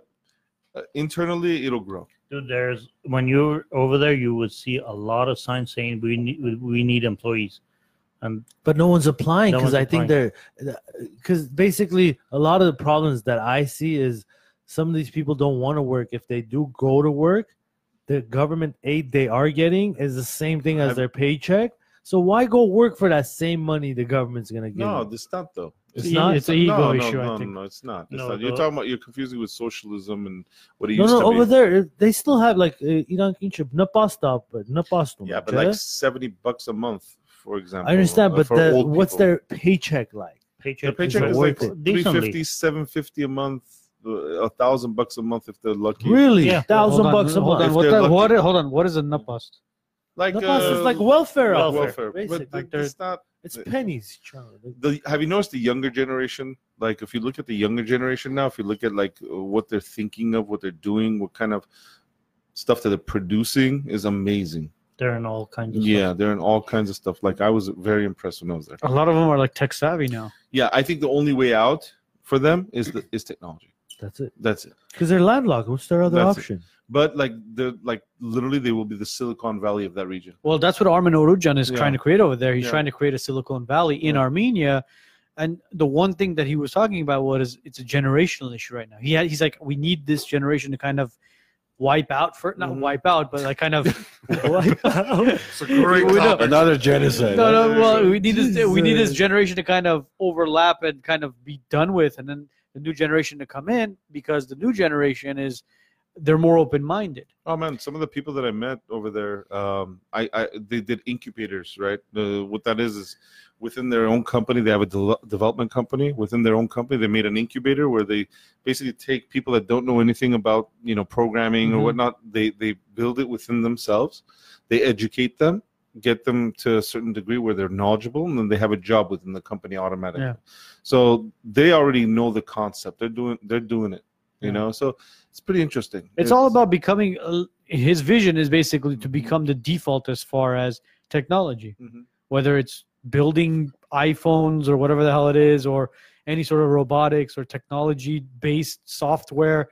[SPEAKER 2] uh, internally it'll grow
[SPEAKER 5] Dude, there's when you're over there, you would see a lot of signs saying we need we need employees, and
[SPEAKER 1] But no one's applying
[SPEAKER 5] No
[SPEAKER 1] because
[SPEAKER 5] one's
[SPEAKER 1] I think they're because basically a lot of the problems that I see is some of these people don't want to work. If they do go to work, the government aid they are getting is the same thing as
[SPEAKER 2] I've-
[SPEAKER 1] their paycheck. So why go work for that same money the government's gonna give?
[SPEAKER 2] no
[SPEAKER 1] you?
[SPEAKER 2] it's not though
[SPEAKER 1] It's not? It's an ego
[SPEAKER 2] no,
[SPEAKER 1] issue,
[SPEAKER 2] no,
[SPEAKER 1] I
[SPEAKER 2] no,
[SPEAKER 1] think.
[SPEAKER 2] no it's not it's
[SPEAKER 5] No,
[SPEAKER 2] not you're
[SPEAKER 5] the-
[SPEAKER 2] talking about you're confusing with socialism and what it
[SPEAKER 1] No,
[SPEAKER 2] used
[SPEAKER 1] no,
[SPEAKER 2] to
[SPEAKER 1] over
[SPEAKER 2] be
[SPEAKER 1] there they still have like uh, Iran kinship, na pasta, but na pasta.
[SPEAKER 2] yeah but like 70 bucks a month for example
[SPEAKER 1] I understand,
[SPEAKER 2] uh,
[SPEAKER 1] but
[SPEAKER 2] for
[SPEAKER 1] the,
[SPEAKER 2] old
[SPEAKER 1] what's
[SPEAKER 2] people.
[SPEAKER 1] their paycheck like?
[SPEAKER 5] paycheck,
[SPEAKER 2] The paycheck
[SPEAKER 1] it
[SPEAKER 2] is like
[SPEAKER 1] worth
[SPEAKER 5] decently.
[SPEAKER 2] 350, 750 a month, uh, a thousand bucks a month if they're lucky.
[SPEAKER 1] Really,
[SPEAKER 5] Yeah.
[SPEAKER 1] thousand bucks a
[SPEAKER 4] hold
[SPEAKER 1] month.
[SPEAKER 4] On,
[SPEAKER 2] If
[SPEAKER 4] what
[SPEAKER 2] they're
[SPEAKER 4] the,
[SPEAKER 2] lucky.
[SPEAKER 4] what, hold on, what is a napast?
[SPEAKER 2] Like,
[SPEAKER 1] Na pasta
[SPEAKER 2] uh,
[SPEAKER 1] is like welfare,
[SPEAKER 2] like
[SPEAKER 1] out there,
[SPEAKER 2] welfare.
[SPEAKER 1] basically.
[SPEAKER 2] But
[SPEAKER 1] Like
[SPEAKER 2] th-
[SPEAKER 1] they're-
[SPEAKER 2] it's not.
[SPEAKER 1] It's pennies, Charlie.
[SPEAKER 2] The, have you noticed the younger generation? Like, if you look at the younger generation now, if you look at like uh, what they're thinking of, what they're doing, what kind of stuff that they're producing is amazing.
[SPEAKER 5] They're in all kinds of
[SPEAKER 2] Yeah, they're in all kinds of stuff. Like, I was very impressed when I was there.
[SPEAKER 4] A lot of them are like tech savvy now.
[SPEAKER 2] Yeah, I think the only way out for them is the, is technology.
[SPEAKER 1] That's it.
[SPEAKER 2] That's it.
[SPEAKER 1] Because they're landlocked. What's their other
[SPEAKER 2] That's it.
[SPEAKER 1] option?
[SPEAKER 2] But like, they're like literally, they will be the Silicon Valley of that region.
[SPEAKER 4] Well, that's what Armin Orujan is
[SPEAKER 2] Yeah.
[SPEAKER 4] trying to create over there. He's
[SPEAKER 2] Yeah.
[SPEAKER 4] trying to create a Silicon Valley in
[SPEAKER 2] Yeah.
[SPEAKER 4] Armenia. And the one thing that he was talking about was it's a generational issue right now. He had, he's like, we need this generation to kind of wipe out for not
[SPEAKER 2] Mhm.
[SPEAKER 4] wipe out, but like kind of
[SPEAKER 1] Mm-hmm. Wipe out.
[SPEAKER 2] It's a great
[SPEAKER 4] We know-
[SPEAKER 2] topic.
[SPEAKER 3] Another genocide.
[SPEAKER 4] no,
[SPEAKER 3] huh?
[SPEAKER 4] no. Well, we need this. We need this
[SPEAKER 1] Jesus.
[SPEAKER 4] generation to kind of overlap and kind of be done with, and then the new generation to come in because the new generation is they're more open minded.
[SPEAKER 2] Oh man, some of the people that I met over there, um, I, I they did incubators, right? Uh, what that is is within their own company, they have a de- development company. Within their own company, they made an incubator where they basically take people that don't know anything about you know programming or
[SPEAKER 4] Mhm.
[SPEAKER 2] whatnot. They they build it within themselves. They educate them, get them to a certain degree where they're knowledgeable, and then they have a job within the company automatically.
[SPEAKER 4] Yeah.
[SPEAKER 2] So they already know the concept. They're doing they're doing it. You
[SPEAKER 4] Yeah.
[SPEAKER 2] know, so it's pretty interesting.
[SPEAKER 4] It's all about becoming. uh, His vision is basically to become the default as far as technology,
[SPEAKER 2] Mhm.
[SPEAKER 4] whether it's building iPhones or whatever the hell it is, or any sort of robotics or technology based software.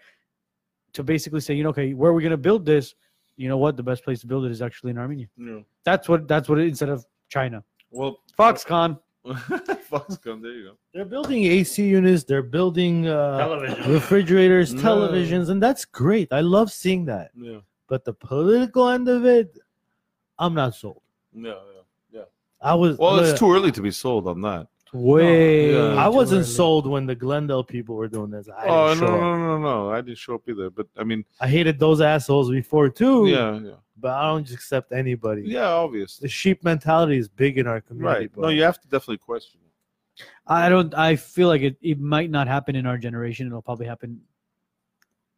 [SPEAKER 4] To basically say, you know, okay, where are we going to build this? You know what? The best place to build it is actually in Armenia.
[SPEAKER 2] you know.
[SPEAKER 4] That's what. That's what. Instead of China,
[SPEAKER 2] Well,
[SPEAKER 4] Foxconn.
[SPEAKER 2] Foxconn, there you go.
[SPEAKER 1] They're building AC units. They're building uh,
[SPEAKER 5] television.
[SPEAKER 1] refrigerators,
[SPEAKER 2] No.
[SPEAKER 1] televisions, and that's great. I love seeing that.
[SPEAKER 2] Yeah,
[SPEAKER 1] But the political end of it, I'm not sold.
[SPEAKER 2] yeah, yeah.
[SPEAKER 1] I was
[SPEAKER 2] Well,
[SPEAKER 1] look,
[SPEAKER 2] it's too early to be sold on that.
[SPEAKER 4] Way.
[SPEAKER 2] Yeah.
[SPEAKER 1] I
[SPEAKER 4] too
[SPEAKER 1] wasn't
[SPEAKER 4] early.
[SPEAKER 1] sold when the Glendale people were doing this. I,
[SPEAKER 2] oh
[SPEAKER 1] didn't show
[SPEAKER 2] no,
[SPEAKER 1] up.
[SPEAKER 2] no, no, no! I didn't show up either. But I mean,
[SPEAKER 1] I hated those assholes before too.
[SPEAKER 2] yeah, yeah.
[SPEAKER 1] but I don't just accept anybody.
[SPEAKER 2] Yeah, obviously.
[SPEAKER 1] The sheep mentality is big in our community.
[SPEAKER 2] Right.
[SPEAKER 1] bro.
[SPEAKER 2] No, you have to definitely question. it.
[SPEAKER 4] I don't. I feel like it, it might not happen in our generation. It'll probably happen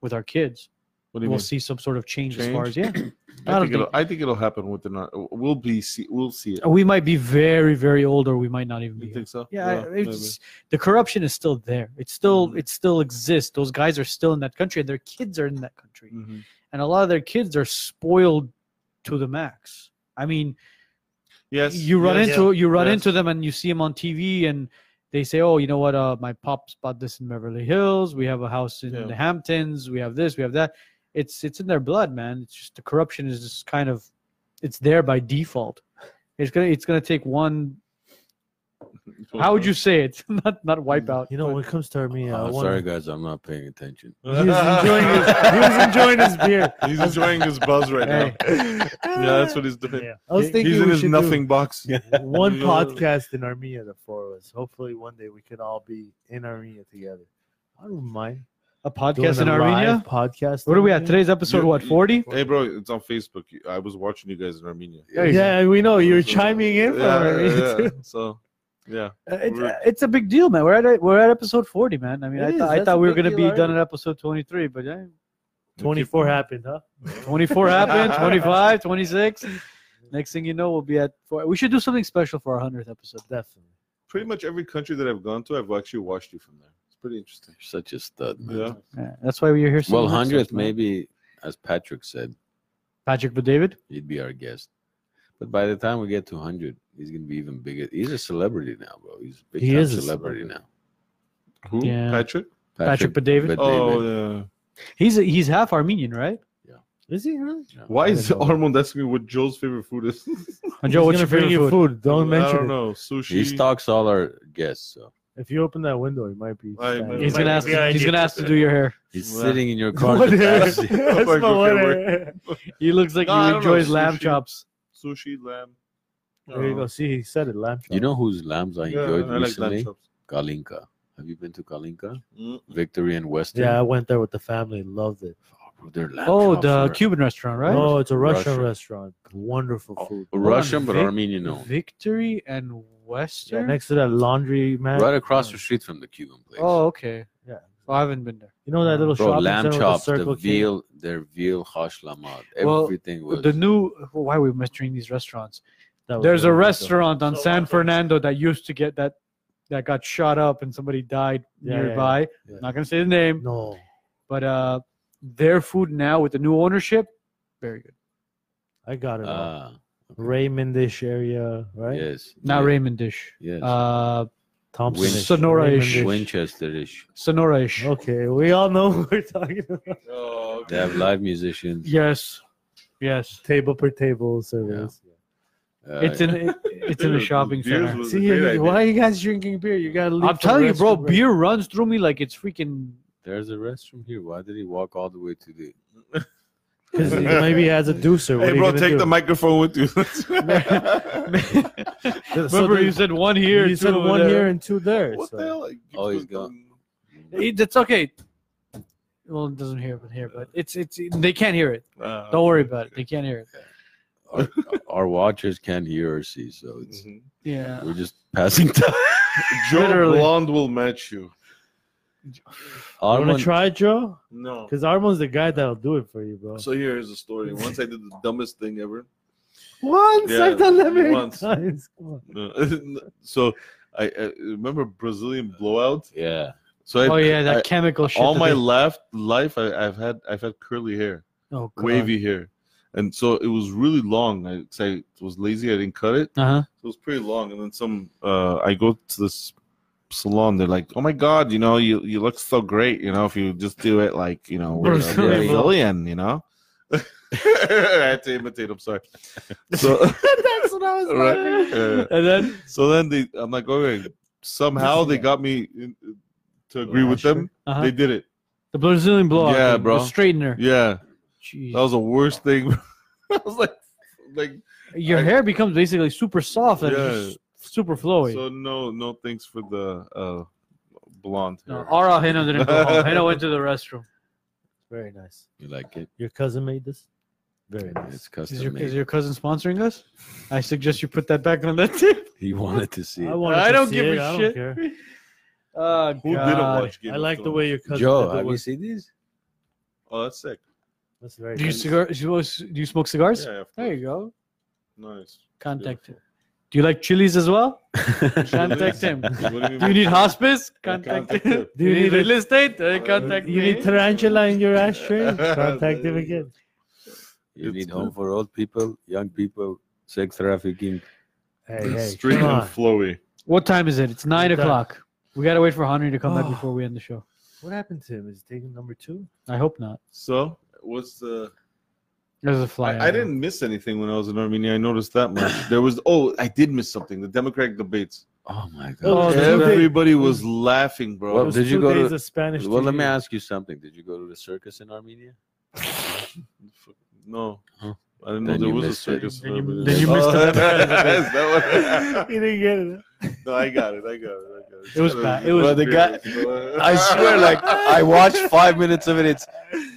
[SPEAKER 4] with our kids.
[SPEAKER 2] What do you
[SPEAKER 4] We'll
[SPEAKER 2] mean?
[SPEAKER 4] see some sort of change, as far
[SPEAKER 2] Change?
[SPEAKER 4] as yeah.
[SPEAKER 2] I,
[SPEAKER 4] I don't
[SPEAKER 2] think it'll,
[SPEAKER 4] think-
[SPEAKER 2] I think it'll happen within. Our, we'll be. See, we'll see it.
[SPEAKER 4] We might be very, very old, or we might not even be.
[SPEAKER 2] You
[SPEAKER 4] here.
[SPEAKER 2] think so?
[SPEAKER 4] Yeah, I-
[SPEAKER 2] maybe.
[SPEAKER 4] it's, the corruption is still there. It still
[SPEAKER 2] Mhm.
[SPEAKER 4] it still exists. Those guys are still in that country, and their kids are in that country,
[SPEAKER 2] Mhm.
[SPEAKER 4] and a lot of their kids are spoiled to the max. I mean,
[SPEAKER 2] Yes.
[SPEAKER 4] you run
[SPEAKER 2] yes.
[SPEAKER 4] into you run
[SPEAKER 2] yes.
[SPEAKER 4] into them, and you see them on TV, and they say, "Oh, you know what? Uh, my pops bought this in Beverly Hills. We have a house in
[SPEAKER 2] Yeah.
[SPEAKER 4] the Hamptons. We have this. We have that." It's it's in their blood, man. It's just the corruption is just kind of it's there by default. It's gonna it's gonna take one. How would you say it? not not wipe out.
[SPEAKER 1] You know, when it comes to
[SPEAKER 3] Oh,
[SPEAKER 1] Armenia, I
[SPEAKER 6] I'm
[SPEAKER 1] wanna-
[SPEAKER 6] sorry, guys. I'm not paying attention.
[SPEAKER 1] He was enjoying his, he was enjoying his beer.
[SPEAKER 2] He's enjoying his buzz right
[SPEAKER 1] Hey.
[SPEAKER 2] now. yeah, that's what he's doing.
[SPEAKER 5] Yeah.
[SPEAKER 1] I was thinking
[SPEAKER 2] He's
[SPEAKER 1] we
[SPEAKER 2] in his
[SPEAKER 1] should
[SPEAKER 2] nothing box.
[SPEAKER 1] do one
[SPEAKER 2] Yeah.
[SPEAKER 1] podcast in Armenia, the four of us. Hopefully, one day we could all be in Armenia together. I don't mind.
[SPEAKER 4] A
[SPEAKER 1] doing
[SPEAKER 4] podcast in
[SPEAKER 1] a live
[SPEAKER 4] Armenia?
[SPEAKER 1] Podcast.
[SPEAKER 4] What are
[SPEAKER 1] in
[SPEAKER 4] we at?
[SPEAKER 1] Armenia.
[SPEAKER 4] Today's episode,
[SPEAKER 2] You-
[SPEAKER 4] what, 40?
[SPEAKER 2] Hey, bro, it's on Facebook. You- I was watching you guys in Armenia.
[SPEAKER 1] Yeah, we know you're
[SPEAKER 2] So-
[SPEAKER 1] chiming in from
[SPEAKER 2] yeah,
[SPEAKER 1] Armenia.
[SPEAKER 2] yeah,
[SPEAKER 1] too.
[SPEAKER 2] yeah. So, yeah.
[SPEAKER 4] Uh, It's,
[SPEAKER 2] We're-
[SPEAKER 4] uh, it's a big deal, man. We're at we're at episode 40, man. I mean,
[SPEAKER 1] It
[SPEAKER 4] I,
[SPEAKER 1] is.
[SPEAKER 4] thought I
[SPEAKER 1] That's a
[SPEAKER 4] thought we were
[SPEAKER 1] big
[SPEAKER 4] going to
[SPEAKER 1] deal
[SPEAKER 4] be done
[SPEAKER 1] already.
[SPEAKER 4] at episode 23, but yeah,
[SPEAKER 1] Twenty-four happened, huh?
[SPEAKER 4] 24 happened, 25, 26. Next thing you know, we'll be at four. We should do something special for our 100th episode.
[SPEAKER 1] Definitely.
[SPEAKER 2] Pretty much every country that I've gone to, I've actually watched you from there. It's pretty interesting.
[SPEAKER 6] You're such a stud, man.
[SPEAKER 2] Yeah.
[SPEAKER 4] Yeah, that's why we're here. so
[SPEAKER 6] Well,
[SPEAKER 4] much,
[SPEAKER 6] hundredth,
[SPEAKER 4] man.
[SPEAKER 6] maybe, as Patrick said,
[SPEAKER 4] Patrick but David.
[SPEAKER 6] he'd be our guest. But by the time we get to hundred, he's gonna be even bigger. He's a celebrity now, bro. He's a big
[SPEAKER 1] He
[SPEAKER 6] time
[SPEAKER 1] is a
[SPEAKER 6] celebrity, now.
[SPEAKER 2] Who?
[SPEAKER 4] Yeah.
[SPEAKER 2] Patrick?
[SPEAKER 4] Patrick Bedavid?
[SPEAKER 6] Bedavid.
[SPEAKER 2] Oh, yeah.
[SPEAKER 4] He's a, he's half Armenian, right?
[SPEAKER 1] Is he really?
[SPEAKER 6] Yeah.
[SPEAKER 2] Why
[SPEAKER 1] I
[SPEAKER 2] is
[SPEAKER 1] don't know.
[SPEAKER 2] Armand asking me what Joe's favorite food is?
[SPEAKER 4] And Joe,
[SPEAKER 1] He's
[SPEAKER 4] what's
[SPEAKER 1] gonna bring
[SPEAKER 4] your favorite
[SPEAKER 1] you
[SPEAKER 4] food?
[SPEAKER 1] food? Don't
[SPEAKER 2] I
[SPEAKER 1] mention
[SPEAKER 2] don't
[SPEAKER 1] it.
[SPEAKER 2] know. Sushi.
[SPEAKER 6] he stalks all our guests. So
[SPEAKER 1] If you open that window, it might be.
[SPEAKER 2] I-
[SPEAKER 1] stabbed.
[SPEAKER 4] He's gonna ask.
[SPEAKER 5] Yeah, I
[SPEAKER 4] He's
[SPEAKER 5] did.
[SPEAKER 4] gonna ask to do your hair.
[SPEAKER 6] he's
[SPEAKER 2] Wow.
[SPEAKER 6] sitting in your car.
[SPEAKER 1] What
[SPEAKER 6] just
[SPEAKER 1] is-
[SPEAKER 6] asking-
[SPEAKER 1] That's
[SPEAKER 2] Like,
[SPEAKER 1] my
[SPEAKER 2] okay,
[SPEAKER 1] water.
[SPEAKER 4] He looks like
[SPEAKER 2] No, I
[SPEAKER 4] he
[SPEAKER 2] don't know,
[SPEAKER 4] enjoys lamb
[SPEAKER 2] sushi.
[SPEAKER 4] chops.
[SPEAKER 2] Sushi, lamb.
[SPEAKER 1] There you go. See, he said it. Lamb
[SPEAKER 6] you know whose lambs I
[SPEAKER 2] Yeah,
[SPEAKER 6] enjoyed
[SPEAKER 2] I like
[SPEAKER 6] recently?
[SPEAKER 2] lamb chops.
[SPEAKER 6] Kalinka. Have you been to Kalinka?
[SPEAKER 2] Mm.
[SPEAKER 6] Victory and Western.
[SPEAKER 1] Yeah, I went there with the family. Loved it.
[SPEAKER 6] Oh, bro, their lamb
[SPEAKER 4] Oh,
[SPEAKER 6] chops
[SPEAKER 4] the
[SPEAKER 6] are-
[SPEAKER 4] Cuban restaurant, right?
[SPEAKER 1] Oh, it's a Russian
[SPEAKER 6] Russian.
[SPEAKER 1] restaurant. Wonderful food.
[SPEAKER 6] Oh, Russian, but
[SPEAKER 4] Vic-
[SPEAKER 6] Armenian. No.
[SPEAKER 4] Victory and
[SPEAKER 1] Yeah,
[SPEAKER 4] Western.
[SPEAKER 1] next to that laundry man.
[SPEAKER 6] Right across the street from the Cuban place.
[SPEAKER 4] oh, okay.
[SPEAKER 1] Yeah.
[SPEAKER 4] Well, I haven't been there.
[SPEAKER 1] You know that little
[SPEAKER 6] Bro,
[SPEAKER 1] shopping
[SPEAKER 6] lamb
[SPEAKER 1] center
[SPEAKER 6] chops,
[SPEAKER 1] with the
[SPEAKER 6] the,
[SPEAKER 1] circle K?
[SPEAKER 6] veal, their veal hash lamad,
[SPEAKER 4] Well,
[SPEAKER 6] everything was.
[SPEAKER 4] The new. Why are we mentioning these restaurants?
[SPEAKER 1] That was
[SPEAKER 4] There's a
[SPEAKER 1] really good.
[SPEAKER 4] restaurant on
[SPEAKER 5] So
[SPEAKER 4] San
[SPEAKER 5] awesome.
[SPEAKER 4] Fernando that used to get that that got shot up and somebody died
[SPEAKER 1] Yeah, yeah,
[SPEAKER 4] nearby.
[SPEAKER 1] yeah.
[SPEAKER 4] Not gonna say the name,
[SPEAKER 1] No.
[SPEAKER 4] but uh, their food now with the new ownership, very good.
[SPEAKER 1] I got it. all.
[SPEAKER 6] ah,
[SPEAKER 1] Raymondish area, right?
[SPEAKER 6] yes,
[SPEAKER 4] Not
[SPEAKER 6] yes,
[SPEAKER 4] Raymond dish.
[SPEAKER 6] Yes,
[SPEAKER 4] Uh,
[SPEAKER 1] Thompson.
[SPEAKER 6] Win-
[SPEAKER 4] Sonora-ish.
[SPEAKER 6] Winchester-ish.
[SPEAKER 4] Sonora-ish.
[SPEAKER 1] Okay, we all know who we're talking about.
[SPEAKER 2] Oh,
[SPEAKER 6] They have live musicians.
[SPEAKER 4] Yes, yes.
[SPEAKER 1] Table per table service.
[SPEAKER 6] Uh,
[SPEAKER 4] It's in it, it's in a
[SPEAKER 2] Dude,
[SPEAKER 4] shopping
[SPEAKER 2] beers
[SPEAKER 4] center.
[SPEAKER 2] was a
[SPEAKER 1] See,
[SPEAKER 2] great idea.
[SPEAKER 1] why are you guys drinking beer? You gotta leave.
[SPEAKER 4] I'm
[SPEAKER 1] for
[SPEAKER 4] telling you, bro,
[SPEAKER 1] restaurant break.
[SPEAKER 4] beer runs through me like it's freaking.
[SPEAKER 6] There's a restroom here. Why did he walk all the way to the?
[SPEAKER 1] 'Cause maybe he has a deucer. What
[SPEAKER 2] Hey,
[SPEAKER 1] are you
[SPEAKER 2] bro,
[SPEAKER 1] gonna
[SPEAKER 2] take
[SPEAKER 1] do?
[SPEAKER 2] the microphone with you.
[SPEAKER 1] So
[SPEAKER 4] Remember,
[SPEAKER 1] the-
[SPEAKER 4] you said one here,
[SPEAKER 1] you said
[SPEAKER 4] two over
[SPEAKER 1] one
[SPEAKER 4] there.
[SPEAKER 1] here and two there.
[SPEAKER 2] what
[SPEAKER 1] so-
[SPEAKER 2] the hell?
[SPEAKER 6] Oh, he's gone.
[SPEAKER 4] It, it's okay. Well, it doesn't hear it here, but it's it's they can't hear it.
[SPEAKER 2] Uh,
[SPEAKER 4] Don't worry about it. They can't hear it.
[SPEAKER 6] Our, our watchers can't hear or see, so it's
[SPEAKER 2] Mhm.
[SPEAKER 4] Yeah.
[SPEAKER 6] we're just passing time.
[SPEAKER 2] Joe
[SPEAKER 4] Literally.
[SPEAKER 2] Blonde will match you.
[SPEAKER 1] You wanna
[SPEAKER 6] Armand,
[SPEAKER 1] try, Joe?
[SPEAKER 2] No.
[SPEAKER 1] Because Armand's the guy that'll do it for you, bro.
[SPEAKER 2] So here is a story. Once I did the dumbest thing ever.
[SPEAKER 1] once
[SPEAKER 2] Yeah,
[SPEAKER 1] I've done that many
[SPEAKER 2] once.
[SPEAKER 1] times. Come on.
[SPEAKER 2] No. so I, I remember Brazilian blowout.
[SPEAKER 6] yeah,
[SPEAKER 2] So I,
[SPEAKER 4] Oh yeah, that
[SPEAKER 2] I-
[SPEAKER 4] chemical shit.
[SPEAKER 2] all
[SPEAKER 4] that
[SPEAKER 2] my
[SPEAKER 4] they-
[SPEAKER 2] life, life I, I've had I've had curly hair,
[SPEAKER 4] oh, God.
[SPEAKER 2] wavy hair, and so it was really long. I, 'cause I was lazy. I didn't cut it.
[SPEAKER 4] Uh-huh.
[SPEAKER 2] So it was pretty long. And then some, uh, I go to this salon. They're like, "Oh my god, you know, you you look so great. You know, if you just do it like you know, we're
[SPEAKER 4] Brazilian.
[SPEAKER 2] Brazilian, you know." I had to imitate. I'm sorry. So
[SPEAKER 1] That's what I was
[SPEAKER 2] Right. uh,
[SPEAKER 1] laughing at.
[SPEAKER 2] Yeah.
[SPEAKER 4] And then
[SPEAKER 2] so then they, I'm like, okay. Somehow they got me in, to agree with them.
[SPEAKER 4] uh-huh.
[SPEAKER 2] They did it.
[SPEAKER 4] the Brazilian blowout.
[SPEAKER 2] Yeah,
[SPEAKER 4] thing, the
[SPEAKER 2] bro.
[SPEAKER 4] straightener.
[SPEAKER 2] Yeah,
[SPEAKER 4] Jeez.
[SPEAKER 2] that was the worst thing. I was like, like
[SPEAKER 4] Your
[SPEAKER 2] I-
[SPEAKER 4] hair becomes basically super soft and it's
[SPEAKER 2] Yeah.
[SPEAKER 4] just super
[SPEAKER 1] Oh,
[SPEAKER 4] flowy.
[SPEAKER 2] so. No, no. Thanks for the uh, blonde.
[SPEAKER 4] no,
[SPEAKER 2] hair.
[SPEAKER 4] Ara Hena didn't go home. Hena went to the restroom.
[SPEAKER 1] Very nice.
[SPEAKER 6] you like it?
[SPEAKER 1] Your cousin made this?
[SPEAKER 4] Very
[SPEAKER 3] And
[SPEAKER 4] nice.
[SPEAKER 3] It's custom
[SPEAKER 4] Is your,
[SPEAKER 3] made.
[SPEAKER 4] is your cousin sponsoring us? I suggest you put that back on that tip.
[SPEAKER 3] He wanted to see it.
[SPEAKER 5] wanted
[SPEAKER 4] I
[SPEAKER 5] to
[SPEAKER 4] don't
[SPEAKER 5] see
[SPEAKER 4] give
[SPEAKER 5] it.
[SPEAKER 4] a
[SPEAKER 5] I don't
[SPEAKER 4] shit.
[SPEAKER 5] care.
[SPEAKER 4] Oh,
[SPEAKER 2] Who didn't
[SPEAKER 4] God.
[SPEAKER 2] watch Game
[SPEAKER 5] I
[SPEAKER 2] of
[SPEAKER 5] like the
[SPEAKER 2] Thrones?
[SPEAKER 5] way your cousin.
[SPEAKER 3] Joe,
[SPEAKER 5] did the
[SPEAKER 3] have you
[SPEAKER 5] work.
[SPEAKER 3] seen these?
[SPEAKER 2] Oh, that's sick.
[SPEAKER 5] That's very.
[SPEAKER 4] Do you
[SPEAKER 5] nice.
[SPEAKER 4] cigar? Do you smoke- do you smoke cigars?
[SPEAKER 2] Yeah, of
[SPEAKER 4] There
[SPEAKER 2] course.
[SPEAKER 4] you go.
[SPEAKER 2] Nice.
[SPEAKER 4] Contact him. Do you like chilies as well? Contact him. Do you need hospice? Contact
[SPEAKER 2] Contact
[SPEAKER 4] him.
[SPEAKER 2] him.
[SPEAKER 4] Do you need
[SPEAKER 5] a-
[SPEAKER 4] real estate? Uh, Contact
[SPEAKER 5] You
[SPEAKER 4] me.
[SPEAKER 5] need tarantula in your ashtray. Contact him again.
[SPEAKER 3] You
[SPEAKER 2] It's good.
[SPEAKER 3] need home for old people, young people, sex trafficking.
[SPEAKER 5] Hey, hey,
[SPEAKER 2] Straight
[SPEAKER 5] come
[SPEAKER 2] and
[SPEAKER 5] on.
[SPEAKER 2] flowy.
[SPEAKER 4] What time is it? It's nine
[SPEAKER 5] It's, uh,
[SPEAKER 4] o'clock. We gotta wait for Henry to come back
[SPEAKER 1] Oh.
[SPEAKER 4] before we end the show.
[SPEAKER 1] What happened to him? Is he taking number two?
[SPEAKER 4] I hope not.
[SPEAKER 2] So, what's the?
[SPEAKER 4] There's a fly.
[SPEAKER 2] I, I
[SPEAKER 4] out.
[SPEAKER 2] didn't miss anything when I was in Armenia. I noticed that much. There was oh, I did miss something. The Democratic debates.
[SPEAKER 3] Oh my god.
[SPEAKER 5] Oh, there's no-
[SPEAKER 2] Everybody was laughing, bro.
[SPEAKER 3] Well,
[SPEAKER 5] Those
[SPEAKER 3] did you
[SPEAKER 5] two
[SPEAKER 3] go
[SPEAKER 5] days
[SPEAKER 3] to-
[SPEAKER 5] of Spanish?
[SPEAKER 3] well, let
[SPEAKER 5] TV.
[SPEAKER 3] me ask you something. Did you go to the circus in Armenia?
[SPEAKER 2] No.
[SPEAKER 3] Huh.
[SPEAKER 2] I didn't
[SPEAKER 3] Then
[SPEAKER 2] know
[SPEAKER 3] you
[SPEAKER 2] there was a
[SPEAKER 3] missed it.
[SPEAKER 2] circus.
[SPEAKER 4] Then you-
[SPEAKER 2] Celebrity.
[SPEAKER 4] then you missed
[SPEAKER 2] Oh,
[SPEAKER 4] the Democratic
[SPEAKER 2] that's that
[SPEAKER 5] you didn't get it.
[SPEAKER 2] one. No, I got it. I got it. I got it.
[SPEAKER 4] It was bad. It was-
[SPEAKER 3] Well, the guy-
[SPEAKER 2] I
[SPEAKER 3] I swear, like I watched five minutes of it. It's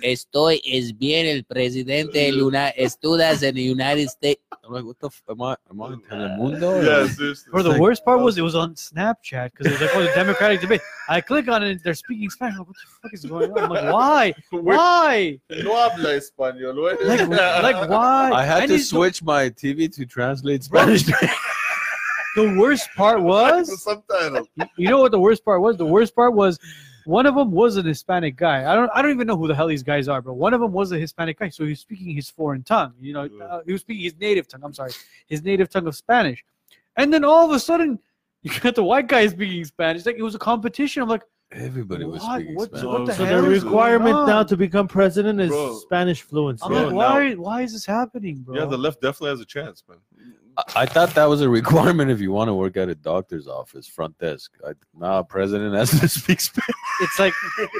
[SPEAKER 7] Estoy es bien el presidente Luna Estudas en United States.
[SPEAKER 3] I'm like, what the f- am I? Am I in Telemundo?
[SPEAKER 2] Yeah, seriously.
[SPEAKER 4] Bro, oh, the
[SPEAKER 2] Like,
[SPEAKER 4] worst part was it was on Snapchat because it was like, oh, the Democratic debate. I click on it, they're speaking Spanish. I'm like, what the fuck is going on? I'm like, why?
[SPEAKER 2] Wait,
[SPEAKER 4] Why?
[SPEAKER 2] No habla español. wait.
[SPEAKER 4] Like, like why?
[SPEAKER 3] I had
[SPEAKER 4] And
[SPEAKER 3] to
[SPEAKER 4] it's the-
[SPEAKER 3] switch my TV to translate Spanish.
[SPEAKER 4] The worst part was
[SPEAKER 2] subtitle.
[SPEAKER 4] you know what the worst part was? The worst part was one of them was an Hispanic guy. I don't I don't even know who the hell these guys are, but one of them was a Hispanic guy, so he was speaking his foreign tongue. You know,
[SPEAKER 2] Yeah.
[SPEAKER 4] uh, he was speaking his native tongue. I'm sorry, his native tongue of Spanish. And then all of a sudden, you got the white guy speaking Spanish. Like it was a competition. I'm like,
[SPEAKER 3] Everybody was
[SPEAKER 4] What?
[SPEAKER 3] speaking
[SPEAKER 4] What-
[SPEAKER 3] Spanish.
[SPEAKER 4] what the
[SPEAKER 5] So
[SPEAKER 4] hell
[SPEAKER 5] the
[SPEAKER 4] is going
[SPEAKER 5] requirement now
[SPEAKER 4] on?
[SPEAKER 5] to become president is
[SPEAKER 2] Bro.
[SPEAKER 5] Spanish fluency.
[SPEAKER 4] I'm
[SPEAKER 2] Bro,
[SPEAKER 4] like, why? Why is this happening, bro?
[SPEAKER 2] Yeah, the left definitely has a chance, man.
[SPEAKER 3] I- I thought that was a requirement if you want to work at a doctor's office front desk. I, nah, president has to speak Spanish.
[SPEAKER 4] it's like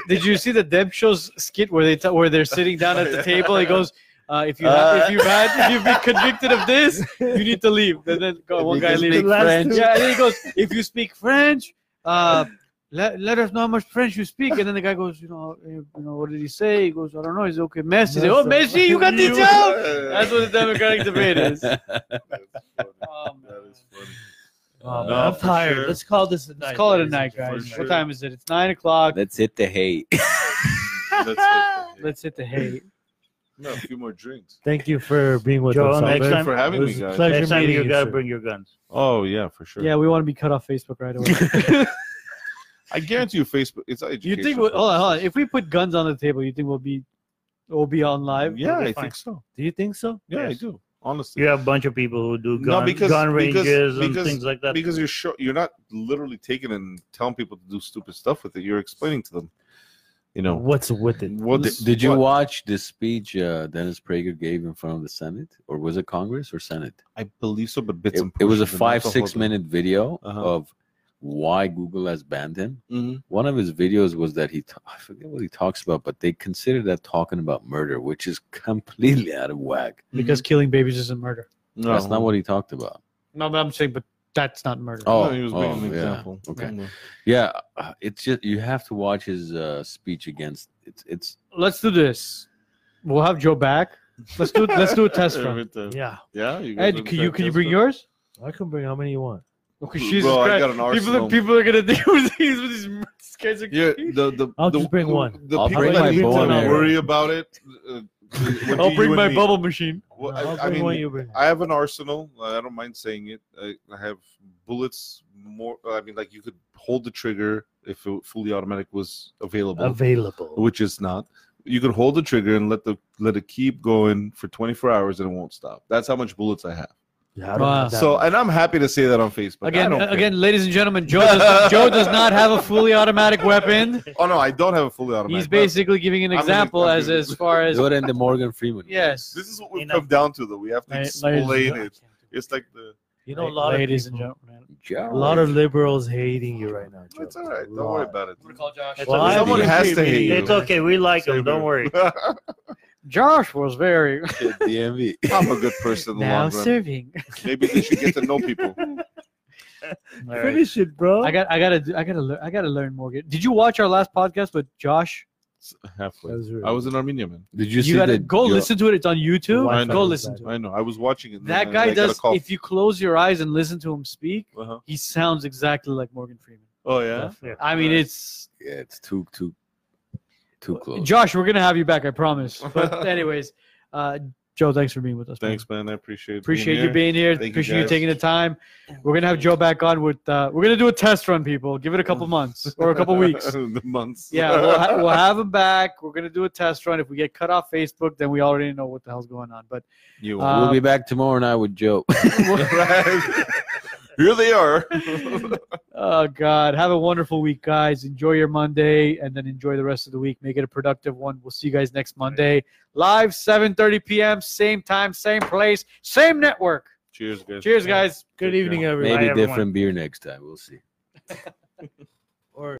[SPEAKER 4] did you see the Deb Show's skit where they t- where they're sitting down at the table? He goes, uh, "If you have, if you had if you've been convicted of this, you need to leave." And then go, one guy
[SPEAKER 3] Because
[SPEAKER 4] leaves.
[SPEAKER 3] speak
[SPEAKER 5] Last
[SPEAKER 3] French.
[SPEAKER 4] Yeah, and then he goes, "If you speak French, uh, let, let us know how much French you speak." And then the guy goes, "You know, eh, you know what did he say?" He goes, "I don't know." He's okay, Messi. He said, oh, Messi, you got the job. That's what the Democratic debate is. Oh, man.
[SPEAKER 2] That is funny.
[SPEAKER 4] Oh,
[SPEAKER 2] No,
[SPEAKER 4] man.
[SPEAKER 5] I'm
[SPEAKER 2] for
[SPEAKER 5] tired.
[SPEAKER 2] sure.
[SPEAKER 5] Let's call this a night.
[SPEAKER 4] Let's call it a
[SPEAKER 5] ladies and
[SPEAKER 4] night,
[SPEAKER 5] gentlemen.
[SPEAKER 4] guys.
[SPEAKER 2] sure.
[SPEAKER 4] What time is it? It's nine o'clock.
[SPEAKER 3] That's it. The hate.
[SPEAKER 2] That's it.
[SPEAKER 4] Let's hit the hate.
[SPEAKER 2] No, a few more drinks.
[SPEAKER 1] Thank you for being with
[SPEAKER 5] Joe,
[SPEAKER 1] us.
[SPEAKER 5] next
[SPEAKER 2] Thank
[SPEAKER 5] time-
[SPEAKER 2] you for
[SPEAKER 5] it
[SPEAKER 2] having me,
[SPEAKER 5] was a
[SPEAKER 2] guys.
[SPEAKER 5] pleasure
[SPEAKER 1] Next time
[SPEAKER 5] meeting
[SPEAKER 1] you
[SPEAKER 5] you
[SPEAKER 1] gotta
[SPEAKER 5] sir.
[SPEAKER 1] bring your guns.
[SPEAKER 2] Oh yeah, for sure.
[SPEAKER 4] Yeah, we want to be cut off Facebook right away.
[SPEAKER 2] I guarantee you, Facebook. It's
[SPEAKER 4] you
[SPEAKER 2] education.
[SPEAKER 4] think? We'll, hold on, hold on. If we put guns on the table, you think we'll be, we'll be on live?
[SPEAKER 2] yeah,
[SPEAKER 4] We'll be
[SPEAKER 2] I
[SPEAKER 4] fine.
[SPEAKER 2] think so.
[SPEAKER 1] Do you think so?
[SPEAKER 2] Yeah, I
[SPEAKER 5] Yes.
[SPEAKER 2] do. Honestly,
[SPEAKER 5] You have a bunch of people who do
[SPEAKER 2] No,
[SPEAKER 5] gun,
[SPEAKER 2] because-
[SPEAKER 5] gun ranges
[SPEAKER 2] because-
[SPEAKER 5] and
[SPEAKER 2] because-
[SPEAKER 5] things like that.
[SPEAKER 2] because you're show, you're not literally taking and telling people to do stupid stuff with it. You're explaining to them. You know
[SPEAKER 1] What's with it?
[SPEAKER 2] what?
[SPEAKER 3] Did, did you watch the speech uh, Dennis Prager gave in front of the Senate, or was it Congress or Senate?
[SPEAKER 2] I believe so, but bits
[SPEAKER 3] It,
[SPEAKER 2] and
[SPEAKER 3] it was a
[SPEAKER 2] portions, but not
[SPEAKER 3] five
[SPEAKER 2] the whole
[SPEAKER 3] six
[SPEAKER 2] thing.
[SPEAKER 3] minute video
[SPEAKER 2] Uh-huh.
[SPEAKER 3] of why Google has banned him.
[SPEAKER 2] Mhm.
[SPEAKER 3] One of his videos was that he ta- I forget what he talks about, but they consider that talking about murder, which is completely out of whack.
[SPEAKER 4] Because killing babies isn't murder.
[SPEAKER 2] No,
[SPEAKER 3] That's not what he talked about.
[SPEAKER 4] No, but I'm saying, but that's not murder.
[SPEAKER 3] Oh,
[SPEAKER 2] no, he was
[SPEAKER 3] oh,
[SPEAKER 2] making an
[SPEAKER 3] yeah.
[SPEAKER 2] example.
[SPEAKER 3] Okay.
[SPEAKER 2] Mhm.
[SPEAKER 3] Yeah, uh, it's just you have to watch his uh, speech against. It's it's
[SPEAKER 4] Let's do this. We'll have Joe back. Let's do. let's do a test run.
[SPEAKER 2] Every time.
[SPEAKER 5] yeah,
[SPEAKER 2] Yeah, you guys
[SPEAKER 4] Ed,
[SPEAKER 2] want
[SPEAKER 4] can
[SPEAKER 2] to
[SPEAKER 4] you can you
[SPEAKER 2] test
[SPEAKER 4] bring
[SPEAKER 2] it?
[SPEAKER 4] yours?
[SPEAKER 1] I can bring how many you want.
[SPEAKER 4] Okay, Jesus
[SPEAKER 2] Bro, I
[SPEAKER 4] Christ.
[SPEAKER 2] got an
[SPEAKER 4] People,
[SPEAKER 2] arsenal.
[SPEAKER 4] people are gonna think these these guys are
[SPEAKER 2] Yeah,
[SPEAKER 4] crazy.
[SPEAKER 2] the, the,
[SPEAKER 1] I'll
[SPEAKER 2] the,
[SPEAKER 1] just bring
[SPEAKER 2] the-
[SPEAKER 1] one.
[SPEAKER 2] The
[SPEAKER 3] I'll
[SPEAKER 2] people
[SPEAKER 3] bring
[SPEAKER 2] that
[SPEAKER 3] my
[SPEAKER 2] need to
[SPEAKER 3] bone
[SPEAKER 2] not
[SPEAKER 3] arrow.
[SPEAKER 2] worry about it. Uh, what do
[SPEAKER 4] I'll
[SPEAKER 2] you
[SPEAKER 4] bring
[SPEAKER 2] and
[SPEAKER 4] my
[SPEAKER 2] me?
[SPEAKER 4] bubble machine.
[SPEAKER 2] Well,
[SPEAKER 1] No, I'll
[SPEAKER 2] I, I
[SPEAKER 1] bring one,
[SPEAKER 2] mean,
[SPEAKER 1] you bring.
[SPEAKER 2] I have an arsenal. I don't mind saying it. I, I have bullets more. I mean, like you could hold the trigger if it, fully automatic was available,
[SPEAKER 1] Available.
[SPEAKER 2] which is not. You could hold the trigger and let the let it keep going for 24 hours and it won't stop. That's how much bullets I have.
[SPEAKER 1] Yeah, I don't
[SPEAKER 4] Wow.
[SPEAKER 1] have that
[SPEAKER 2] so,
[SPEAKER 1] one.
[SPEAKER 2] and I'm happy to say that on Facebook. I
[SPEAKER 4] Again,
[SPEAKER 2] don't
[SPEAKER 4] uh,
[SPEAKER 2] care.
[SPEAKER 4] again, ladies and gentlemen, Joe does, Joe does not have a fully automatic weapon.
[SPEAKER 2] Oh no, I don't have a fully automatic.
[SPEAKER 4] He's basically giving an
[SPEAKER 2] I'm gonna-
[SPEAKER 4] example
[SPEAKER 2] I'm
[SPEAKER 4] as
[SPEAKER 2] gonna-
[SPEAKER 4] as far as
[SPEAKER 3] what in the Morgan Freeman.
[SPEAKER 4] yes.
[SPEAKER 2] This is what we've
[SPEAKER 5] Enough.
[SPEAKER 2] come down to, though. We have to
[SPEAKER 1] Right, ladies and
[SPEAKER 2] explain it. It's like the
[SPEAKER 1] You know, a lot of
[SPEAKER 4] ladies
[SPEAKER 1] people-
[SPEAKER 4] and gentlemen.
[SPEAKER 3] Joe.
[SPEAKER 1] a lot of liberals hating you right now. Joe.
[SPEAKER 2] It's all right. Don't
[SPEAKER 1] A lot.
[SPEAKER 2] worry about it.
[SPEAKER 5] It's
[SPEAKER 1] Well,
[SPEAKER 5] okay.
[SPEAKER 1] I
[SPEAKER 2] Someone
[SPEAKER 5] think
[SPEAKER 2] has
[SPEAKER 5] we-
[SPEAKER 2] to hate
[SPEAKER 5] It's
[SPEAKER 2] you.
[SPEAKER 5] okay. We like
[SPEAKER 2] Same
[SPEAKER 5] him. Don't
[SPEAKER 2] here.
[SPEAKER 5] worry.
[SPEAKER 4] Josh was very
[SPEAKER 3] DMV.
[SPEAKER 2] I'm a good person in the long run.
[SPEAKER 4] serving.
[SPEAKER 2] Maybe they should get to know people.
[SPEAKER 5] All right.
[SPEAKER 1] Finish it, bro.
[SPEAKER 4] I got I gotta do- I gotta learn I gotta learn more. Did you watch our last podcast with Josh
[SPEAKER 2] s- halfway.
[SPEAKER 4] That was really
[SPEAKER 2] I was in Armenia, man.
[SPEAKER 3] Did you,
[SPEAKER 4] You,
[SPEAKER 3] see
[SPEAKER 4] gotta
[SPEAKER 3] that?
[SPEAKER 4] go
[SPEAKER 3] your-
[SPEAKER 4] listen to it. It's on YouTube.
[SPEAKER 2] I
[SPEAKER 4] Go
[SPEAKER 2] know.
[SPEAKER 4] listen to it.
[SPEAKER 2] I know. I was watching it. and
[SPEAKER 4] That
[SPEAKER 2] then
[SPEAKER 4] guy
[SPEAKER 2] I got a
[SPEAKER 4] does.
[SPEAKER 2] call.
[SPEAKER 4] If you close your eyes and listen to him speak,
[SPEAKER 2] Uh-huh.
[SPEAKER 4] he sounds exactly like Morgan Freeman.
[SPEAKER 2] Oh yeah.
[SPEAKER 4] I mean,
[SPEAKER 2] Right.
[SPEAKER 4] it's
[SPEAKER 3] Yeah, it's too too too close.
[SPEAKER 4] Josh. We're gonna have you back, I promise. But anyways, uh, Joe, thanks for being with us. man.
[SPEAKER 2] Thanks, man. I appreciate.
[SPEAKER 4] Appreciate you being here.
[SPEAKER 2] Thank you,
[SPEAKER 4] Appreciate you,
[SPEAKER 2] guys.
[SPEAKER 4] taking the time. We're gonna have Joe back on with. Uh, we're gonna do a test run, people. Give it a couple months or a couple weeks.
[SPEAKER 2] the months.
[SPEAKER 4] Yeah, we'll, ha- we'll have him back. We're gonna do a test run. If we get cut off Facebook, then we already know what the hell's going on. But
[SPEAKER 2] you
[SPEAKER 4] uh,
[SPEAKER 8] we'll be back tomorrow night with Joe.
[SPEAKER 2] Right. Here they are.
[SPEAKER 4] oh God, have a wonderful week, guys. Enjoy your Monday, and then enjoy the rest of the week. Make it a productive one. We'll see you guys next Monday, live 7:30 p.m. Same time, same place, same network.
[SPEAKER 2] Cheers, guys.
[SPEAKER 4] Cheers, guys.
[SPEAKER 2] Take
[SPEAKER 4] Good
[SPEAKER 2] care.
[SPEAKER 4] evening, everyone.
[SPEAKER 8] Maybe
[SPEAKER 9] everyone.
[SPEAKER 8] different beer next time. We'll see.